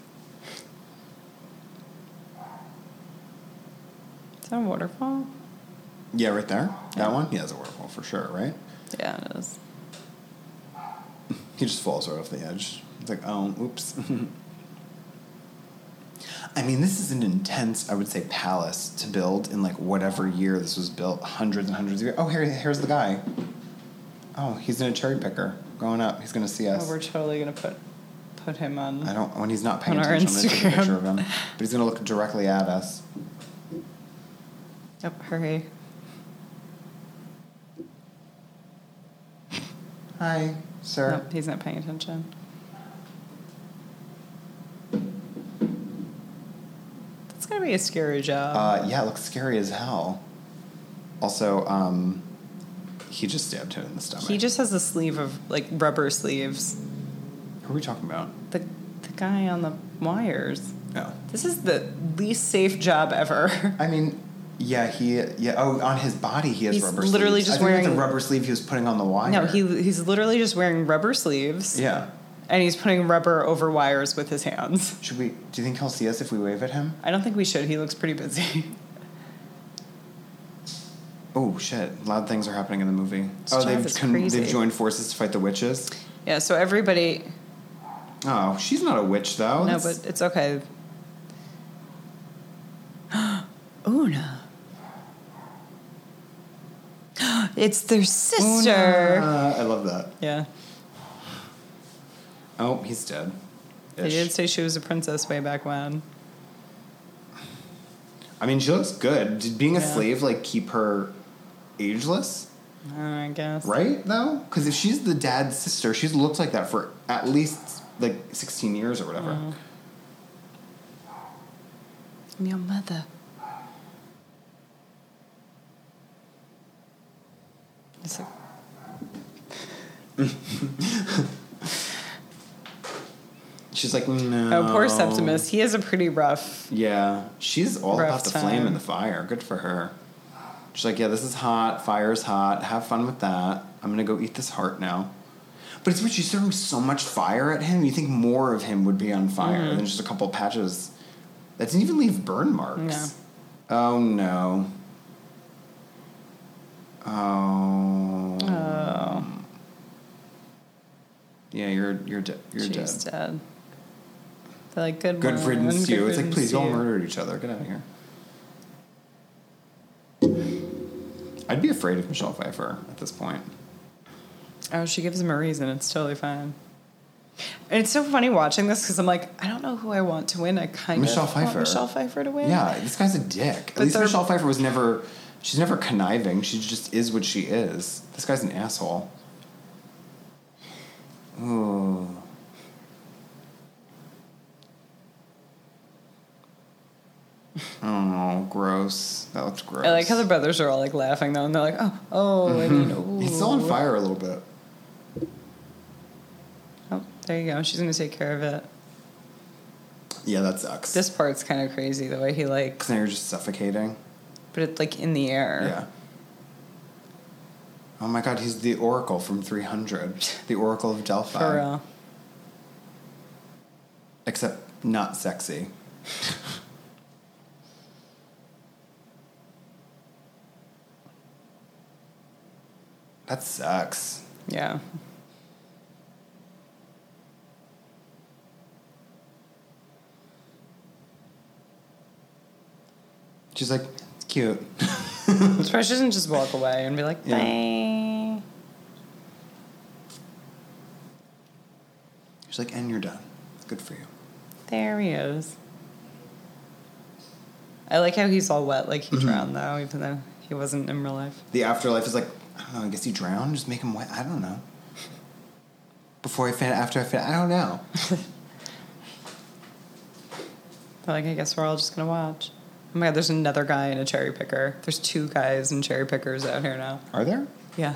Is that a waterfall?
Yeah, right there, that one. Yeah, it's a waterfall for sure, right?
Yeah, it is.
He just falls right off the edge. It's like, oh, oops. I mean, this is an intense, I would say, palace to build in like whatever year this was built, hundreds and hundreds of years. Oh, here, here's the guy. Oh, he's in a cherry picker going up. He's gonna see us.
Oh, we're totally gonna put put him on.
I don't. When he's not paying
On our
attention, I'm gonna take a
Instagram.
picture of him. But he's gonna look directly at us.
Oh, hurry!
Hi, sir.
Nope, he's not paying attention. That's gonna be a scary job.
Uh, yeah, it looks scary as hell. Also, um, he just stabbed him in the stomach.
he just has a sleeve of like rubber sleeves.
Who are we talking about? Oh.
The the guy on the wires.
No.
This is the least safe job ever.
I mean, yeah, he yeah. Oh, on his body he has
He's
rubber.
literally
sleeves.
just
I think it's
wearing-
the rubber sleeve he was putting on the wire.
No, he he's literally just wearing rubber sleeves
Yeah.
and he's putting rubber over wires with his hands.
Should we? Do you think he'll see us if we wave at him?
I don't think we should. He looks pretty busy.
Oh shit! Loud things are happening in the movie.
This
Oh,
child
they've
is crazy.
they've joined forces to fight the witches.
yeah, so everybody
Oh, she's not a witch though.
No,
That's-
but it's okay. Una. it's their sister.
Una. I love that.
Yeah.
Oh, he's dead.
They did
Ish.
say she was a princess way back when.
I mean, she looks good. Did being a
Yeah.
slave like keep her ageless?
Uh, I guess.
Right though, because if she's the dad's sister, she's looked like that for at least like 16 years or whatever.
I'm your mother. It's like,
She's like, no.
oh, poor Septimus. He is a pretty rough.
Yeah, she's all
Rough
about the
time.
flame and the fire. Good for her. She's like, yeah, this is hot. Fire's hot. Have fun with that. I'm gonna go eat this heart now. But it's weird. She's throwing so much fire at him. You think more of him would be on fire
Mm-hmm.
than just a couple patches. That didn't even leave burn marks. Oh no. Oh. Um, Yeah, you're you're de- you're dead.
She's dead. They're like, good
Good
one,
riddance to you. It's like,
riddance
please
to
y'all
you.
murdered each other. Get out of here. I'd be afraid of Michelle Pfeiffer at this point.
Oh, she gives him a reason. It's totally fine. And it's so funny watching this because I'm like, I don't know who I want to win. I kind
Michelle
of want
Pfeiffer.
Michelle Pfeiffer to win.
Yeah, this guy's a dick. At
But
least
they're-
Michelle Pfeiffer was never. She's never conniving. She just is what she is. This guy's an asshole. Ooh. Oh, gross. That looked gross.
I like how the brothers are all like laughing though, and they're like, oh, oh,
Mm-hmm.
I mean, ooh.
He's still on fire a little bit.
Oh, there you go. She's gonna take care of it.
Yeah, that sucks.
This part's kind of crazy the way he like,
Because now you're just suffocating.
but it's like in the air.
Yeah. Oh my god, he's the Oracle from 300. The Oracle of Delphi.
for real.
Except not sexy. that sucks.
Yeah.
She's like, it's cute.
It's why she doesn't just walk away and be like, bye.
Yeah. She's like, and you're done. Good for you.
There he is. I like how he's all wet, like he
Mm-hmm.
drowned though, even though he wasn't in real life.
the afterlife is like, I don't know, I guess you drown, just make him wet. I don't know. Before I fin, after I fin, I don't know.
They're like, I guess we're all just gonna watch. Oh my god, there's another guy and a cherry picker. There's two guys and cherry pickers out here now.
Are there?
Yeah.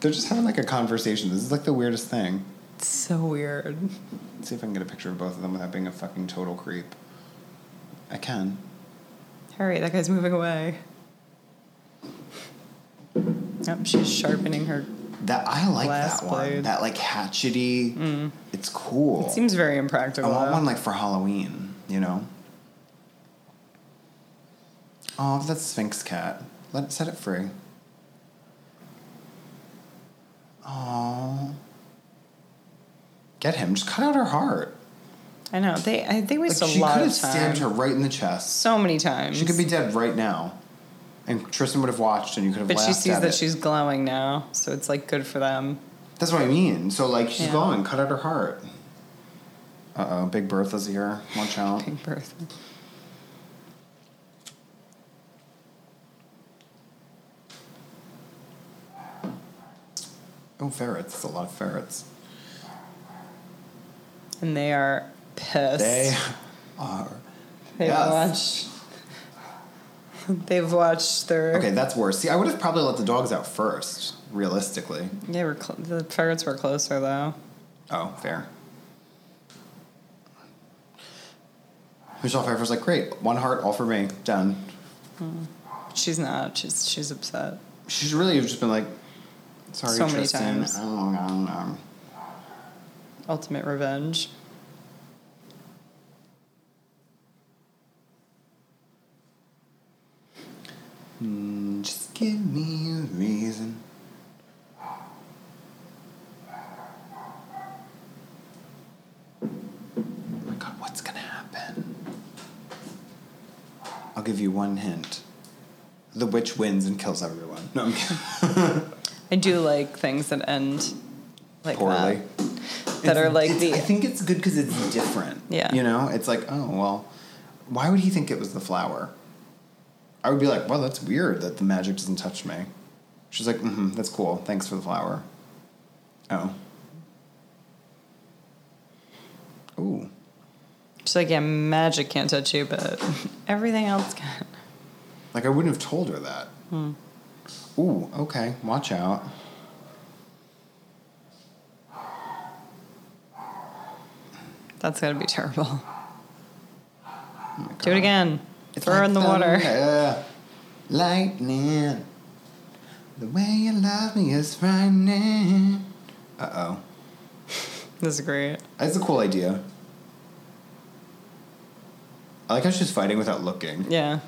They're just having like a conversation. This is like the weirdest thing.
It's so weird.
Let's see if I can get a picture of both of them without being a fucking total creep. I can.
Harry, that guy's moving away. Yep, she's sharpening her.
That I like
Glass
that one.
blade. Mm.
That like hatchety. It's cool.
It seems very
I
impractical.
want
though.
one like for Halloween. You know. Oh, that's Sphinx cat. Let set it free. Oh. Get him. Just cut out her heart.
I know. They I, they
Like,
waste a
she
lot
could
of
have
time.
stabbed her right in the chest.
So many times.
She could be dead right now. And Tristan would have watched and you could have
But
laughed
she sees
at
that
it.
she's glowing now, so it's like good for them.
That's what I mean. So, like, she's
Yeah.
gone. Cut out her heart. Uh oh, Big Bertha's here. Watch out.
Big birth.
Oh, ferrets. That's a lot of ferrets.
And they are pissed.
They are.
They've
yes.
watched they've watched their
Okay, that's worse. See, I would have probably let the dogs out first, realistically.
They were cl- the ferrets were closer though.
Oh, fair. Michelle Pfeiffer's like, great, one heart, all for me, done.
She's not. She's she's upset.
She should really have just been like, sorry,
So many
Tristan.
times.
Um, um, um.
Ultimate revenge.
Mm, Just give me a reason. Oh my god, what's gonna happen? I'll give you one hint. The witch wins and kills everyone. No, I'm kidding.
I do like things that end like
Poorly.
that. That are like
It's- I
the
think it's good because it's different.
Yeah.
You know, it's like, oh, well, why would he think it was the flower? I would be like, well, that's weird that the magic doesn't touch me. She's like, mm hmm, that's cool. Thanks for the flower. Oh. Ooh.
She's like, yeah, magic can't touch you, but everything else can.
Like I wouldn't have told her that.
Hmm.
Ooh, okay. Watch out.
That's gonna be terrible. Do it again.
It's
Throw her
like
in the water.
thunder, lightning. The way you love me is frightening. Uh oh.
This is great.
That's a cool idea. I like how she's fighting without looking.
Yeah.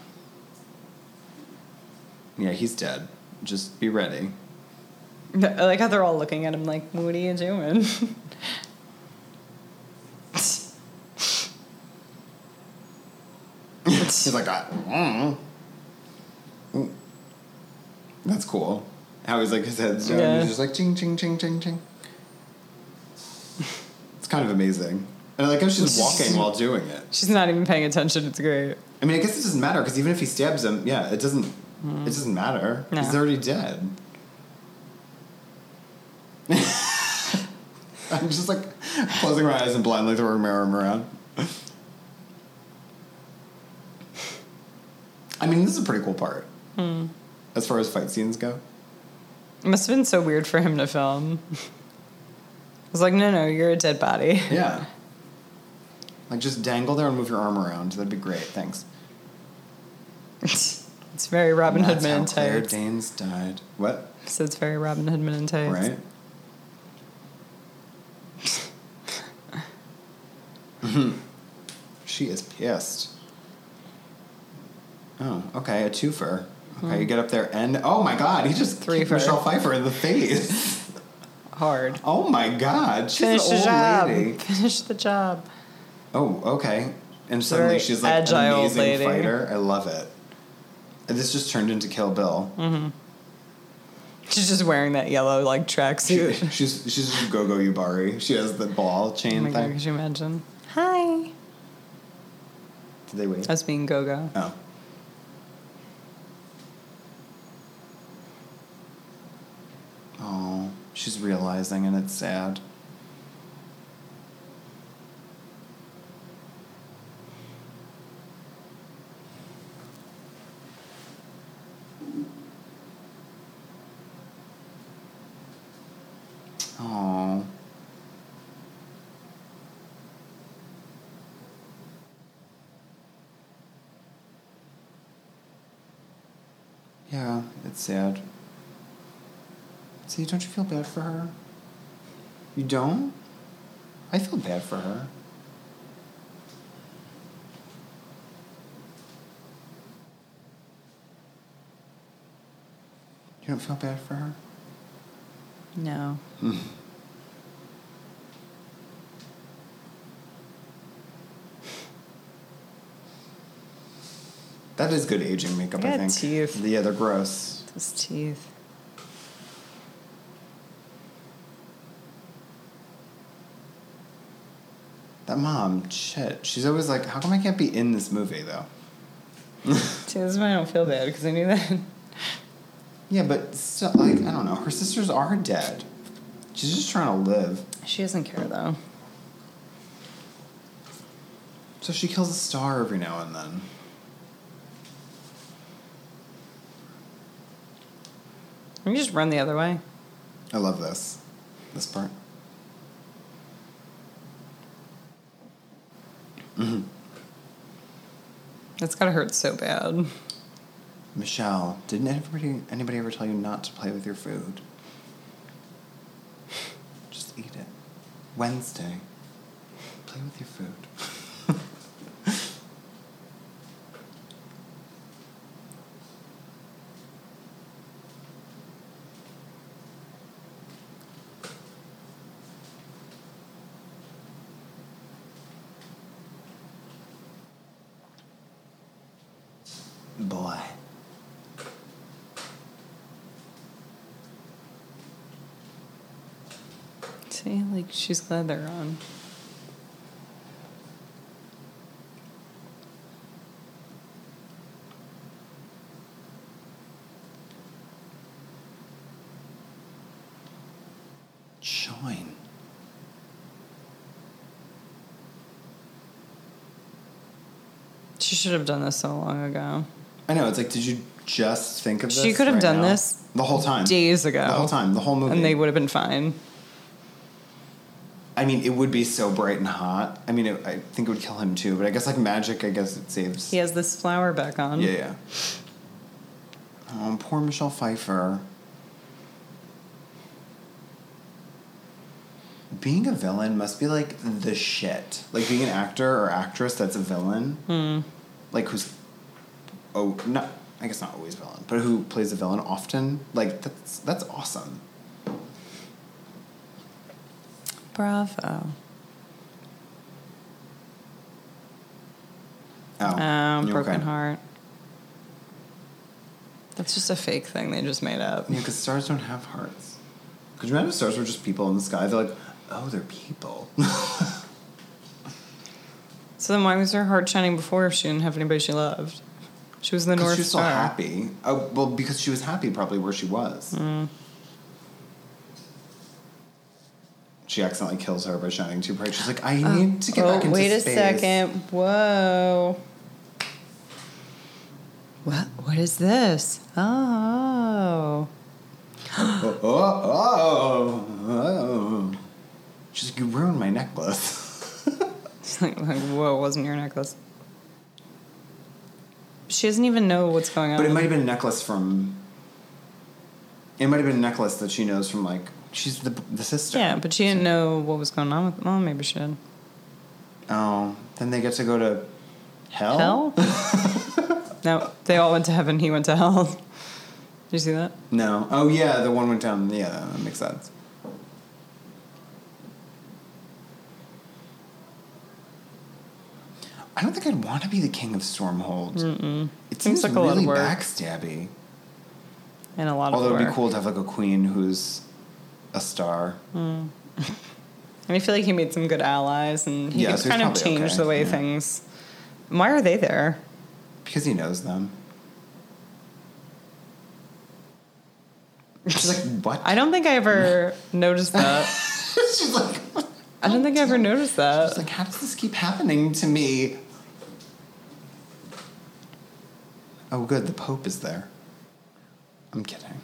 Yeah, he's dead. Just be ready.
I like how they're all looking at him like, what are you doing?
He's like, I mm. Ooh. That's cool. How he's like, his head's down.
Yeah.
He's just like, ching, ching, ching, ching, ching. It's kind of amazing. And I like how she's walking while doing it.
She's not even paying attention. It's great.
I mean, I guess it doesn't matter because even if he stabs him, yeah, it doesn't. It doesn't matter.
Mm-hmm. No.
He's already dead. I'm just like closing my eyes and blindly throwing my arm around. I mean, this is a pretty cool part
Hmm.
as far as fight scenes go.
It must have been so weird for him to film. I was like, no, no, you're a dead body.
Yeah, like just dangle there and move your arm around. That'd be great. Thanks.
it's very Robin Hood
That's
Men
how
in
Claire
tights.
Danes died. What?
So it's very Robin Hood Men in tights.
Right. she is pissed. Oh, okay, a twofer. Okay,
Hmm.
you get up there and oh my god, he just
Three
kicked
for-
Michelle Pfeiffer in the face.
Hard.
Oh my god, she's
Finish
an
the
old
job.
lady.
Finish the job.
Oh, okay. And suddenly
Very
she's like
agile
an
old
amazing
lady.
fighter. I love it. And this just turned into Kill Bill.
Mm-hmm. She's just wearing that yellow like
She,
tracksuit.
she's she's just Gogo Yubari. She has the ball
Oh
chain
my god,
thing.
could you imagine? Hi.
Did they wait?
Us being go-go.
Oh. Oh, she's realizing and it's sad. Oh. Yeah, it's sad. See, don't you feel bad for her? You don't? I feel bad for her. You don't feel bad for her?
No.
That is good aging makeup,
They
I
got
think.
teeth.
Yeah, they're gross.
Those teeth.
That mom, shit. She's always like, how come I can't be in this movie, though?
See, this is why I don't feel bad because I knew that.
Yeah, but still, like, I don't know. Her sisters are dead. She's just trying to live.
She doesn't care though.
So she kills a star every now and then.
Let me just run the other way.
I love this. This part.
That's gotta hurt so bad.
Michelle, didn't anybody, anybody ever tell you not to play with your food? Just eat it. Wednesday. Play with your food. Boy.
See, like she's glad they're on.
Shine.
She should have done this so long ago.
I know. It's like, did you just think of this?
She could have
right
done
now?
this
the whole time,
Days ago.
the whole time, the whole movie.
And they would have been fine.
I mean, it would be so bright and hot. I mean, it, I think it would kill him too. But I guess like magic, I guess it saves.
He has this flower back on.
Yeah, yeah. Oh, poor Michelle Pfeiffer. Being a villain must be like the shit. Like being an actor or actress that's a villain,
Hmm.
like who's oh not I guess not always villain, but who plays a villain often. Like that's that's awesome.
Bravo.
Oh,
Um,
you
broken
okay?
heart. That's just a fake thing they just made up.
Yeah, because stars don't have hearts. Could you imagine if stars were just people in the sky? They're like, oh, they're people.
So then why was her heart shining before if she didn't have anybody she loved? She was in the
Because
North
she was so
Star.
happy. Oh, well, because she was happy probably where she was.
Hmm.
She accidentally kills her by shining too bright. She's like, I need to get
oh,
back into
wait
space.
a second. Whoa. What what is this? Oh.
Oh, oh, oh, oh. She's like, you ruined my necklace.
It's like, like whoa, wasn't your necklace. She doesn't even know what's going on.
but it might have been a necklace from. It might have been a necklace that she knows from like she's the the sister.
yeah, but she didn't know what was going on with well, maybe she did.
Oh, then they get to go to hell.
Hell? no, they all went to heaven, he went to hell. Did you see that?
No. Oh yeah, the one went down. Yeah, that makes sense. I don't think I'd want to be the king of Stormhold. Mm-mm. It seems,
like a lot of
really
work.
backstabby.
And a lot
Although
of
it'd
work.
be cool to have like a queen who's a star.
Mm. And I feel like he made some good allies and he
Yeah,
could
so he's
kind of
probably
changed
okay,
the way
yeah.
things. Why are they there?
Because he knows them. She's like, what?
I don't think I ever noticed that.
She's like, what?
I don't think I ever noticed
I was
that.
like, how does this keep happening to me? Oh, good, the Pope is there. I'm kidding.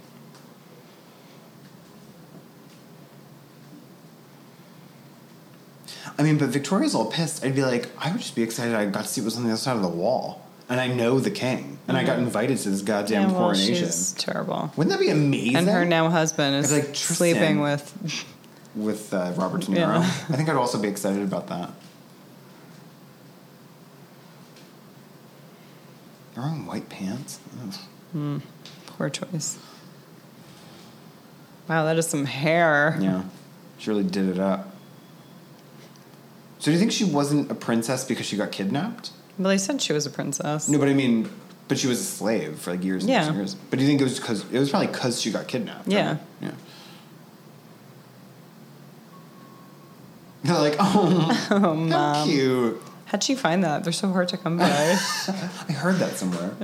I mean, but Victoria's all pissed. I'd be like, I would just be excited I got to see what was on the other side of the wall. And I know the king. And I got invited to this goddamn
Mm-hmm. Yeah, well,
coronation.
she's terrible.
Wouldn't that be amazing?
And her now husband is
It's like Tristan.
sleeping with.
with uh, Robert De Niro.
Yeah.
I think I'd also be excited about that. They're wearing white pants. Ugh.
Poor choice. Wow, that is some hair.
Yeah, she really did it up. So do you think she wasn't a princess because she got kidnapped?
But they said she was a princess.
No, but I mean, but she was a slave for like years and years and
Yeah.
years. But do you think it was because it was probably because she got kidnapped? right?
Yeah.
Yeah. They're like, oh, how cute.
How'd she find that? They're so hard to come by.
I heard that somewhere.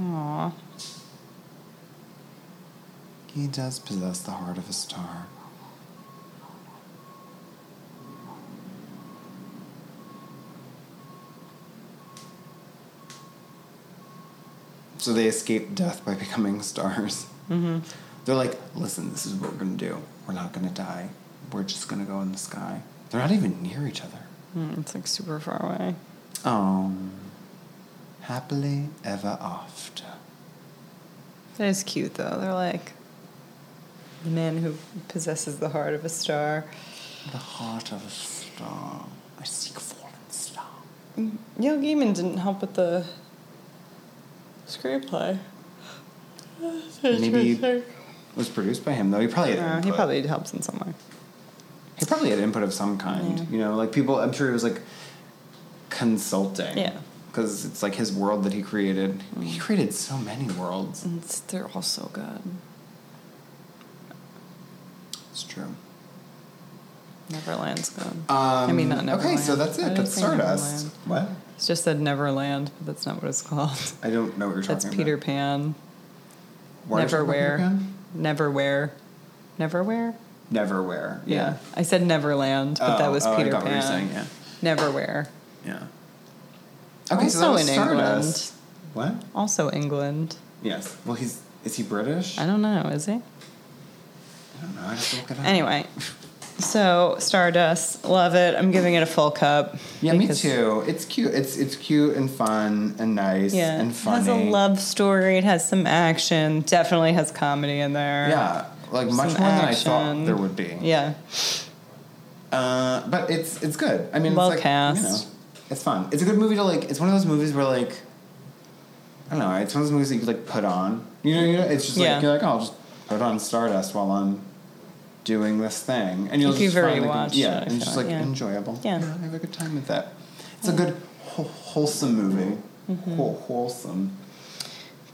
Aw.
He does possess the heart of a star. So they escape death by becoming stars. Mm-hmm. They're like, listen, this is what we're gonna do. We're not gonna die. We're just gonna go in the sky. They're not even near each other.
Mm, It's like super far away.
Oh, happily ever after.
That is cute though. They're like the man who possesses the heart of a star.
The heart of a star. I seek a fallen star.
Neil Gaiman didn't help with the screenplay.
Maybe it was produced by him, though. He probably had
Uh,
input.
he probably helps in some way.
He probably had input of some kind.
Yeah.
You know, like people. I'm sure he was like consulting.
Yeah. Mm.
Because it's like his world that he created. He created so many worlds.
It's, they're all so good.
It's true.
Neverland's good.
Um,
I mean, not
Okay,
Neverland.
so that's
I
it.
didn't
That's
say
Stardust. What?
It's just said Neverland, but that's not what it's called.
I don't know what you're talking
That's
about.
Peter Pan.
Why are you talking about
Neverwhere.
Peter Pan?
Never wear. Never wear?
Never wear. Yeah.
I said Neverland, but that
Oh,
was
oh, I
Peter
got
Pan.
what you were saying, yeah.
Never wear.
Yeah. Okay, so
Also
that was
in
Stardust. What?
Also England.
Yes. Well, he's is he British?
I don't know, is he?
I don't know. I just look it up.
Anyway, so Stardust, love it. I'm giving it a full cup.
Yeah, me
because-
too. It's cute. It's it's cute and fun and nice
Yeah,
and funny.
It has a love story. It has some action. Definitely has comedy in there.
Yeah, like much
Some
more than I
action.
thought there would be.
Yeah.
Uh, but it's it's good. I mean,
Well
it's like,
cast.
You know, it's fun. It's a good movie to like. It's one of those movies where like, I don't know. It's one of those movies that you like put on. You know, you know it's just like
Yeah.
you're like, oh, I'll just put on Stardust while I'm doing this thing, and you'll
It'd be
just
very
find, like,
watched, I
yeah, and
feel
just
like,
like
yeah.
enjoyable.
Yeah.
You know, I have a good time with that. It's a good wh- wholesome movie.
Mm-hmm.
Wh- wholesome.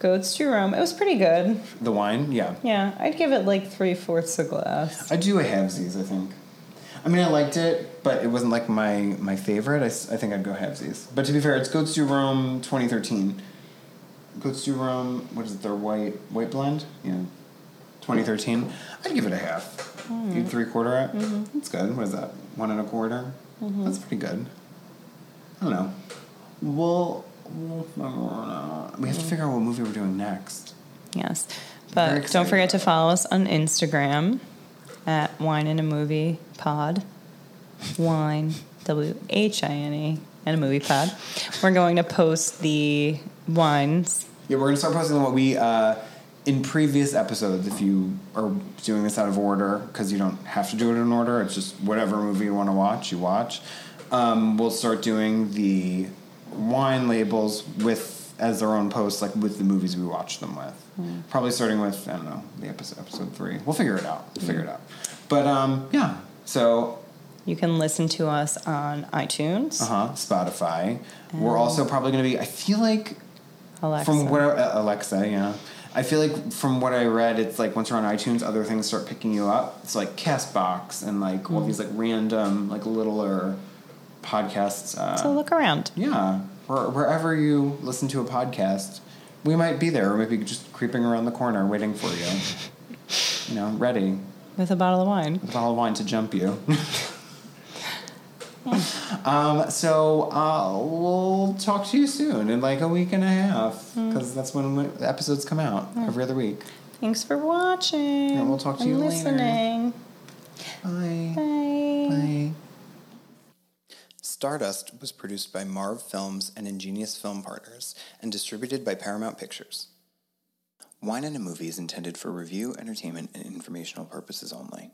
Goats to Rome. It was pretty good.
The wine, yeah.
Yeah, I'd give it like three fourths a glass.
I do a halvesies, I think. I mean, I liked it, but it wasn't like my, my favorite. I, s- I think I'd go halvesies. But to be fair, it's Goats to Rome 2013. Goats to Rome, what is it, their white white blend? Yeah. 2013. I'd give it a half. You'd three quarter it? That's good. What is that? One and a quarter? That's pretty good. I don't know. We'll, we'll we have to figure out what movie we're doing next.
Yes.
Very
But don't
excited
forget to
about it.
follow us on Instagram at Wine and a Movie Pod. Wine, W H I N E, and a movie pod. We're going to post the wines.
Yeah, we're gonna start posting what we uh, in previous episodes. If you are doing this out of order, because you don't have to do it in order, it's just whatever movie you want to watch, you watch. Um, we'll start doing the wine labels with as their own posts, like with the movies we watched them with. Probably starting with I don't know the episode episode three. We'll figure it out. We'll figure it out. But um, yeah, so
You can listen to us on iTunes,
uh huh, Spotify. We're also probably gonna be. I feel like
Alexa.
From what I- uh, Alexa, yeah. I feel like from what I read, it's like once you're on iTunes, other things start picking you up. It's like Castbox and like all these like random like littler podcasts. Uh,
so look around.
yeah, where, wherever you listen to a podcast, we might be there, or maybe just creeping around the corner waiting for you. you know, ready
with a bottle of wine.
with a bottle of wine to jump you. um, so uh, we'll talk to you soon in like a week and a half because that's when we, the episodes come out every other week.
Thanks for watching.
And we'll talk to
and
you later.
listening.
Bye.
Bye.
Bye. Stardust was produced by Marv Films and Ingenious Film Partners and distributed by Paramount Pictures. Wine and a Movie is intended for review, entertainment, and informational purposes only.